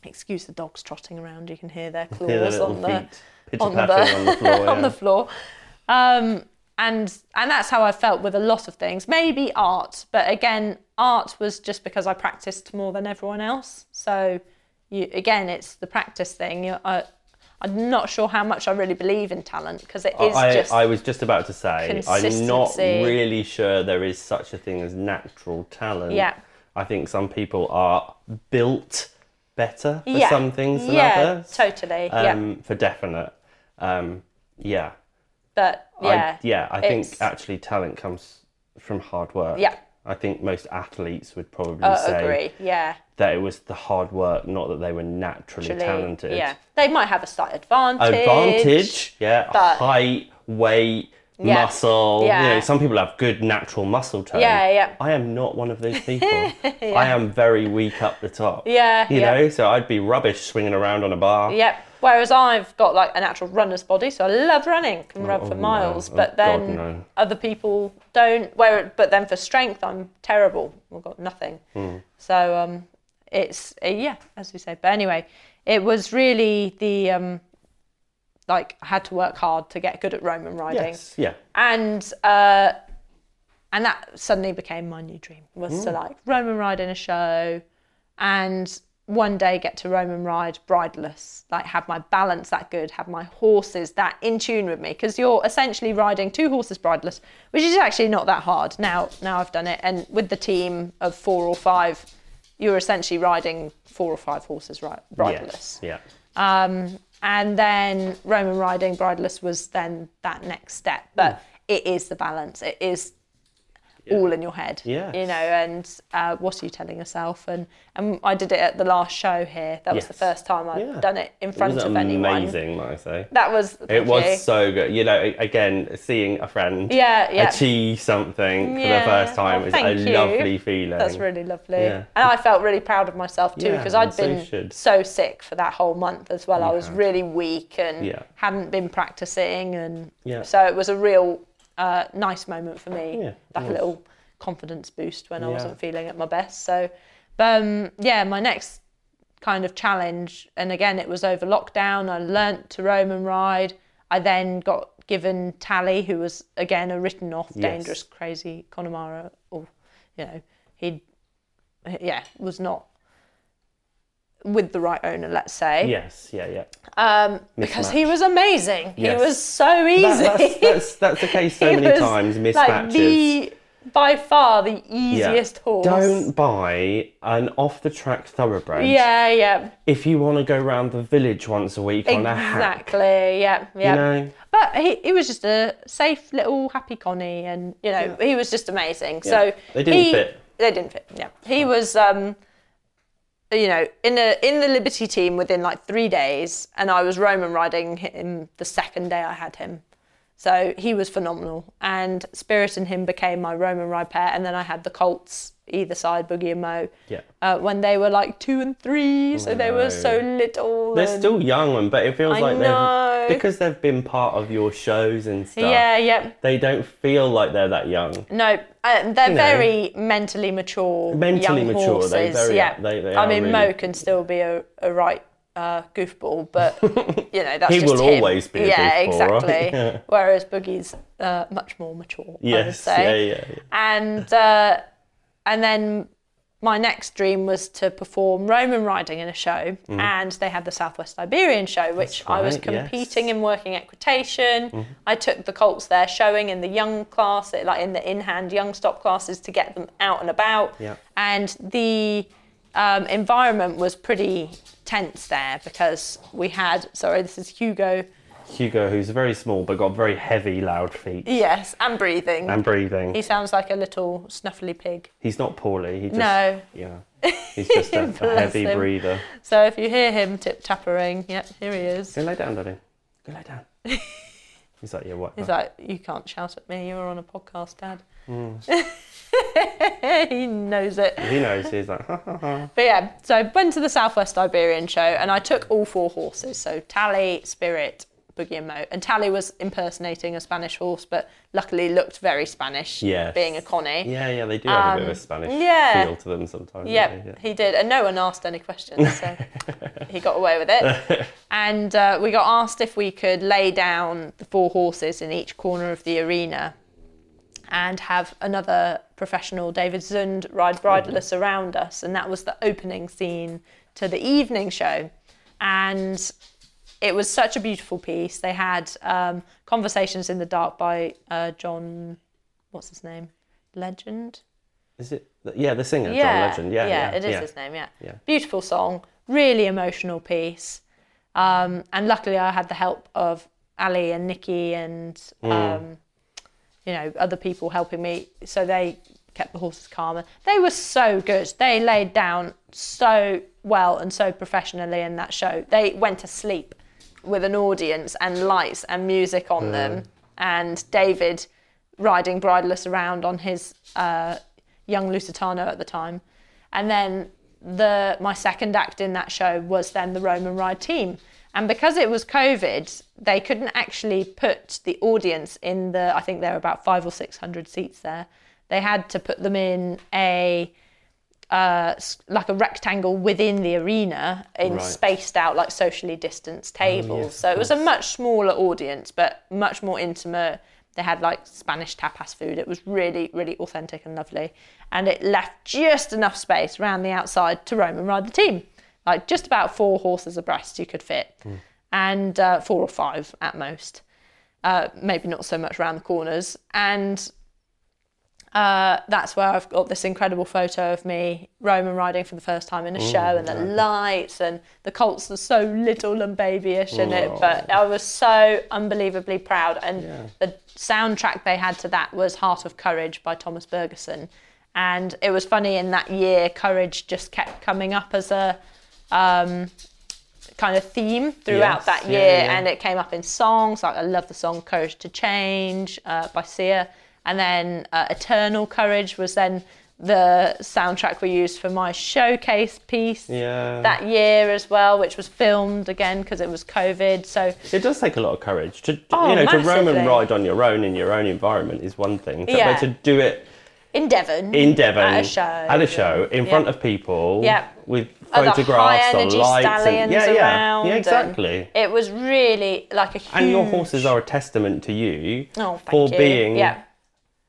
[SPEAKER 2] Excuse the dogs trotting around. You can hear their claws
[SPEAKER 3] [laughs] Hear their little
[SPEAKER 2] on the
[SPEAKER 3] feet pitter
[SPEAKER 2] on the- [laughs]
[SPEAKER 3] pattering on the floor.
[SPEAKER 2] on
[SPEAKER 3] yeah.
[SPEAKER 2] the floor. Um, and and that's how I felt with a lot of things. Maybe art, but again, art was just because I practiced more than everyone else. So you, again, it's the practice thing. You, I, I'm not sure how much I really believe in talent because it is
[SPEAKER 3] I,
[SPEAKER 2] just
[SPEAKER 3] I was just about to say, I'm not
[SPEAKER 2] consistency.
[SPEAKER 3] really sure there is such a thing as natural talent.
[SPEAKER 2] Yeah.
[SPEAKER 3] I think some people are built better for
[SPEAKER 2] yeah,
[SPEAKER 3] some things than
[SPEAKER 2] yeah,
[SPEAKER 3] others.
[SPEAKER 2] totally, yeah.
[SPEAKER 3] Um, For definite. Um, yeah.
[SPEAKER 2] But yeah,
[SPEAKER 3] I, yeah, I
[SPEAKER 2] it's-
[SPEAKER 3] think actually talent comes from hard work.
[SPEAKER 2] Yeah.
[SPEAKER 3] I think most athletes would probably
[SPEAKER 2] I
[SPEAKER 3] say
[SPEAKER 2] agree. Yeah,
[SPEAKER 3] that it was the hard work, not that they were naturally
[SPEAKER 2] actually,
[SPEAKER 3] talented.
[SPEAKER 2] Yeah, they might have a slight advantage.
[SPEAKER 3] advantage. Yeah,
[SPEAKER 2] But-
[SPEAKER 3] height, weight,
[SPEAKER 2] Yeah.
[SPEAKER 3] muscle. You know,
[SPEAKER 2] Yeah.
[SPEAKER 3] some people have good natural muscle tone.
[SPEAKER 2] Yeah, yeah.
[SPEAKER 3] I am not one of
[SPEAKER 2] [laughs]
[SPEAKER 3] those people. I am very weak up the top.
[SPEAKER 2] Yeah,
[SPEAKER 3] You
[SPEAKER 2] yeah.
[SPEAKER 3] know, so I'd be rubbish swinging around on a bar.
[SPEAKER 2] Yep. Whereas I've got like a natural runner's body, so I love running, can run
[SPEAKER 3] oh,
[SPEAKER 2] for
[SPEAKER 3] no.
[SPEAKER 2] miles.
[SPEAKER 3] Oh,
[SPEAKER 2] But
[SPEAKER 3] God,
[SPEAKER 2] then
[SPEAKER 3] no.
[SPEAKER 2] other people don't. Where, but then for strength, I'm terrible. I've got nothing.
[SPEAKER 3] Hmm.
[SPEAKER 2] So um, it's uh, yeah, as we say. But anyway, it was really the um, like I had to work hard to get good at Roman riding
[SPEAKER 3] Yes. Yeah.
[SPEAKER 2] and uh, and that suddenly became my new dream was to like Roman ride in a show, and one day get to Roman ride bridleless, like have my balance that good, have my horses that in tune with me, because you're essentially riding two horses bridleless, which is actually not that hard. Now now I've done it, and with the team of four or five, you're essentially riding four or five horses right bridleless.
[SPEAKER 3] Yes. Yeah.
[SPEAKER 2] Um, and then Roman riding bridleless was then that next step, but
[SPEAKER 3] Hmm.
[SPEAKER 2] it is the balance. It is all in your head,
[SPEAKER 3] Yes.
[SPEAKER 2] you know. And uh, what are you telling yourself? And and I did it at the last show here. That was the
[SPEAKER 3] Yes.
[SPEAKER 2] first time I've
[SPEAKER 3] Yeah.
[SPEAKER 2] done it in
[SPEAKER 3] It was
[SPEAKER 2] front of anyone.
[SPEAKER 3] amazing, might I say.
[SPEAKER 2] That was
[SPEAKER 3] It
[SPEAKER 2] thank
[SPEAKER 3] was
[SPEAKER 2] you.
[SPEAKER 3] so good. You know, a- again, seeing a friend
[SPEAKER 2] Yeah, yeah.
[SPEAKER 3] achieve something for
[SPEAKER 2] Yeah.
[SPEAKER 3] the first time
[SPEAKER 2] Oh,
[SPEAKER 3] is a
[SPEAKER 2] thank you.
[SPEAKER 3] lovely feeling.
[SPEAKER 2] That's really lovely.
[SPEAKER 3] Yeah.
[SPEAKER 2] And I felt really proud of myself too
[SPEAKER 3] Yeah,
[SPEAKER 2] because
[SPEAKER 3] and
[SPEAKER 2] I'd
[SPEAKER 3] so you
[SPEAKER 2] been
[SPEAKER 3] should.
[SPEAKER 2] so sick for that whole month as well. I was
[SPEAKER 3] had.
[SPEAKER 2] really weak and
[SPEAKER 3] Yeah.
[SPEAKER 2] hadn't been practicing, and
[SPEAKER 3] Yeah.
[SPEAKER 2] so it was a real uh, nice moment for me,
[SPEAKER 3] Yeah, it
[SPEAKER 2] like a
[SPEAKER 3] was.
[SPEAKER 2] little confidence boost when I
[SPEAKER 3] Yeah.
[SPEAKER 2] wasn't feeling at my best. So, but, um, yeah, my next kind of challenge, and again, it was over lockdown. I learnt to roam and ride. I then got given Tally, who was again a written off,
[SPEAKER 3] Yes.
[SPEAKER 2] dangerous, crazy Connemara, or you know, he, yeah, was not with the right owner, let's say,
[SPEAKER 3] Yes, yeah, yeah.
[SPEAKER 2] um, because he was amazing.
[SPEAKER 3] Yes.
[SPEAKER 2] He was so easy.
[SPEAKER 3] That- that's,
[SPEAKER 2] [laughs]
[SPEAKER 3] that's, that's the case so
[SPEAKER 2] He
[SPEAKER 3] many
[SPEAKER 2] was,
[SPEAKER 3] times, mismatches.
[SPEAKER 2] Like the, by far the
[SPEAKER 3] Yeah.
[SPEAKER 2] easiest horse.
[SPEAKER 3] Don't buy an off the track thoroughbred
[SPEAKER 2] Yeah, yeah,
[SPEAKER 3] if you want to go round the village once a week on a hack.
[SPEAKER 2] exactly. Yeah, yeah.
[SPEAKER 3] You know?
[SPEAKER 2] But he, he was just a safe little happy Connie, and you know he was just amazing. So
[SPEAKER 3] They didn't
[SPEAKER 2] he-
[SPEAKER 3] fit. Oh.
[SPEAKER 2] They didn't fit. Yeah, he was. Um, you know, in a in the Liberty team within like three days, and I was Roman riding him the second day I had him. So he was phenomenal, and Spirit and him became my Roman ride pair, and then I had the Colts either side, Boogie and Mo.
[SPEAKER 3] Yeah.
[SPEAKER 2] Uh, when they were like two and three, so they were so little.
[SPEAKER 3] They're
[SPEAKER 2] and-
[SPEAKER 3] still young, but it feels
[SPEAKER 2] Um, I
[SPEAKER 3] like
[SPEAKER 2] know.
[SPEAKER 3] they've because they've been part of your shows and stuff.
[SPEAKER 2] Yeah, yeah.
[SPEAKER 3] They don't feel like they're that young.
[SPEAKER 2] No, uh, they're
[SPEAKER 3] You know.
[SPEAKER 2] very mentally mature.
[SPEAKER 3] Mentally
[SPEAKER 2] young
[SPEAKER 3] mature,
[SPEAKER 2] Horses.
[SPEAKER 3] they very-
[SPEAKER 2] yeah.
[SPEAKER 3] they- they
[SPEAKER 2] I
[SPEAKER 3] are
[SPEAKER 2] mean,
[SPEAKER 3] really-
[SPEAKER 2] Mo can still be a, a right uh, goofball,
[SPEAKER 3] [laughs]
[SPEAKER 2] but you know that's
[SPEAKER 3] He
[SPEAKER 2] just
[SPEAKER 3] will
[SPEAKER 2] him.
[SPEAKER 3] always be a
[SPEAKER 2] Yeah,
[SPEAKER 3] goofball, right?
[SPEAKER 2] exactly.
[SPEAKER 3] [laughs] Yeah.
[SPEAKER 2] Whereas Boogie's uh, much more mature. I would
[SPEAKER 3] Yes, yeah,
[SPEAKER 2] say.
[SPEAKER 3] yeah, yeah.
[SPEAKER 2] And uh, and then my next dream was to perform Roman riding in a show, and they had the Southwest Iberian show, which I was
[SPEAKER 3] Mm-hmm. right, yes. Mm-hmm.
[SPEAKER 2] competing in working equitation. I took the colts there, showing in the young class, eh, like in the in-hand young stop classes, to get them out and about.
[SPEAKER 3] Yeah.
[SPEAKER 2] And the um, environment was pretty tense there because we had. Sorry, this is Hugo.
[SPEAKER 3] Hugo, who's very small but got very heavy, loud feet
[SPEAKER 2] Yes, and breathing.
[SPEAKER 3] and breathing.
[SPEAKER 2] he sounds like a little snuffly pig.
[SPEAKER 3] He's not poorly. He just,
[SPEAKER 2] No.
[SPEAKER 3] Yeah. He's just
[SPEAKER 2] [laughs]
[SPEAKER 3] a, a
[SPEAKER 2] Bless
[SPEAKER 3] heavy
[SPEAKER 2] him.
[SPEAKER 3] breather.
[SPEAKER 2] So if you hear him tip tappering, yep, here he is.
[SPEAKER 3] Go lay down, Daddy. Go
[SPEAKER 2] [laughs]
[SPEAKER 3] lay down. He's like, yeah, what?
[SPEAKER 2] He's like, you can't shout at me. You're on a podcast, Dad.
[SPEAKER 3] Mm.
[SPEAKER 2] [laughs] he knows it.
[SPEAKER 3] he knows. He's like, ha, ha, ha.
[SPEAKER 2] But yeah, so I went to the Southwest Iberian show and I took all four horses. So Tally, Spirit, Boogie and Mo. And Tally was impersonating a Spanish horse, but luckily looked very Spanish,
[SPEAKER 3] Yes.
[SPEAKER 2] being a Connie. Um,
[SPEAKER 3] Yeah, yeah, they do have a bit of a Spanish
[SPEAKER 2] yeah.
[SPEAKER 3] feel to them sometimes.
[SPEAKER 2] Yep,
[SPEAKER 3] don't they?
[SPEAKER 2] he did. And no one asked any questions, so he got away with it. And uh, we got asked if we could lay down the four horses in each corner of the arena and have another professional, David Zund, ride bridleless around us. And that was the opening scene to the evening show. And it was such a beautiful piece. They had um, Conversations in the Dark by uh, John, what's his name? Legend?
[SPEAKER 3] Is it? Yeah, the singer, John Legend. Yeah, yeah,
[SPEAKER 2] it is
[SPEAKER 3] yeah.
[SPEAKER 2] his name. Yeah.
[SPEAKER 3] Yeah.
[SPEAKER 2] beautiful song, really emotional piece. Um, and luckily, I had the help of Ali and Nikki and
[SPEAKER 3] Mm.
[SPEAKER 2] um, you know other people helping me, so they kept the horses calm. And they were so good. They laid down so well and so professionally in that show. They went to sleep with an audience and lights and music
[SPEAKER 3] Mm.
[SPEAKER 2] on them, and David riding bridleless around on his uh, young Lusitano at the time. And then the my second act in that show was then the Roman Ride team. And because it was COVID, they couldn't actually put the audience in the I think there were about five or six hundred seats there. They had to put them in a uh, s- like a rectangle within the arena in
[SPEAKER 3] Right.
[SPEAKER 2] spaced out like socially distanced tables.
[SPEAKER 3] yes,
[SPEAKER 2] so it was a much smaller audience, but much more intimate. They had like Spanish tapas food. It was really, really authentic and lovely. And it left just enough space around the outside to roam and ride the team. Like just about four horses abreast you could fit, and uh, four or five at most. Uh, maybe not so much around the corners. And uh, that's where I've got this incredible photo of me Roman riding for the first time in a show, and the lights and the colts are so little and babyish in it. But I was so unbelievably proud, and the soundtrack they had to that was "Heart of Courage" by Thomas Bergeson, and it was funny in that year, courage just kept coming up as a um, kind of theme throughout
[SPEAKER 3] Yes,
[SPEAKER 2] that
[SPEAKER 3] yeah,
[SPEAKER 2] year,
[SPEAKER 3] yeah.
[SPEAKER 2] and it came up in songs. Like I love the song "Courage to Change" uh, by Sia, and then uh, "Eternal Courage" was then the soundtrack we used for my showcase piece
[SPEAKER 3] Yeah.
[SPEAKER 2] that year as well, which was filmed again because it was COVID. So
[SPEAKER 3] It does take a lot of courage to
[SPEAKER 2] Oh,
[SPEAKER 3] you know to roam and
[SPEAKER 2] massively.
[SPEAKER 3] ride on your own in your own environment is one thing, to-
[SPEAKER 2] Yeah.
[SPEAKER 3] but to do it
[SPEAKER 2] in Devon.
[SPEAKER 3] in Devon
[SPEAKER 2] At a show.
[SPEAKER 3] at a show, in
[SPEAKER 2] Yeah.
[SPEAKER 3] front of people
[SPEAKER 2] Yeah.
[SPEAKER 3] with
[SPEAKER 2] Other
[SPEAKER 3] photographs or
[SPEAKER 2] high-energy
[SPEAKER 3] lights and
[SPEAKER 2] stallions
[SPEAKER 3] yeah, yeah,
[SPEAKER 2] around
[SPEAKER 3] yeah,
[SPEAKER 2] and-
[SPEAKER 3] exactly. And,
[SPEAKER 2] It was really like a huge.
[SPEAKER 3] your horses are a testament to you
[SPEAKER 2] oh, thank
[SPEAKER 3] for
[SPEAKER 2] you.
[SPEAKER 3] being
[SPEAKER 2] Yeah.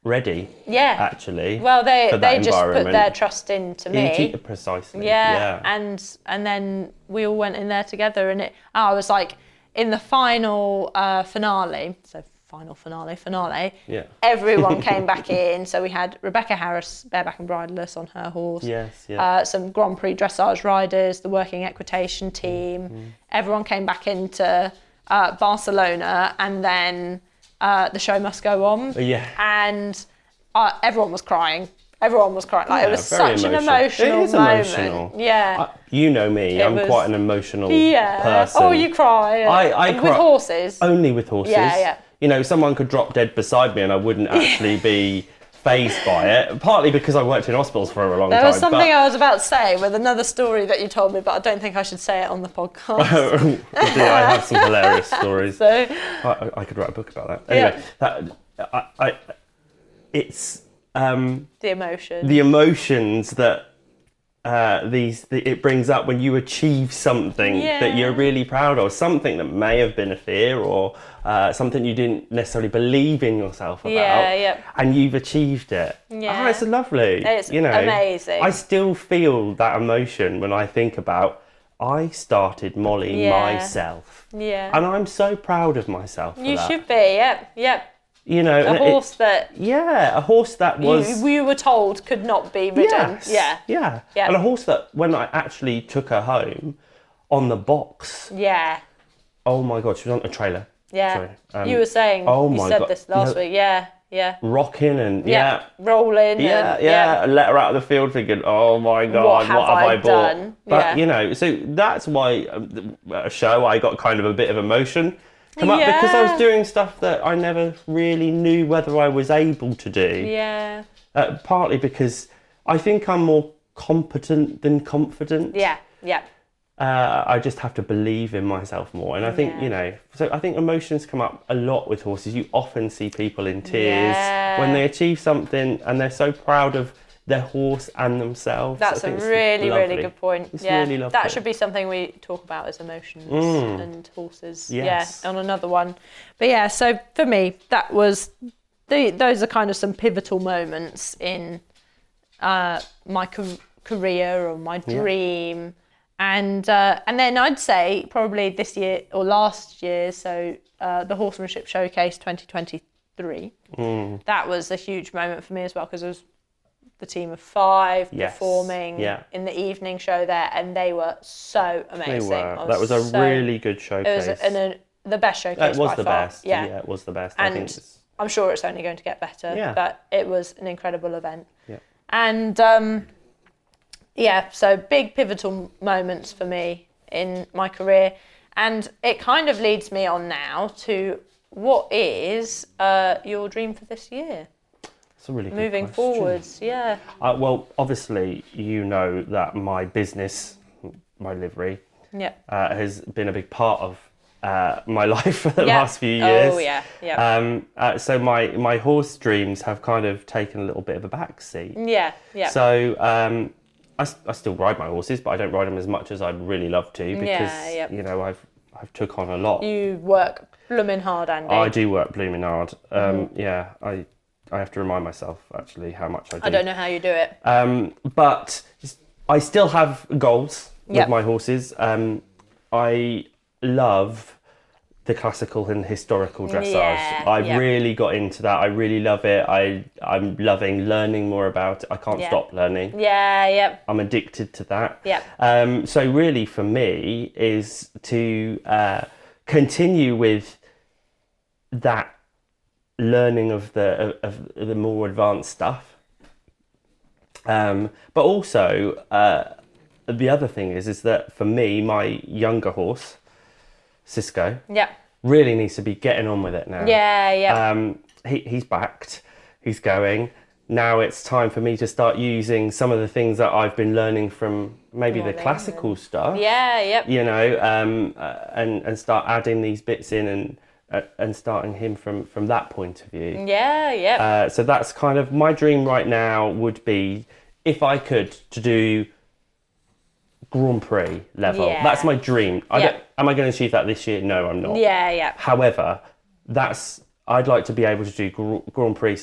[SPEAKER 3] ready.
[SPEAKER 2] Yeah.
[SPEAKER 3] Actually,
[SPEAKER 2] well, they
[SPEAKER 3] for that
[SPEAKER 2] they just put
[SPEAKER 3] environment.
[SPEAKER 2] their trust into me.
[SPEAKER 3] Indeed, precisely.
[SPEAKER 2] yeah, and and then we all went in there together and it ah, i was like in the final uh, finale so final finale finale
[SPEAKER 3] Yeah. [laughs]
[SPEAKER 2] everyone came back in so we had rebecca harris bareback and bridleless on her horse
[SPEAKER 3] Yes, yeah.
[SPEAKER 2] uh, some grand prix dressage riders the working equitation
[SPEAKER 3] Mm-hmm.
[SPEAKER 2] team everyone came back into uh, barcelona and then uh, the show must go on
[SPEAKER 3] Yeah.
[SPEAKER 2] and uh, everyone was crying everyone was crying like it
[SPEAKER 3] Yeah,
[SPEAKER 2] was
[SPEAKER 3] very
[SPEAKER 2] such an emotional
[SPEAKER 3] It is
[SPEAKER 2] moment
[SPEAKER 3] emotional.
[SPEAKER 2] yeah
[SPEAKER 3] I- you know me.
[SPEAKER 2] Uh, It
[SPEAKER 3] I'm
[SPEAKER 2] was-
[SPEAKER 3] quite an emotional
[SPEAKER 2] yeah.
[SPEAKER 3] person.
[SPEAKER 2] Oh, you cry.
[SPEAKER 3] I- I
[SPEAKER 2] with
[SPEAKER 3] cry-
[SPEAKER 2] horses.
[SPEAKER 3] Only with horses.
[SPEAKER 2] Yeah, yeah.
[SPEAKER 3] You know, someone could drop dead beside me, and I wouldn't actually be phased by it. Partly because I worked in hospitals for a long
[SPEAKER 2] there
[SPEAKER 3] time.
[SPEAKER 2] was something
[SPEAKER 3] [laughs]
[SPEAKER 2] I
[SPEAKER 3] but-
[SPEAKER 2] was about to say with another story that you told me, but I don't think I should say it on the
[SPEAKER 3] [laughs]
[SPEAKER 2] podcast.
[SPEAKER 3] Do Oh, I have some hilarious stories.
[SPEAKER 2] [laughs] so
[SPEAKER 3] I, I could write a book about that. Anyway, that I, I, it's um,
[SPEAKER 2] the emotion.
[SPEAKER 3] the emotions that uh, these the, it brings up when you achieve something that you're
[SPEAKER 2] Yeah.
[SPEAKER 3] really proud of, something that may have been a fear or uh, something you didn't necessarily believe in yourself about,
[SPEAKER 2] Yeah, yeah.
[SPEAKER 3] and you've achieved it.
[SPEAKER 2] Yeah.
[SPEAKER 3] oh, it's lovely.
[SPEAKER 2] It's
[SPEAKER 3] you know,
[SPEAKER 2] amazing.
[SPEAKER 3] I still feel that emotion when I think about I started Molly
[SPEAKER 2] Yeah.
[SPEAKER 3] myself.
[SPEAKER 2] yeah.
[SPEAKER 3] And I'm so proud of myself. For
[SPEAKER 2] you
[SPEAKER 3] that.
[SPEAKER 2] should be. Yep. Yep.
[SPEAKER 3] you know,
[SPEAKER 2] A
[SPEAKER 3] and it-
[SPEAKER 2] horse that
[SPEAKER 3] yeah, a horse that was
[SPEAKER 2] you, you were told could not be ridden.
[SPEAKER 3] Yes.
[SPEAKER 2] Yeah.
[SPEAKER 3] Yeah.
[SPEAKER 2] Yeah.
[SPEAKER 3] And a horse that when I actually took her home on the box,
[SPEAKER 2] Yeah.
[SPEAKER 3] oh my god, she was on a trailer.
[SPEAKER 2] Yeah.
[SPEAKER 3] Sorry, um,
[SPEAKER 2] you were saying.
[SPEAKER 3] oh
[SPEAKER 2] you
[SPEAKER 3] my
[SPEAKER 2] said
[SPEAKER 3] God.
[SPEAKER 2] this last
[SPEAKER 3] No.
[SPEAKER 2] week. Yeah. Yeah.
[SPEAKER 3] Rocking and yeah.
[SPEAKER 2] Rolling.
[SPEAKER 3] Yeah,
[SPEAKER 2] and,
[SPEAKER 3] yeah, let her out of the field thinking, oh my god, what have,
[SPEAKER 2] have
[SPEAKER 3] I,
[SPEAKER 2] I
[SPEAKER 3] bought?
[SPEAKER 2] done?
[SPEAKER 3] But
[SPEAKER 2] Yeah.
[SPEAKER 3] you know, so that's why um, th- a show I got kind of a bit of emotion come up because I
[SPEAKER 2] Yeah.
[SPEAKER 3] was doing stuff that I never really knew whether I was able to do.
[SPEAKER 2] Yeah.
[SPEAKER 3] Uh, partly because I think I'm more competent than confident.
[SPEAKER 2] Yeah. Yeah.
[SPEAKER 3] uh, I just have to believe in myself more. And I think,
[SPEAKER 2] Yeah.
[SPEAKER 3] you know, so I think emotions come up a lot with horses. You often see people in tears
[SPEAKER 2] Yeah.
[SPEAKER 3] when they achieve something and they're so proud of their horse and themselves. I
[SPEAKER 2] That's a
[SPEAKER 3] think it's
[SPEAKER 2] really,
[SPEAKER 3] lovely.
[SPEAKER 2] really good point.
[SPEAKER 3] It's
[SPEAKER 2] yeah,
[SPEAKER 3] really lovely. Mm.
[SPEAKER 2] that should be something we talk about as emotions and horses.
[SPEAKER 3] Yes.
[SPEAKER 2] Yeah, on another one. But yeah, so for me, that was the, those are kind of some pivotal moments in uh, my ca- career or my dream. And uh, and then I'd say probably this year or last year, so uh, the horsemanship showcase 2023.
[SPEAKER 3] Mm.
[SPEAKER 2] That was a huge moment for me as well because it was the team of five
[SPEAKER 3] Yes.
[SPEAKER 2] performing
[SPEAKER 3] Yeah.
[SPEAKER 2] in the evening show there, and they were so
[SPEAKER 3] They
[SPEAKER 2] amazing.
[SPEAKER 3] were.
[SPEAKER 2] I
[SPEAKER 3] that was a
[SPEAKER 2] Oh, so-
[SPEAKER 3] really good
[SPEAKER 2] It
[SPEAKER 3] showcase.
[SPEAKER 2] was an, an- the best showcase.
[SPEAKER 3] it was
[SPEAKER 2] by
[SPEAKER 3] the
[SPEAKER 2] far.
[SPEAKER 3] best. Yeah. it was the best. I think
[SPEAKER 2] And-
[SPEAKER 3] it's-
[SPEAKER 2] I'm sure it's only going to get better.
[SPEAKER 3] Yeah.
[SPEAKER 2] But it was an incredible event.
[SPEAKER 3] Yeah.
[SPEAKER 2] And um, yeah, so big pivotal moments for me in my career. And it kind of leads me on now to what is uh, your dream for this year?
[SPEAKER 3] it's a really good
[SPEAKER 2] Moving
[SPEAKER 3] question.
[SPEAKER 2] forwards, yeah.
[SPEAKER 3] Uh, well, obviously, you know that my business, my livery,
[SPEAKER 2] Yeah.
[SPEAKER 3] uh, has been a big part of uh, my [laughs] life for the
[SPEAKER 2] Yeah.
[SPEAKER 3] last few years.
[SPEAKER 2] Oh, yeah, yeah.
[SPEAKER 3] Um, uh, so my my horse dreams have kind of taken a little bit of a backseat.
[SPEAKER 2] yeah, yeah.
[SPEAKER 3] So um, I, s- I still ride my horses, but I don't ride them as much as I'd really love to because
[SPEAKER 2] yeah.
[SPEAKER 3] you know I've I've took on a lot.
[SPEAKER 2] you work blooming hard, Andy.
[SPEAKER 3] I do work blooming hard. Um,
[SPEAKER 2] Mm-hmm.
[SPEAKER 3] Yeah, I I have to remind myself actually how much I do.
[SPEAKER 2] I don't know how you do it.
[SPEAKER 3] Um, but I still have goals
[SPEAKER 2] Yeah.
[SPEAKER 3] with my horses. Um, I love the classical and historical dressage.
[SPEAKER 2] Yeah,
[SPEAKER 3] I
[SPEAKER 2] yeah.
[SPEAKER 3] really got into that. I really love it. I I'm loving learning more about it. I can't
[SPEAKER 2] Yeah.
[SPEAKER 3] stop learning.
[SPEAKER 2] yeah, yeah,
[SPEAKER 3] I'm addicted to that.
[SPEAKER 2] Yeah.
[SPEAKER 3] Um, so really, for me, is to uh, continue with that learning of the of, of the more advanced stuff. Um, but also, uh, the other thing is is that for me, my younger horse, Cisco,
[SPEAKER 2] yeah,
[SPEAKER 3] really needs to be getting on with it now.
[SPEAKER 2] yeah, yeah.
[SPEAKER 3] Um, he, he's backed. He's going. Now it's time for me to start using some of the things that I've been learning from maybe the
[SPEAKER 2] Learning.
[SPEAKER 3] classical stuff.
[SPEAKER 2] yeah, yep.
[SPEAKER 3] You know, um, uh, and and start adding these bits in and uh, and starting him from from that point of
[SPEAKER 2] Mm.
[SPEAKER 3] view.
[SPEAKER 2] Yeah, yeah.
[SPEAKER 3] Uh, so that's kind of my dream right now would be if I could to do Grand Prix level.
[SPEAKER 2] Yeah.
[SPEAKER 3] That's my dream. I
[SPEAKER 2] Yeah.
[SPEAKER 3] don't, am I going to achieve that this year? No, I'm not.
[SPEAKER 2] yeah, yeah.
[SPEAKER 3] However, that's I'd like to be able to do Gr- Grand Prix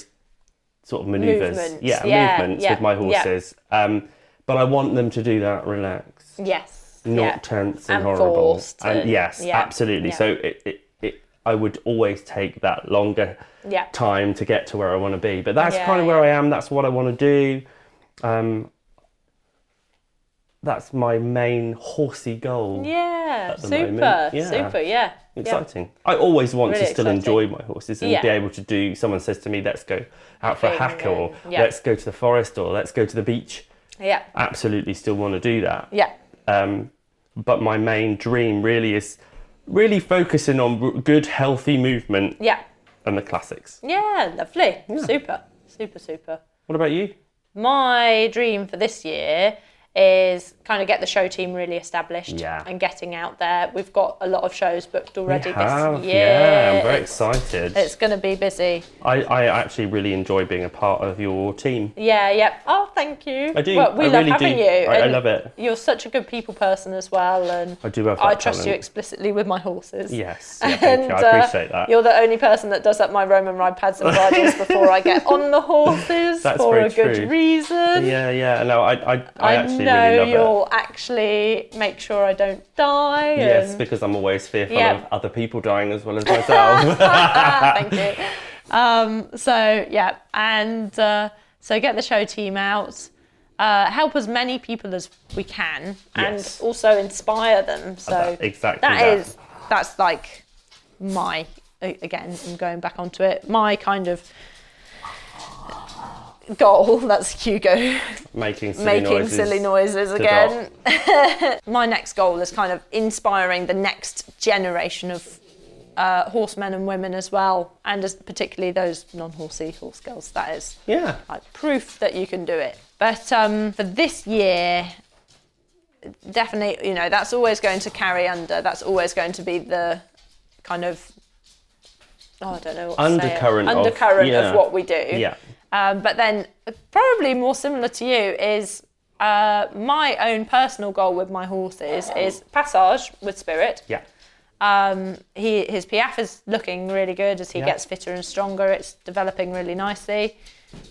[SPEAKER 3] sort of maneuvers.
[SPEAKER 2] Movements,
[SPEAKER 3] Yeah,
[SPEAKER 2] yeah,
[SPEAKER 3] movements
[SPEAKER 2] yeah,
[SPEAKER 3] with my
[SPEAKER 2] yeah.
[SPEAKER 3] horses. Um, but I want them to do that relaxed,
[SPEAKER 2] Yes.
[SPEAKER 3] not
[SPEAKER 2] yeah.
[SPEAKER 3] tense and,
[SPEAKER 2] And
[SPEAKER 3] horrible.
[SPEAKER 2] forced
[SPEAKER 3] and
[SPEAKER 2] and-
[SPEAKER 3] yes,
[SPEAKER 2] yeah,
[SPEAKER 3] absolutely.
[SPEAKER 2] yeah.
[SPEAKER 3] So it, it, it, I would always take that longer
[SPEAKER 2] Yeah.
[SPEAKER 3] time to get to where I want to be. But that's
[SPEAKER 2] Yeah,
[SPEAKER 3] kind of
[SPEAKER 2] yeah.
[SPEAKER 3] where I am. That's what I want to do. Um, that's my main horsey goal.
[SPEAKER 2] Yeah.
[SPEAKER 3] the
[SPEAKER 2] Super.
[SPEAKER 3] moment. Yeah.
[SPEAKER 2] Super. Yeah. Yeah.
[SPEAKER 3] Exciting. I always want
[SPEAKER 2] Really
[SPEAKER 3] to still
[SPEAKER 2] exciting.
[SPEAKER 3] enjoy my horses and
[SPEAKER 2] Yeah.
[SPEAKER 3] be able to do. Someone says to me, "Let's go out for a
[SPEAKER 2] Thing
[SPEAKER 3] hack," or
[SPEAKER 2] and- yeah.
[SPEAKER 3] "Let's go to the forest," or "Let's go to the beach."
[SPEAKER 2] Yeah.
[SPEAKER 3] Absolutely, still want to do that.
[SPEAKER 2] Yeah.
[SPEAKER 3] Um, but my main dream really is really focusing on r- good, healthy movement
[SPEAKER 2] Yeah.
[SPEAKER 3] and the classics.
[SPEAKER 2] Yeah. Lovely. Super. Super. Super.
[SPEAKER 3] What about you?
[SPEAKER 2] My dream for this year is kind of get the show team really established
[SPEAKER 3] Yeah.
[SPEAKER 2] and getting out there. We've got a lot of shows booked already
[SPEAKER 3] Have,
[SPEAKER 2] this year.
[SPEAKER 3] yeah, I'm very
[SPEAKER 2] It's-
[SPEAKER 3] excited.
[SPEAKER 2] it's going to be busy.
[SPEAKER 3] I, I actually really enjoy being a part of your team.
[SPEAKER 2] Yeah, yep. Oh, thank you.
[SPEAKER 3] I do.
[SPEAKER 2] Well, we
[SPEAKER 3] I
[SPEAKER 2] love
[SPEAKER 3] really
[SPEAKER 2] having
[SPEAKER 3] do.
[SPEAKER 2] you.
[SPEAKER 3] I- I
[SPEAKER 2] and
[SPEAKER 3] love it.
[SPEAKER 2] You're such a good people person as well, and
[SPEAKER 3] I do have that
[SPEAKER 2] I trust you
[SPEAKER 3] talent.
[SPEAKER 2] explicitly with my horses.
[SPEAKER 3] Yes,
[SPEAKER 2] [laughs]
[SPEAKER 3] yeah, thank you. I
[SPEAKER 2] uh,
[SPEAKER 3] appreciate that.
[SPEAKER 2] You're the only person that does up my Roman ride pads and bridles before I get on the horses
[SPEAKER 3] [laughs] That's
[SPEAKER 2] for
[SPEAKER 3] very
[SPEAKER 2] a good
[SPEAKER 3] true.
[SPEAKER 2] reason.
[SPEAKER 3] Yeah, yeah. No, I, I, I,
[SPEAKER 2] I,
[SPEAKER 3] actually
[SPEAKER 2] know
[SPEAKER 3] really love it.
[SPEAKER 2] you'll actually make sure I don't die.
[SPEAKER 3] Yes,
[SPEAKER 2] and-
[SPEAKER 3] because I'm always fearful
[SPEAKER 2] Yeah.
[SPEAKER 3] of other people dying as well as
[SPEAKER 2] [laughs]
[SPEAKER 3] myself. [laughs]
[SPEAKER 2] Thank you. Um, so yeah, and uh, so get the show team out. Uh, help as many people as we can, and
[SPEAKER 3] Yes.
[SPEAKER 2] also inspire them. So
[SPEAKER 3] That- exactly
[SPEAKER 2] that
[SPEAKER 3] that.
[SPEAKER 2] is that's like my a- again. I'm going back onto it. My kind of goal. [laughs] That's Hugo
[SPEAKER 3] making silly
[SPEAKER 2] making
[SPEAKER 3] noises.
[SPEAKER 2] silly noises
[SPEAKER 3] to
[SPEAKER 2] again. [laughs] My next goal is kind of inspiring the next generation of uh, horsemen and women as well, and as particularly those non-horsey horse girls. That is
[SPEAKER 3] Yeah.
[SPEAKER 2] like proof that you can do it. But um, for this year, definitely, you know, that's always going to carry under. That's always going to be the kind of oh, I don't know what to say.
[SPEAKER 3] Undercurrent of-
[SPEAKER 2] undercurrent
[SPEAKER 3] yeah.
[SPEAKER 2] of what we do.
[SPEAKER 3] Yeah.
[SPEAKER 2] Um, but then, probably more similar to you is uh, my own personal goal with my horses is passage with Spirit.
[SPEAKER 3] Yeah.
[SPEAKER 2] Um, he his PF is looking really good as he
[SPEAKER 3] Yeah.
[SPEAKER 2] gets fitter and stronger. It's developing really nicely.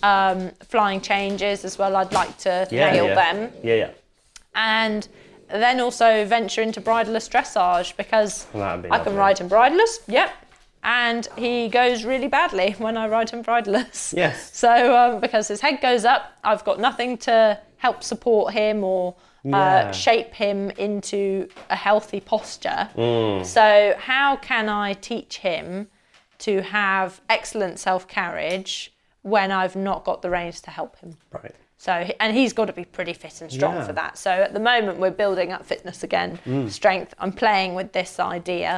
[SPEAKER 2] Um, flying changes as well. I'd like to
[SPEAKER 3] Yeah.
[SPEAKER 2] nail
[SPEAKER 3] yeah.
[SPEAKER 2] them
[SPEAKER 3] Yeah, yeah.
[SPEAKER 2] and then also venture into bridleless dressage because
[SPEAKER 3] That'd be
[SPEAKER 2] I can
[SPEAKER 3] lovely.
[SPEAKER 2] ride him bridleless. Yep. And he goes really badly [laughs] when I ride him bridleless.
[SPEAKER 3] Yes.
[SPEAKER 2] [laughs] So um, because his head goes up, I've got nothing to help support him or
[SPEAKER 3] Yeah.
[SPEAKER 2] uh, shape him into a healthy posture.
[SPEAKER 3] Mm.
[SPEAKER 2] So how can I teach him to have excellent self carriage when I've not got the reins to help him?
[SPEAKER 3] Right.
[SPEAKER 2] So, and he's got to be pretty fit and strong
[SPEAKER 3] Yeah. Mm.
[SPEAKER 2] for that. So, at the moment, we're building up fitness again, strength. I'm playing with this idea,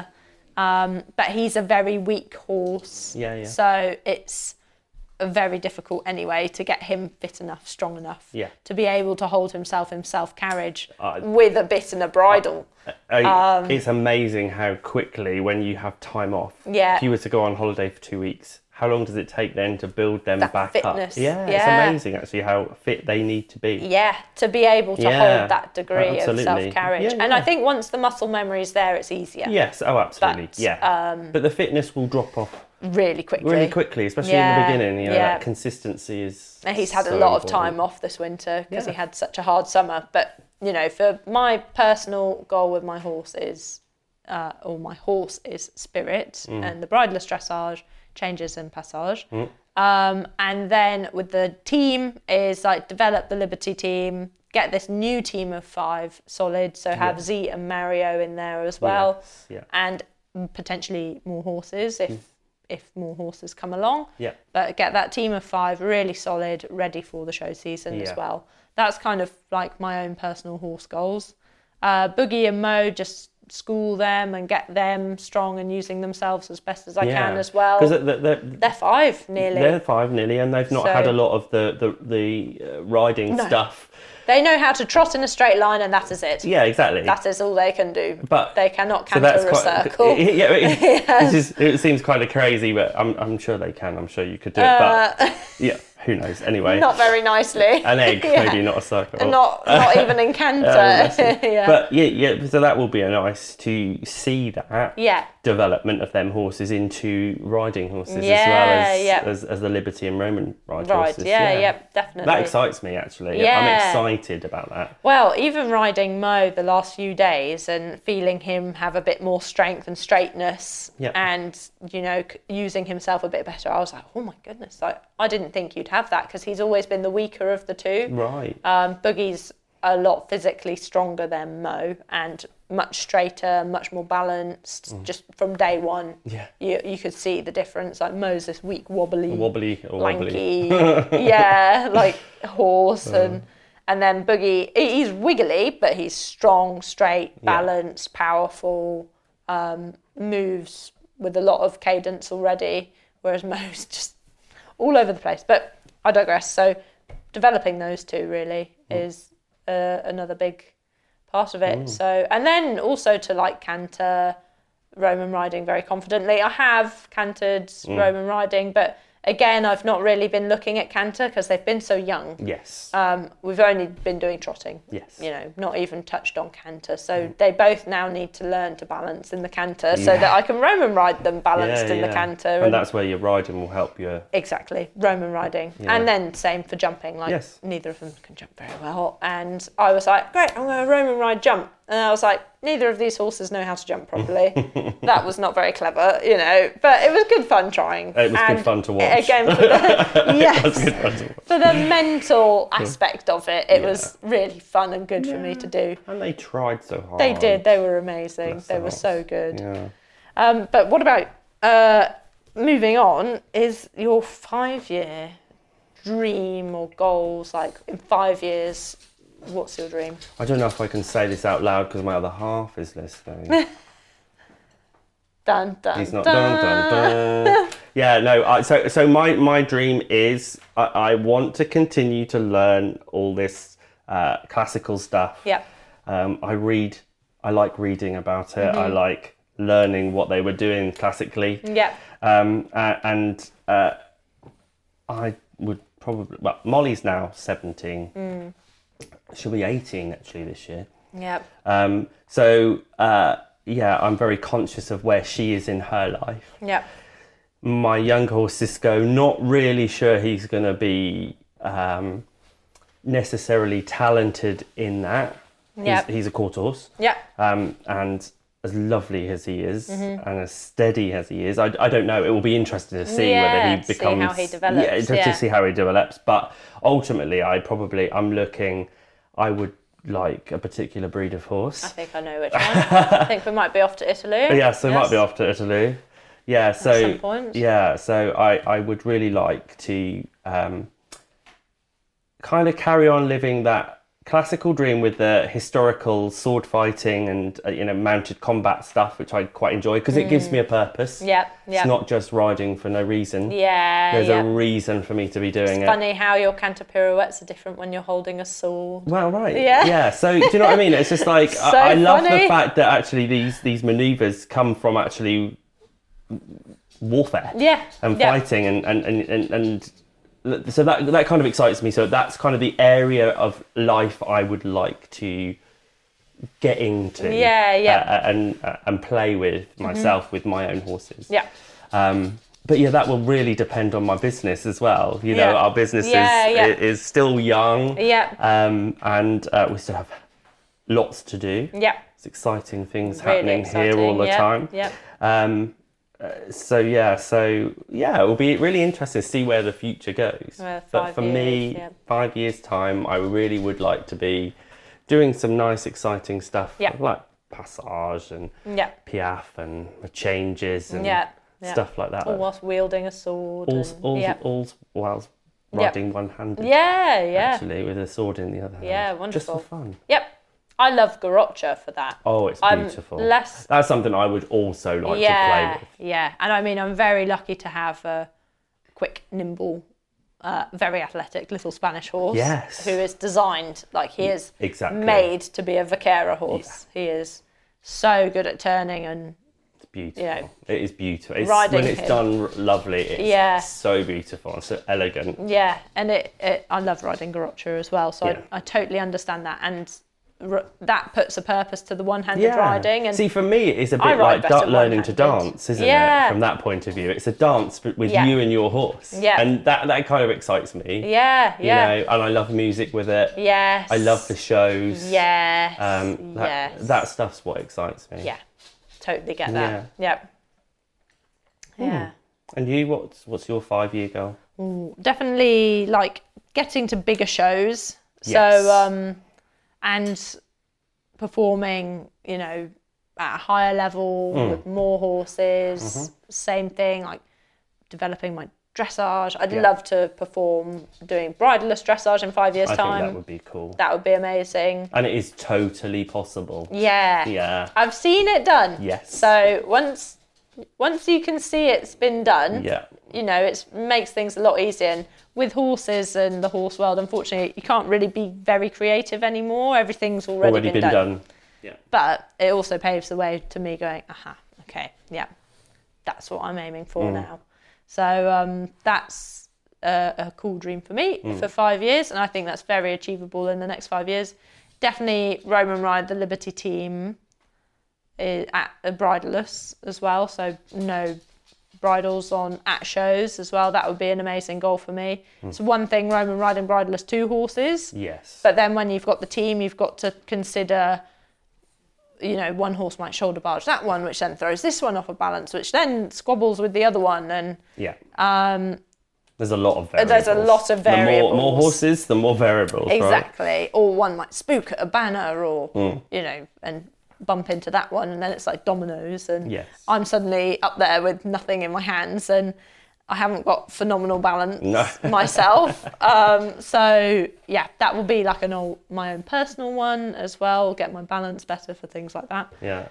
[SPEAKER 2] um, but he's a very weak horse.
[SPEAKER 3] Yeah, yeah.
[SPEAKER 2] So it's very difficult anyway to get him fit enough, strong enough,
[SPEAKER 3] Yeah. Uh,
[SPEAKER 2] to be able to hold himself in self carriage
[SPEAKER 3] I-
[SPEAKER 2] with a bit and a bridle.
[SPEAKER 3] Uh, I-
[SPEAKER 2] Um,
[SPEAKER 3] it's amazing how quickly, when you have time off,
[SPEAKER 2] Yeah.
[SPEAKER 3] if you were to go on holiday for two weeks, how long does it take then to build them
[SPEAKER 2] That
[SPEAKER 3] back
[SPEAKER 2] fitness.
[SPEAKER 3] up? Yeah,
[SPEAKER 2] Yeah.
[SPEAKER 3] it's amazing actually how fit they need to be.
[SPEAKER 2] yeah, to be able to
[SPEAKER 3] Yeah,
[SPEAKER 2] hold that degree
[SPEAKER 3] absolutely.
[SPEAKER 2] of self carriage.
[SPEAKER 3] Yeah,
[SPEAKER 2] And I
[SPEAKER 3] yeah.
[SPEAKER 2] think once the muscle memory is there, it's easier.
[SPEAKER 3] Yes, oh, absolutely.
[SPEAKER 2] But, um,
[SPEAKER 3] yeah. but the fitness will drop off
[SPEAKER 2] Really quickly.
[SPEAKER 3] really quickly, especially
[SPEAKER 2] Yeah,
[SPEAKER 3] in the beginning. You know,
[SPEAKER 2] yeah.
[SPEAKER 3] that consistency is.
[SPEAKER 2] And he's had
[SPEAKER 3] so
[SPEAKER 2] a lot of
[SPEAKER 3] important.
[SPEAKER 2] time off this winter because he
[SPEAKER 3] Yeah.
[SPEAKER 2] had such a hard summer. But you know, for my personal goal with my horse is, uh, or my horse is Spirit
[SPEAKER 3] Mm.
[SPEAKER 2] and the bridleless dressage changes and passage. Um, and then with the team is like develop the Liberty team, get this new team of five solid. So have Z and Mario in there as well,
[SPEAKER 3] Yes, yeah. Mm.
[SPEAKER 2] and potentially more horses if if more horses come along
[SPEAKER 3] Yeah.
[SPEAKER 2] but get that team of five really solid, ready for the show season
[SPEAKER 3] Yeah.
[SPEAKER 2] as well. That's kind of like my own personal horse goals. Uh, Boogie and Mo just school them and get them strong and using themselves as best as I
[SPEAKER 3] yeah.
[SPEAKER 2] can as well.
[SPEAKER 3] Because the, the,
[SPEAKER 2] They're five nearly.
[SPEAKER 3] They're five nearly, and they've not had
[SPEAKER 2] So-
[SPEAKER 3] a lot of the the, the uh, riding
[SPEAKER 2] No.
[SPEAKER 3] stuff
[SPEAKER 2] They know how to trot in a straight line, and that is it.
[SPEAKER 3] Yeah, exactly.
[SPEAKER 2] That is all they can do.
[SPEAKER 3] But-
[SPEAKER 2] they cannot canter a circle.
[SPEAKER 3] Quite, [laughs]
[SPEAKER 2] [laughs]
[SPEAKER 3] yeah, it, This is, it seems kind of crazy, but I'm, I'm sure they can. I'm sure you could do it.
[SPEAKER 2] Uh, [laughs]
[SPEAKER 3] but yeah, who knows? Anyway,
[SPEAKER 2] not very nicely.
[SPEAKER 3] an egg,
[SPEAKER 2] [laughs] Yeah.
[SPEAKER 3] maybe not a circle.
[SPEAKER 2] Not uh, not even
[SPEAKER 3] [laughs]
[SPEAKER 2] in canter. [laughs]
[SPEAKER 3] Yeah, that's it.
[SPEAKER 2] yeah.
[SPEAKER 3] But yeah, yeah. So that will be nice to see that
[SPEAKER 2] yeah.
[SPEAKER 3] development of them horses into riding horses as well
[SPEAKER 2] Yeah,
[SPEAKER 3] as,
[SPEAKER 2] yeah.
[SPEAKER 3] as as the Liberty and Roman ride
[SPEAKER 2] Right.
[SPEAKER 3] horses.
[SPEAKER 2] yeah, Yep. Definitely.
[SPEAKER 3] That excites me actually.
[SPEAKER 2] Yeah.
[SPEAKER 3] I'm excited about that.
[SPEAKER 2] Well, even riding Mo the last few days and feeling him have a bit more strength and straightness
[SPEAKER 3] Yeah.
[SPEAKER 2] and, you know, c- using himself a bit better, I was like, oh my goodness, I, I didn't think you'd have that because he's always been the weaker of the two.
[SPEAKER 3] Right.
[SPEAKER 2] Um, Boogie's a lot physically stronger than Mo and much straighter, much more balanced. Just from day one,
[SPEAKER 3] Mm. Yeah.
[SPEAKER 2] you, you could see the difference. Like Mo's this weak, wobbly,
[SPEAKER 3] Wobbly or wobbly. Uh-huh.
[SPEAKER 2] lanky,
[SPEAKER 3] [laughs]
[SPEAKER 2] yeah, like horse and and then Boogie. he- He's wiggly, but he's strong, straight, balanced, powerful. Um, moves with a lot of cadence already, whereas Mo's [laughs] just all over the place. But I digress. So developing those two really
[SPEAKER 3] Hmm.
[SPEAKER 2] is uh, another big part of it. So and then also to like canter. Roman riding very confidently. I have cantered
[SPEAKER 3] Mm.
[SPEAKER 2] Roman riding, but again, I've not really been looking at canter because they've been so young.
[SPEAKER 3] Yes.
[SPEAKER 2] Um, we've only been doing trotting.
[SPEAKER 3] Yes. Mm.
[SPEAKER 2] You know, not even touched on canter. So they both now need to learn to balance in the canter so that I can Roman ride them balanced in the canter.
[SPEAKER 3] And, that's where your riding will help you.
[SPEAKER 2] Exactly, Roman riding. And then same for jumping, like
[SPEAKER 3] Yes.
[SPEAKER 2] neither of them can jump very well. And I was like, great, I'm going to Roman ride jump. And I was like, neither of these horses know how to jump properly.
[SPEAKER 3] [laughs]
[SPEAKER 2] that was not very clever, you know, but it was good fun trying.
[SPEAKER 3] It was good
[SPEAKER 2] And
[SPEAKER 3] fun to watch.
[SPEAKER 2] Again, for
[SPEAKER 3] [laughs]
[SPEAKER 2] the,
[SPEAKER 3] That's a
[SPEAKER 2] [laughs] yes,
[SPEAKER 3] good one to watch.
[SPEAKER 2] for the mental aspect of it, it was really fun and good for me to do.
[SPEAKER 3] And they tried so hard.
[SPEAKER 2] They did, they were amazing,
[SPEAKER 3] Bless
[SPEAKER 2] they
[SPEAKER 3] their
[SPEAKER 2] were
[SPEAKER 3] hearts.
[SPEAKER 2] so good.
[SPEAKER 3] Yeah.
[SPEAKER 2] Um, but what about uh, moving on? Is your five-year dream or goals like in five years? What's your dream?
[SPEAKER 3] I don't know if I can say this out loud because my other half is listening.
[SPEAKER 2] Dun dun
[SPEAKER 3] He's not.
[SPEAKER 2] dun.
[SPEAKER 3] Dun, dun, dun. Yeah, no. I, so, so my my dream is I, I want to continue to learn all this uh, classical stuff.
[SPEAKER 2] Yeah.
[SPEAKER 3] Um, I read. I like reading about it. I like learning what they were doing classically.
[SPEAKER 2] Yeah.
[SPEAKER 3] Um, a- and uh, I would probably. Well, Molly's now seventeen. She'll be eighteen actually this year.
[SPEAKER 2] Yeah.
[SPEAKER 3] Um, so uh, yeah, I'm very conscious of where she is in her life.
[SPEAKER 2] Yeah.
[SPEAKER 3] My young horse Cisco, not really sure he's going to be um, necessarily talented in that.
[SPEAKER 2] Yeah.
[SPEAKER 3] He's, he's a quarter horse.
[SPEAKER 2] Yeah.
[SPEAKER 3] Um, and as lovely as he is
[SPEAKER 2] Mm-hmm.
[SPEAKER 3] and as steady as he is, I, I don't know. It will be interesting to see
[SPEAKER 2] Yeah,
[SPEAKER 3] whether
[SPEAKER 2] to
[SPEAKER 3] he
[SPEAKER 2] see
[SPEAKER 3] becomes
[SPEAKER 2] how he develops,
[SPEAKER 3] Yeah, to,
[SPEAKER 2] yeah.
[SPEAKER 3] to see how he develops. But ultimately, I probably I'm looking. I would like a particular breed of horse.
[SPEAKER 2] I think I know which one.
[SPEAKER 3] [laughs]
[SPEAKER 2] I think we might be off to Italy.
[SPEAKER 3] Yeah, so it might be
[SPEAKER 2] Yes.
[SPEAKER 3] after Italy. Yeah, so
[SPEAKER 2] some point.
[SPEAKER 3] yeah, so I I would really like to um, kind of carry on living that classical dream with the historical sword fighting and uh, you know mounted combat stuff, which I quite enjoy because it
[SPEAKER 2] Mm.
[SPEAKER 3] gives me a purpose.
[SPEAKER 2] Yeah. Yeah.
[SPEAKER 3] it's not just riding for no reason.
[SPEAKER 2] yeah.
[SPEAKER 3] There's
[SPEAKER 2] yeah.
[SPEAKER 3] a reason for me to be doing it.
[SPEAKER 2] Funny how your canter pirouettes are different when you're holding a sword.
[SPEAKER 3] Well, right.
[SPEAKER 2] Yeah.
[SPEAKER 3] Yeah. So do you know what I mean? It's just like
[SPEAKER 2] [laughs] So
[SPEAKER 3] I, I love
[SPEAKER 2] funny.
[SPEAKER 3] the fact that actually these these manoeuvres come from actually warfare.
[SPEAKER 2] Yeah,
[SPEAKER 3] And
[SPEAKER 2] yeah.
[SPEAKER 3] fighting and and and and. and so that that kind of excites me. So that's kind of the area of life I would like to get into.
[SPEAKER 2] Yeah, yeah. Mm-hmm.
[SPEAKER 3] uh, and uh, and play with myself with my own horses.
[SPEAKER 2] Yeah.
[SPEAKER 3] Um, but yeah, that will really depend on my business as well. You know,
[SPEAKER 2] Yeah.
[SPEAKER 3] our business
[SPEAKER 2] Yeah,
[SPEAKER 3] is
[SPEAKER 2] yeah.
[SPEAKER 3] i- is still young.
[SPEAKER 2] Yeah.
[SPEAKER 3] Um, and uh, we still have lots to do.
[SPEAKER 2] Yeah.
[SPEAKER 3] It's exciting things
[SPEAKER 2] Really
[SPEAKER 3] happening
[SPEAKER 2] exciting.
[SPEAKER 3] here all the
[SPEAKER 2] yeah.
[SPEAKER 3] time.
[SPEAKER 2] Yeah.
[SPEAKER 3] Um, uh, so yeah, so yeah, it will be really interesting to see where the future goes.
[SPEAKER 2] Well, five
[SPEAKER 3] but for me,
[SPEAKER 2] years, yeah.
[SPEAKER 3] five years time, I really would like to be doing some nice, exciting stuff
[SPEAKER 2] Yeah.
[SPEAKER 3] like passage and
[SPEAKER 2] Yeah.
[SPEAKER 3] Piaf and changes and
[SPEAKER 2] Yeah. Yeah.
[SPEAKER 3] stuff like that.
[SPEAKER 2] All whilst wielding a sword.
[SPEAKER 3] all's,
[SPEAKER 2] and-
[SPEAKER 3] all's,
[SPEAKER 2] yeah.
[SPEAKER 3] all's whilst
[SPEAKER 2] Yeah.
[SPEAKER 3] riding one-handed,
[SPEAKER 2] yeah. Yeah.
[SPEAKER 3] actually, with a sword in the other hand.
[SPEAKER 2] Yeah,
[SPEAKER 3] Just
[SPEAKER 2] wonderful.
[SPEAKER 3] for fun.
[SPEAKER 2] Yep. I love Garocha for that.
[SPEAKER 3] Oh, it's
[SPEAKER 2] I'm
[SPEAKER 3] beautiful.
[SPEAKER 2] less-
[SPEAKER 3] That's something I would also like to play
[SPEAKER 2] yeah,
[SPEAKER 3] with.
[SPEAKER 2] yeah. And I mean, I'm very lucky to have a quick, nimble uh, very athletic little Spanish horse.
[SPEAKER 3] Yes. E-
[SPEAKER 2] Who is designed like he is
[SPEAKER 3] Exactly.
[SPEAKER 2] made to be a vaquera horse. He is so good at turning and
[SPEAKER 3] It's beautiful.
[SPEAKER 2] Yeah.
[SPEAKER 3] It is beautiful. It's,
[SPEAKER 2] Riding
[SPEAKER 3] when it's
[SPEAKER 2] him.
[SPEAKER 3] done r- lovely, it's
[SPEAKER 2] Yeah.
[SPEAKER 3] so beautiful and so elegant.
[SPEAKER 2] yeah, and it, it I love riding Garocha as well. So
[SPEAKER 3] Yeah.
[SPEAKER 2] I, I totally understand that and. r- That puts a purpose to the one-handed
[SPEAKER 3] Yeah.
[SPEAKER 2] riding, and
[SPEAKER 3] See, for me, it's a
[SPEAKER 2] I
[SPEAKER 3] bit
[SPEAKER 2] ride
[SPEAKER 3] like
[SPEAKER 2] better
[SPEAKER 3] da- learning to
[SPEAKER 2] one-handed.
[SPEAKER 3] dance, isn't
[SPEAKER 2] Yeah.
[SPEAKER 3] it? From that point of view, it's a dance b- with
[SPEAKER 2] Yeah.
[SPEAKER 3] you and your horse.
[SPEAKER 2] Yeah.
[SPEAKER 3] And that, that kind of excites me.
[SPEAKER 2] yeah, yeah,
[SPEAKER 3] You know, and I love music with it.
[SPEAKER 2] yes.
[SPEAKER 3] I love the shows.
[SPEAKER 2] Yes.
[SPEAKER 3] Um, that,
[SPEAKER 2] yes.
[SPEAKER 3] that stuff's what excites me.
[SPEAKER 2] Yeah. Totally get that. Yep.
[SPEAKER 3] Hmm.
[SPEAKER 2] Yeah.
[SPEAKER 3] And you, what's what's your five year goal?
[SPEAKER 2] Definitely like getting to bigger shows.
[SPEAKER 3] Yes.
[SPEAKER 2] So um and performing, you know, at a higher level
[SPEAKER 3] Hmm.
[SPEAKER 2] with more horses.
[SPEAKER 3] Mm-hmm.
[SPEAKER 2] Same thing, like developing my dressage. I'd
[SPEAKER 3] Yeah.
[SPEAKER 2] love to perform doing bridleless dressage in five years'
[SPEAKER 3] I
[SPEAKER 2] time.
[SPEAKER 3] think that would be cool.
[SPEAKER 2] that would be amazing.
[SPEAKER 3] and it is totally possible.
[SPEAKER 2] Yeah.
[SPEAKER 3] Yeah.
[SPEAKER 2] I've seen it done.
[SPEAKER 3] Yes.
[SPEAKER 2] So once once you can see it's been done,
[SPEAKER 3] Yeah.
[SPEAKER 2] you know, it makes things a lot easier. And with horses and the horse world, unfortunately, you can't really be very creative anymore. Everything's already,
[SPEAKER 3] Already been, done.
[SPEAKER 2] But it also paves the way to me going, aha, okay, yeah, that's what I'm aiming for now. So um, that's a, a cool dream for me for five years, and I think that's very achievable in the next five years. Definitely Roman Ride, the Liberty team, i- at a bridleless as well, so no bridles on at shows as well. That would be an amazing goal for me. It's one thing Roman Ride and bridleless two horses.
[SPEAKER 3] Yes.
[SPEAKER 2] But then when you've got the team, you've got to consider, you know, one horse might shoulder barge that one, which then throws this one off a balance, which then squabbles with the other one. And
[SPEAKER 3] yeah. Um, there's a lot of variables.
[SPEAKER 2] there's a lot of
[SPEAKER 3] The more,
[SPEAKER 2] variables.
[SPEAKER 3] more horses, the more variables. Right?
[SPEAKER 2] exactly, or one might spook at a banner, or
[SPEAKER 3] Hmm.
[SPEAKER 2] you know, and bump into that one, and then it's like dominoes, and
[SPEAKER 3] Yes.
[SPEAKER 2] I'm suddenly up there with nothing in my hands, and I haven't got phenomenal balance
[SPEAKER 3] No.
[SPEAKER 2] [laughs] myself. Um, so yeah, that will be like an old, my own personal one as well. Get my balance better for things like that.
[SPEAKER 3] Yeah.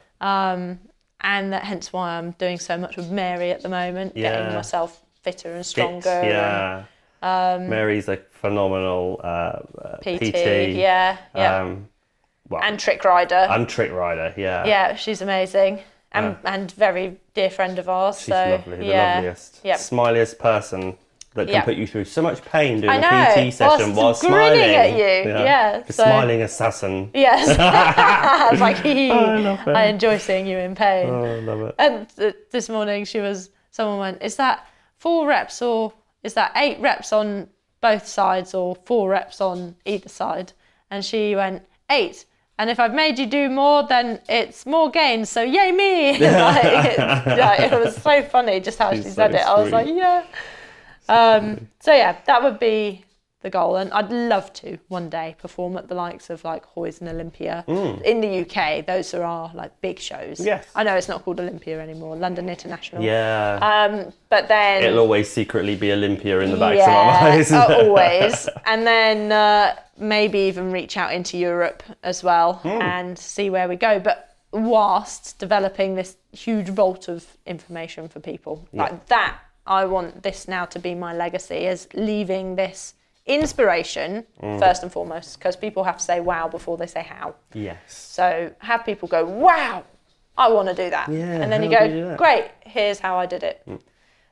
[SPEAKER 2] and that hence why I'm doing so much with Mary at the moment,
[SPEAKER 3] Yeah.
[SPEAKER 2] getting myself fitter and
[SPEAKER 3] Fit,
[SPEAKER 2] stronger. and um,
[SPEAKER 3] Yeah. Mary's a phenomenal uh, uh,
[SPEAKER 2] PT,
[SPEAKER 3] PT.
[SPEAKER 2] yeah, yeah,
[SPEAKER 3] Um, well,
[SPEAKER 2] and
[SPEAKER 3] and,
[SPEAKER 2] trick rider.
[SPEAKER 3] trick rider. Yeah.
[SPEAKER 2] yeah, she's amazing and and very dear friend of ours.
[SPEAKER 3] She's
[SPEAKER 2] so
[SPEAKER 3] lovely. The
[SPEAKER 2] yeah,
[SPEAKER 3] loveliest.
[SPEAKER 2] Yep.
[SPEAKER 3] Smiliest person that can
[SPEAKER 2] Yep.
[SPEAKER 3] put you through so much pain
[SPEAKER 2] I
[SPEAKER 3] during
[SPEAKER 2] know,
[SPEAKER 3] a PT
[SPEAKER 2] whilst
[SPEAKER 3] session while
[SPEAKER 2] grinning
[SPEAKER 3] smiling
[SPEAKER 2] at you, yeah,
[SPEAKER 3] The
[SPEAKER 2] so-
[SPEAKER 3] smiling assassin.
[SPEAKER 2] Yes, [laughs] I was
[SPEAKER 3] [laughs]
[SPEAKER 2] like, hee.
[SPEAKER 3] love
[SPEAKER 2] I,
[SPEAKER 3] it.
[SPEAKER 2] enjoy seeing you in pain.
[SPEAKER 3] Oh, I love it.
[SPEAKER 2] And th- this morning, she was. Someone went, "Is that four reps or is that eight reps on both sides or four reps on either side?" And she went, eight. And if I've made you do more, then it's more gains. So yay me! [laughs]
[SPEAKER 3] [laughs]
[SPEAKER 2] like, it, like, it was so funny just how
[SPEAKER 3] She's
[SPEAKER 2] she said
[SPEAKER 3] so
[SPEAKER 2] it. I was
[SPEAKER 3] sweet.
[SPEAKER 2] like, yeah. Um, so yeah, that would be the goal, and I'd love to one day perform at the likes of like Hoys and Olympia in the UK. Those are our like big shows.
[SPEAKER 3] Mm. Yes.
[SPEAKER 2] I know it's not called Olympia anymore, London International.
[SPEAKER 3] Yeah.
[SPEAKER 2] Um, but then
[SPEAKER 3] It'll always secretly be Olympia in the back
[SPEAKER 2] yeah,
[SPEAKER 3] of my mind. isn't
[SPEAKER 2] uh,
[SPEAKER 3] it?
[SPEAKER 2] always. And then uh, maybe even reach out into Europe as well
[SPEAKER 3] Hmm.
[SPEAKER 2] and see where we go. But whilst developing this huge vault of information for people, like that, I want this now to be my legacy is leaving this inspiration
[SPEAKER 3] Hmm.
[SPEAKER 2] first and foremost because people have to say wow before they say how.
[SPEAKER 3] [laughs] Yes.
[SPEAKER 2] So have people go, wow, I want to do that.
[SPEAKER 3] Yeah,
[SPEAKER 2] and then you
[SPEAKER 3] how
[SPEAKER 2] go,
[SPEAKER 3] do you do that? Hmm.
[SPEAKER 2] great, here's how I did it.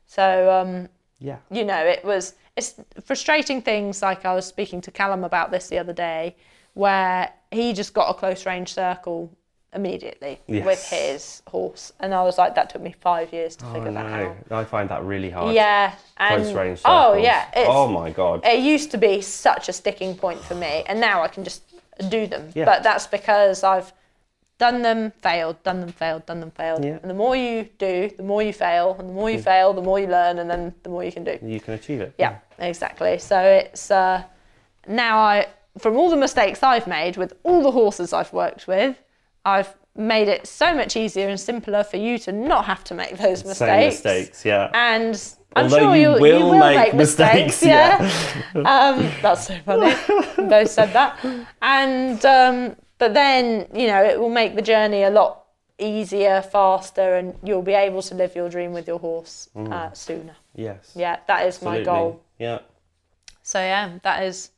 [SPEAKER 2] So, um,
[SPEAKER 3] Yeah.
[SPEAKER 2] you know, it was it's frustrating things like I was speaking to Callum about this the other day, where he just got a close range circle immediately with
[SPEAKER 3] Yes.
[SPEAKER 2] his horse, and I was like, that took me five years to
[SPEAKER 3] I
[SPEAKER 2] figure that
[SPEAKER 3] know.
[SPEAKER 2] out.
[SPEAKER 3] Oh, I find that really hard.
[SPEAKER 2] Yeah, and
[SPEAKER 3] Close range.
[SPEAKER 2] oh
[SPEAKER 3] circles.
[SPEAKER 2] yeah, it's,
[SPEAKER 3] oh my god.
[SPEAKER 2] it used to be such a sticking point for me, and now I can just do them.
[SPEAKER 3] Yeah.
[SPEAKER 2] But that's because I've done them, failed, done them, failed, done them, failed.
[SPEAKER 3] Yeah.
[SPEAKER 2] And the more you do, the more you fail, and the more you fail, the more you learn, and then the more you can do.
[SPEAKER 3] You can achieve it.
[SPEAKER 2] Yeah, exactly. So it's uh, now I, from all the mistakes I've made with all the horses I've worked with, I've made it so much easier and simpler for you to not have to make those mistakes.
[SPEAKER 3] Same mistakes. Yeah.
[SPEAKER 2] And I'm
[SPEAKER 3] Although
[SPEAKER 2] sure
[SPEAKER 3] you
[SPEAKER 2] you'll,
[SPEAKER 3] will
[SPEAKER 2] make,
[SPEAKER 3] make
[SPEAKER 2] mistakes.
[SPEAKER 3] mistakes,
[SPEAKER 2] yeah. [laughs] um, that's so funny. Both said that. And um, but then you know it will make the journey a lot easier, faster, and you'll be able to live your dream with your horse uh, sooner.
[SPEAKER 3] Yes.
[SPEAKER 2] Yeah, that is my
[SPEAKER 3] Mm. Absolutely.
[SPEAKER 2] goal.
[SPEAKER 3] Yeah.
[SPEAKER 2] So yeah, that is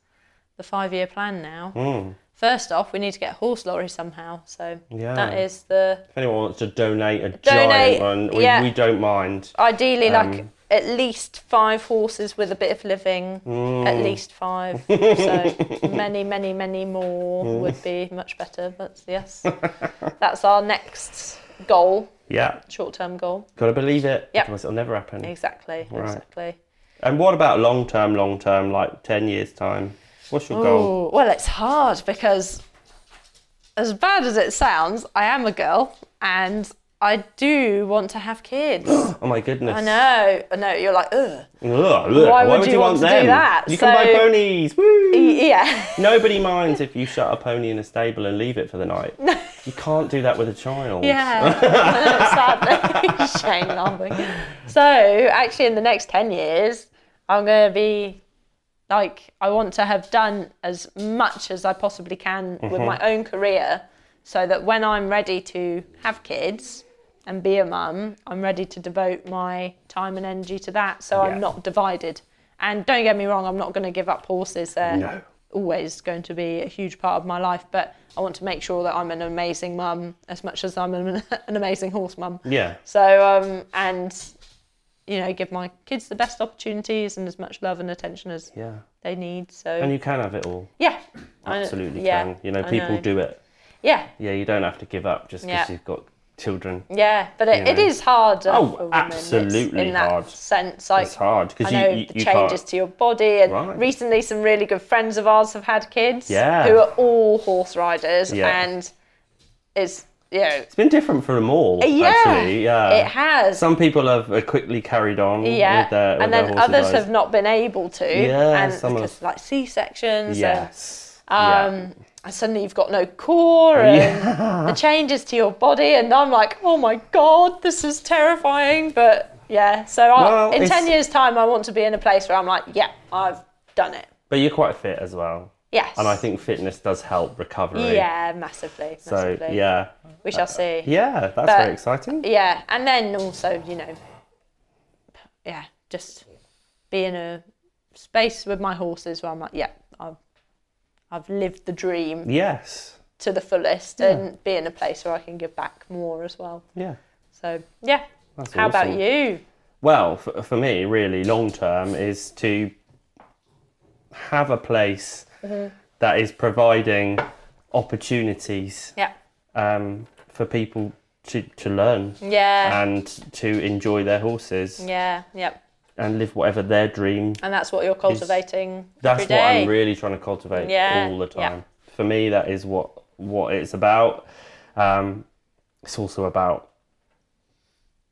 [SPEAKER 2] the five-year plan now.
[SPEAKER 3] Mm.
[SPEAKER 2] First off, we need to get a horse lorry somehow. So
[SPEAKER 3] Yeah.
[SPEAKER 2] that is the
[SPEAKER 3] If anyone wants to donate a
[SPEAKER 2] Donate,
[SPEAKER 3] giant one, we,
[SPEAKER 2] yeah.
[SPEAKER 3] we don't mind.
[SPEAKER 2] ideally like at least five horses with a bit of living. At least five. so many, many, many more would be much better. But yes, that's our next goal,
[SPEAKER 3] Yeah,
[SPEAKER 2] short-term goal.
[SPEAKER 3] gotta believe it.
[SPEAKER 2] Yeah.
[SPEAKER 3] Otherwise it'll never happen.
[SPEAKER 2] Exactly.
[SPEAKER 3] Right.
[SPEAKER 2] Exactly.
[SPEAKER 3] And what about long term, long term, like 10 years' time? What's your goal?
[SPEAKER 2] Ooh, well, it's hard because, as bad as it sounds, I am a girl and I do want to have kids.
[SPEAKER 3] Oh my goodness.
[SPEAKER 2] I know, I know. You're like, [laughs] ugh.
[SPEAKER 3] Ugh, look,
[SPEAKER 2] Why would you want to do
[SPEAKER 3] them?
[SPEAKER 2] that?
[SPEAKER 3] You can buy
[SPEAKER 2] So-
[SPEAKER 3] ponies. Woo!
[SPEAKER 2] Yeah.
[SPEAKER 3] Nobody minds if you shut a pony in a stable and leave it for the night. you can't do that with a child.
[SPEAKER 2] Yeah.
[SPEAKER 3] [laughs]
[SPEAKER 2] [laughs] I know, it's sad. Shane laughing. So, actually, in the next 10 years, I'm going to be like, I want to have done as much as I possibly can with my
[SPEAKER 3] Mm-hmm.
[SPEAKER 2] own career so that when I'm ready to have kids and be a mum, I'm ready to devote my time and energy to that so
[SPEAKER 3] Yeah.
[SPEAKER 2] I'm not divided. And don't get me wrong, I'm not going to give up horses. They're
[SPEAKER 3] No.
[SPEAKER 2] always going to be a huge part of my life, but I want to make sure that I'm an amazing mum as much as I'm an, [laughs] an amazing horse mum.
[SPEAKER 3] Yeah.
[SPEAKER 2] So, um, and you know, give my kids the best opportunities and as much love and attention as
[SPEAKER 3] Yeah.
[SPEAKER 2] they need. So,
[SPEAKER 3] And you can have it all.
[SPEAKER 2] yeah, I-
[SPEAKER 3] Absolutely
[SPEAKER 2] yeah,
[SPEAKER 3] can. You know,
[SPEAKER 2] I
[SPEAKER 3] people
[SPEAKER 2] know.
[SPEAKER 3] do it.
[SPEAKER 2] Yeah,
[SPEAKER 3] Yeah, you don't have to give up just because
[SPEAKER 2] Yeah.
[SPEAKER 3] you've got children.
[SPEAKER 2] yeah, but it, it
[SPEAKER 3] know.
[SPEAKER 2] is hard. uh,
[SPEAKER 3] Oh,
[SPEAKER 2] for women. It's-
[SPEAKER 3] absolutely
[SPEAKER 2] in that
[SPEAKER 3] hard.
[SPEAKER 2] sense. Like,
[SPEAKER 3] It's hard
[SPEAKER 2] I
[SPEAKER 3] because you,
[SPEAKER 2] know
[SPEAKER 3] you,
[SPEAKER 2] the
[SPEAKER 3] you
[SPEAKER 2] changes
[SPEAKER 3] can't.
[SPEAKER 2] to your body, and
[SPEAKER 3] Right.
[SPEAKER 2] recently some really good friends of ours have had kids
[SPEAKER 3] Yeah.
[SPEAKER 2] who are all horse riders,
[SPEAKER 3] Yeah.
[SPEAKER 2] and it's you know,
[SPEAKER 3] It's been different for them all.
[SPEAKER 2] Uh, yeah,
[SPEAKER 3] actually. Yeah.
[SPEAKER 2] it has,
[SPEAKER 3] Some people have uh, quickly carried on
[SPEAKER 2] yeah,
[SPEAKER 3] with their, with
[SPEAKER 2] and
[SPEAKER 3] their
[SPEAKER 2] then
[SPEAKER 3] horses'
[SPEAKER 2] others
[SPEAKER 3] eyes.
[SPEAKER 2] have not been able to,
[SPEAKER 3] Yeah,
[SPEAKER 2] and
[SPEAKER 3] some
[SPEAKER 2] because
[SPEAKER 3] have-
[SPEAKER 2] like C sections,
[SPEAKER 3] Yes.
[SPEAKER 2] um,
[SPEAKER 3] yeah.
[SPEAKER 2] and suddenly you've got no core, and the changes to your body, and I'm like, oh my god, this is terrifying, but. Yeah, so I,
[SPEAKER 3] Well,
[SPEAKER 2] in
[SPEAKER 3] it's-
[SPEAKER 2] 10 years' time, I want to be in a place where I'm like, yeah, I've done it.
[SPEAKER 3] But you're quite fit as well.
[SPEAKER 2] Yes.
[SPEAKER 3] And I think fitness does help recovery.
[SPEAKER 2] Yeah, massively.
[SPEAKER 3] So,
[SPEAKER 2] massively.
[SPEAKER 3] yeah. uh,
[SPEAKER 2] We shall see. Yeah.
[SPEAKER 3] Yeah, that's
[SPEAKER 2] But-
[SPEAKER 3] very exciting.
[SPEAKER 2] And then also, you know, yeah, just be in a space with my horses where I'm like, yeah, I've, I've lived the dream
[SPEAKER 3] Yes.
[SPEAKER 2] to the fullest and be in a place where I can give back more as well.
[SPEAKER 3] Yeah.
[SPEAKER 2] So, yeah.
[SPEAKER 3] That's
[SPEAKER 2] How about
[SPEAKER 3] awesome.
[SPEAKER 2] you?
[SPEAKER 3] Well, for, for me, really, long term is to have a place
[SPEAKER 2] Mm-hmm.
[SPEAKER 3] that is providing opportunities
[SPEAKER 2] Yeah.
[SPEAKER 3] um, for people to, to learn
[SPEAKER 2] Yeah.
[SPEAKER 3] and to enjoy their horses
[SPEAKER 2] yeah. Yep.
[SPEAKER 3] and live whatever their dream
[SPEAKER 2] And that's what you're cultivating
[SPEAKER 3] That's
[SPEAKER 2] every
[SPEAKER 3] what
[SPEAKER 2] day.
[SPEAKER 3] I'm really trying to cultivate
[SPEAKER 2] Yeah,
[SPEAKER 3] all the
[SPEAKER 2] yeah.
[SPEAKER 3] time. For me, that is what what it's about. Um, it's also about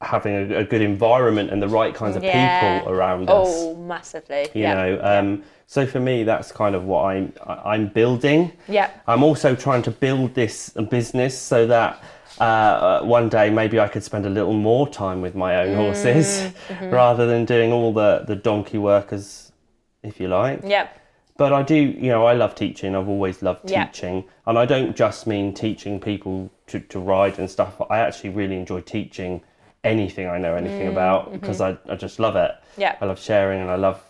[SPEAKER 3] having a, a good environment and the right kinds of
[SPEAKER 2] Yeah.
[SPEAKER 3] people around us.
[SPEAKER 2] oh, massively.
[SPEAKER 3] You
[SPEAKER 2] yeah.
[SPEAKER 3] know, um, so for me, that's kind of what I'm I- I'm building.
[SPEAKER 2] Yeah.
[SPEAKER 3] I'm also trying to build this business so that uh, uh, one day maybe I could spend a little more time with my own horses
[SPEAKER 2] Mm-hmm.
[SPEAKER 3] [laughs] rather than doing all the the donkey workers, if you like
[SPEAKER 2] Yep.
[SPEAKER 3] but I do, you know, I love teaching. I've always loved
[SPEAKER 2] Yeah.
[SPEAKER 3] teaching, and I don't just mean teaching people to, to ride and stuff. I actually really enjoy teaching anything I know anything about because I, I just love it.
[SPEAKER 2] Mm, mm-hmm. Yeah.
[SPEAKER 3] I love sharing, and I love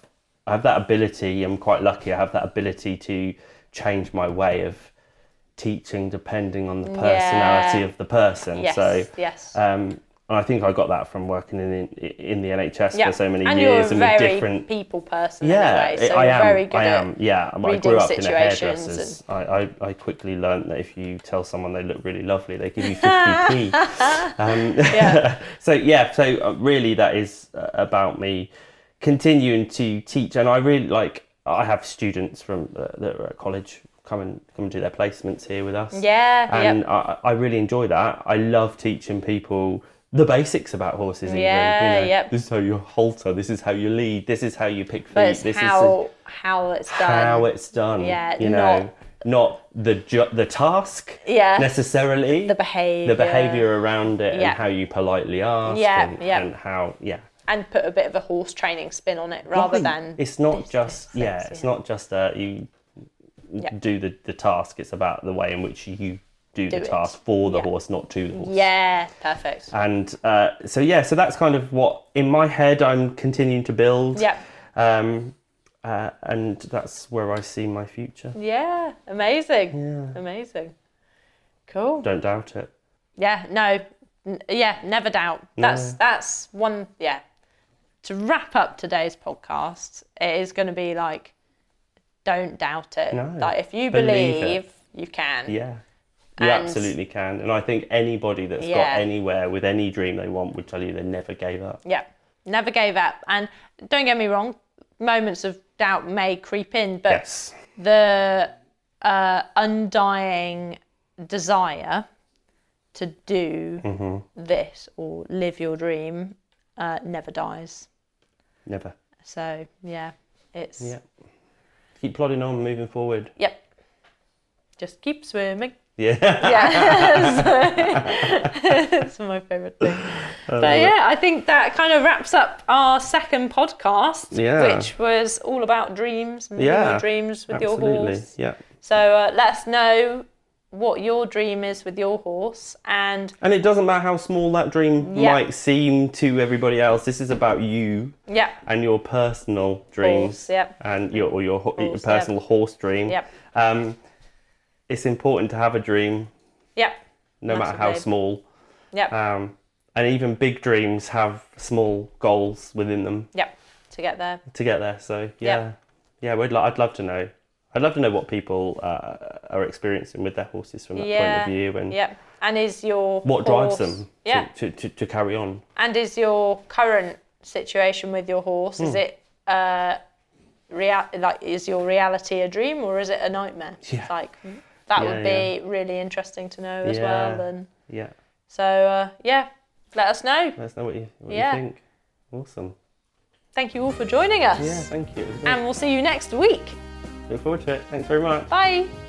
[SPEAKER 3] I have that ability. I'm quite lucky. I have that ability to change my way of teaching depending on the personality
[SPEAKER 2] Yeah.
[SPEAKER 3] of the person.
[SPEAKER 2] Yes.
[SPEAKER 3] So,
[SPEAKER 2] yes.
[SPEAKER 3] um, and I think I got that from working in in the NHS for so many
[SPEAKER 2] and you're a
[SPEAKER 3] years and
[SPEAKER 2] very
[SPEAKER 3] with different
[SPEAKER 2] people person
[SPEAKER 3] yeah,
[SPEAKER 2] anyway, so
[SPEAKER 3] I
[SPEAKER 2] you're
[SPEAKER 3] am.
[SPEAKER 2] very good
[SPEAKER 3] I
[SPEAKER 2] at
[SPEAKER 3] am. Yeah, I mean, I
[SPEAKER 2] reading
[SPEAKER 3] grew up in a
[SPEAKER 2] situations
[SPEAKER 3] hairdresser's. I, I, I quickly learned that if you tell someone they look really lovely, they give
[SPEAKER 2] [laughs]
[SPEAKER 3] you 50p. um, [laughs] so yeah, so uh, really that is uh, about me continuing to teach, and I really like. I have students from uh, that are at college come and come and do their placements here with us.
[SPEAKER 2] Yeah,
[SPEAKER 3] and
[SPEAKER 2] yep.
[SPEAKER 3] I, I really enjoy that. I love teaching people. The basics about horses, even.
[SPEAKER 2] Yeah,
[SPEAKER 3] you know,
[SPEAKER 2] yep.
[SPEAKER 3] This is how you halter. This is how you lead. This is how you pick feet.
[SPEAKER 2] but it's
[SPEAKER 3] this is the-
[SPEAKER 2] how how it's done.
[SPEAKER 3] how it's done.
[SPEAKER 2] Yeah,
[SPEAKER 3] you know, not, the ju- the task
[SPEAKER 2] Yeah.
[SPEAKER 3] necessarily.
[SPEAKER 2] the behaviour.
[SPEAKER 3] The behaviour around it
[SPEAKER 2] Yeah.
[SPEAKER 3] and how you politely ask
[SPEAKER 2] Yeah,
[SPEAKER 3] and,
[SPEAKER 2] yeah.
[SPEAKER 3] and how yeah.
[SPEAKER 2] And put a bit of a horse training spin on it rather
[SPEAKER 3] Right.
[SPEAKER 2] than
[SPEAKER 3] it's not
[SPEAKER 2] this,
[SPEAKER 3] just
[SPEAKER 2] this,
[SPEAKER 3] yeah,
[SPEAKER 2] this,
[SPEAKER 3] it's
[SPEAKER 2] yeah.
[SPEAKER 3] not just uh, you do the, the task, it's about the way in which you do,
[SPEAKER 2] Do it.
[SPEAKER 3] the task for the
[SPEAKER 2] Yeah.
[SPEAKER 3] horse, not to the horse.
[SPEAKER 2] Yeah, perfect.
[SPEAKER 3] And uh, so yeah, so that's kind of what in my head I'm continuing to build.
[SPEAKER 2] Yep.
[SPEAKER 3] Um, uh, and that's where I see my future.
[SPEAKER 2] Yeah, amazing. Amazing. Cool.
[SPEAKER 3] Don't doubt it.
[SPEAKER 2] Yeah, no. N- yeah, never doubt. That's that's one yeah. To wrap up today's podcast, it is going to be like don't doubt it.
[SPEAKER 3] No,
[SPEAKER 2] like if you
[SPEAKER 3] believe
[SPEAKER 2] believe,
[SPEAKER 3] it.
[SPEAKER 2] you can.
[SPEAKER 3] Yeah. You
[SPEAKER 2] And-
[SPEAKER 3] absolutely can. And I think anybody that's
[SPEAKER 2] Yeah.
[SPEAKER 3] got anywhere with any dream they want would tell you they never gave up.
[SPEAKER 2] Yeah, never gave up. And don't get me wrong, moments of doubt may creep in, but
[SPEAKER 3] Yes.
[SPEAKER 2] the uh, undying desire to do
[SPEAKER 3] Mm-hmm.
[SPEAKER 2] this or live your dream uh, never dies.
[SPEAKER 3] Never.
[SPEAKER 2] So yeah, it's
[SPEAKER 3] Yeah. Keep plodding on, moving forward. [laughs]
[SPEAKER 2] yep. Just keep swimming. [laughs]
[SPEAKER 3] Yeah.
[SPEAKER 2] That's my favourite
[SPEAKER 3] [laughs]
[SPEAKER 2] thing. But yeah, I think that kind of wraps up our second podcast,
[SPEAKER 3] Yeah.
[SPEAKER 2] which was all about dreams, and living
[SPEAKER 3] Yeah,
[SPEAKER 2] your dreams with your
[SPEAKER 3] Absolutely.
[SPEAKER 2] horse.
[SPEAKER 3] Yeah.
[SPEAKER 2] So uh, let us know what your dream is with your horse, and
[SPEAKER 3] And it doesn't matter how small that dream
[SPEAKER 2] Yeah.
[SPEAKER 3] might seem to everybody else. This is about you
[SPEAKER 2] yeah,
[SPEAKER 3] and your personal dreams
[SPEAKER 2] Horse, yep.
[SPEAKER 3] and your or your, ho- your
[SPEAKER 2] Horse,
[SPEAKER 3] personal horse dream.
[SPEAKER 2] Yep.
[SPEAKER 3] Um, it's important to have a dream,
[SPEAKER 2] yeah,
[SPEAKER 3] no matter how
[SPEAKER 2] Massively.
[SPEAKER 3] small.
[SPEAKER 2] yeah,
[SPEAKER 3] Um, and even big dreams have small goals within them
[SPEAKER 2] yeah, to get there.
[SPEAKER 3] to get there. So yeah, yeah, we'd lo- I'd love to know. I'd love to know what people uh, are experiencing with their horses from that
[SPEAKER 2] yeah,
[SPEAKER 3] point of view and
[SPEAKER 2] yeah. And is your
[SPEAKER 3] what drives
[SPEAKER 2] horse-
[SPEAKER 3] them
[SPEAKER 2] Yeah,
[SPEAKER 3] to, to, to, to carry on.
[SPEAKER 2] and is your current situation with your horse?
[SPEAKER 3] Hmm.
[SPEAKER 2] Is it uh, real? Like, is your reality a dream or is it a nightmare?
[SPEAKER 3] Yeah.
[SPEAKER 2] Like, hmm, that
[SPEAKER 3] Yeah,
[SPEAKER 2] would be really interesting to know as
[SPEAKER 3] Yeah.
[SPEAKER 2] well. And
[SPEAKER 3] Yeah,
[SPEAKER 2] so, uh, yeah, let us know.
[SPEAKER 3] let us know what you what
[SPEAKER 2] Yeah.
[SPEAKER 3] you think. Awesome.
[SPEAKER 2] Thank you all for joining us, Um,
[SPEAKER 3] Yeah, thank you. It was great.
[SPEAKER 2] and we'll see you next week.
[SPEAKER 3] Look forward to it. Thanks very much.
[SPEAKER 2] Bye.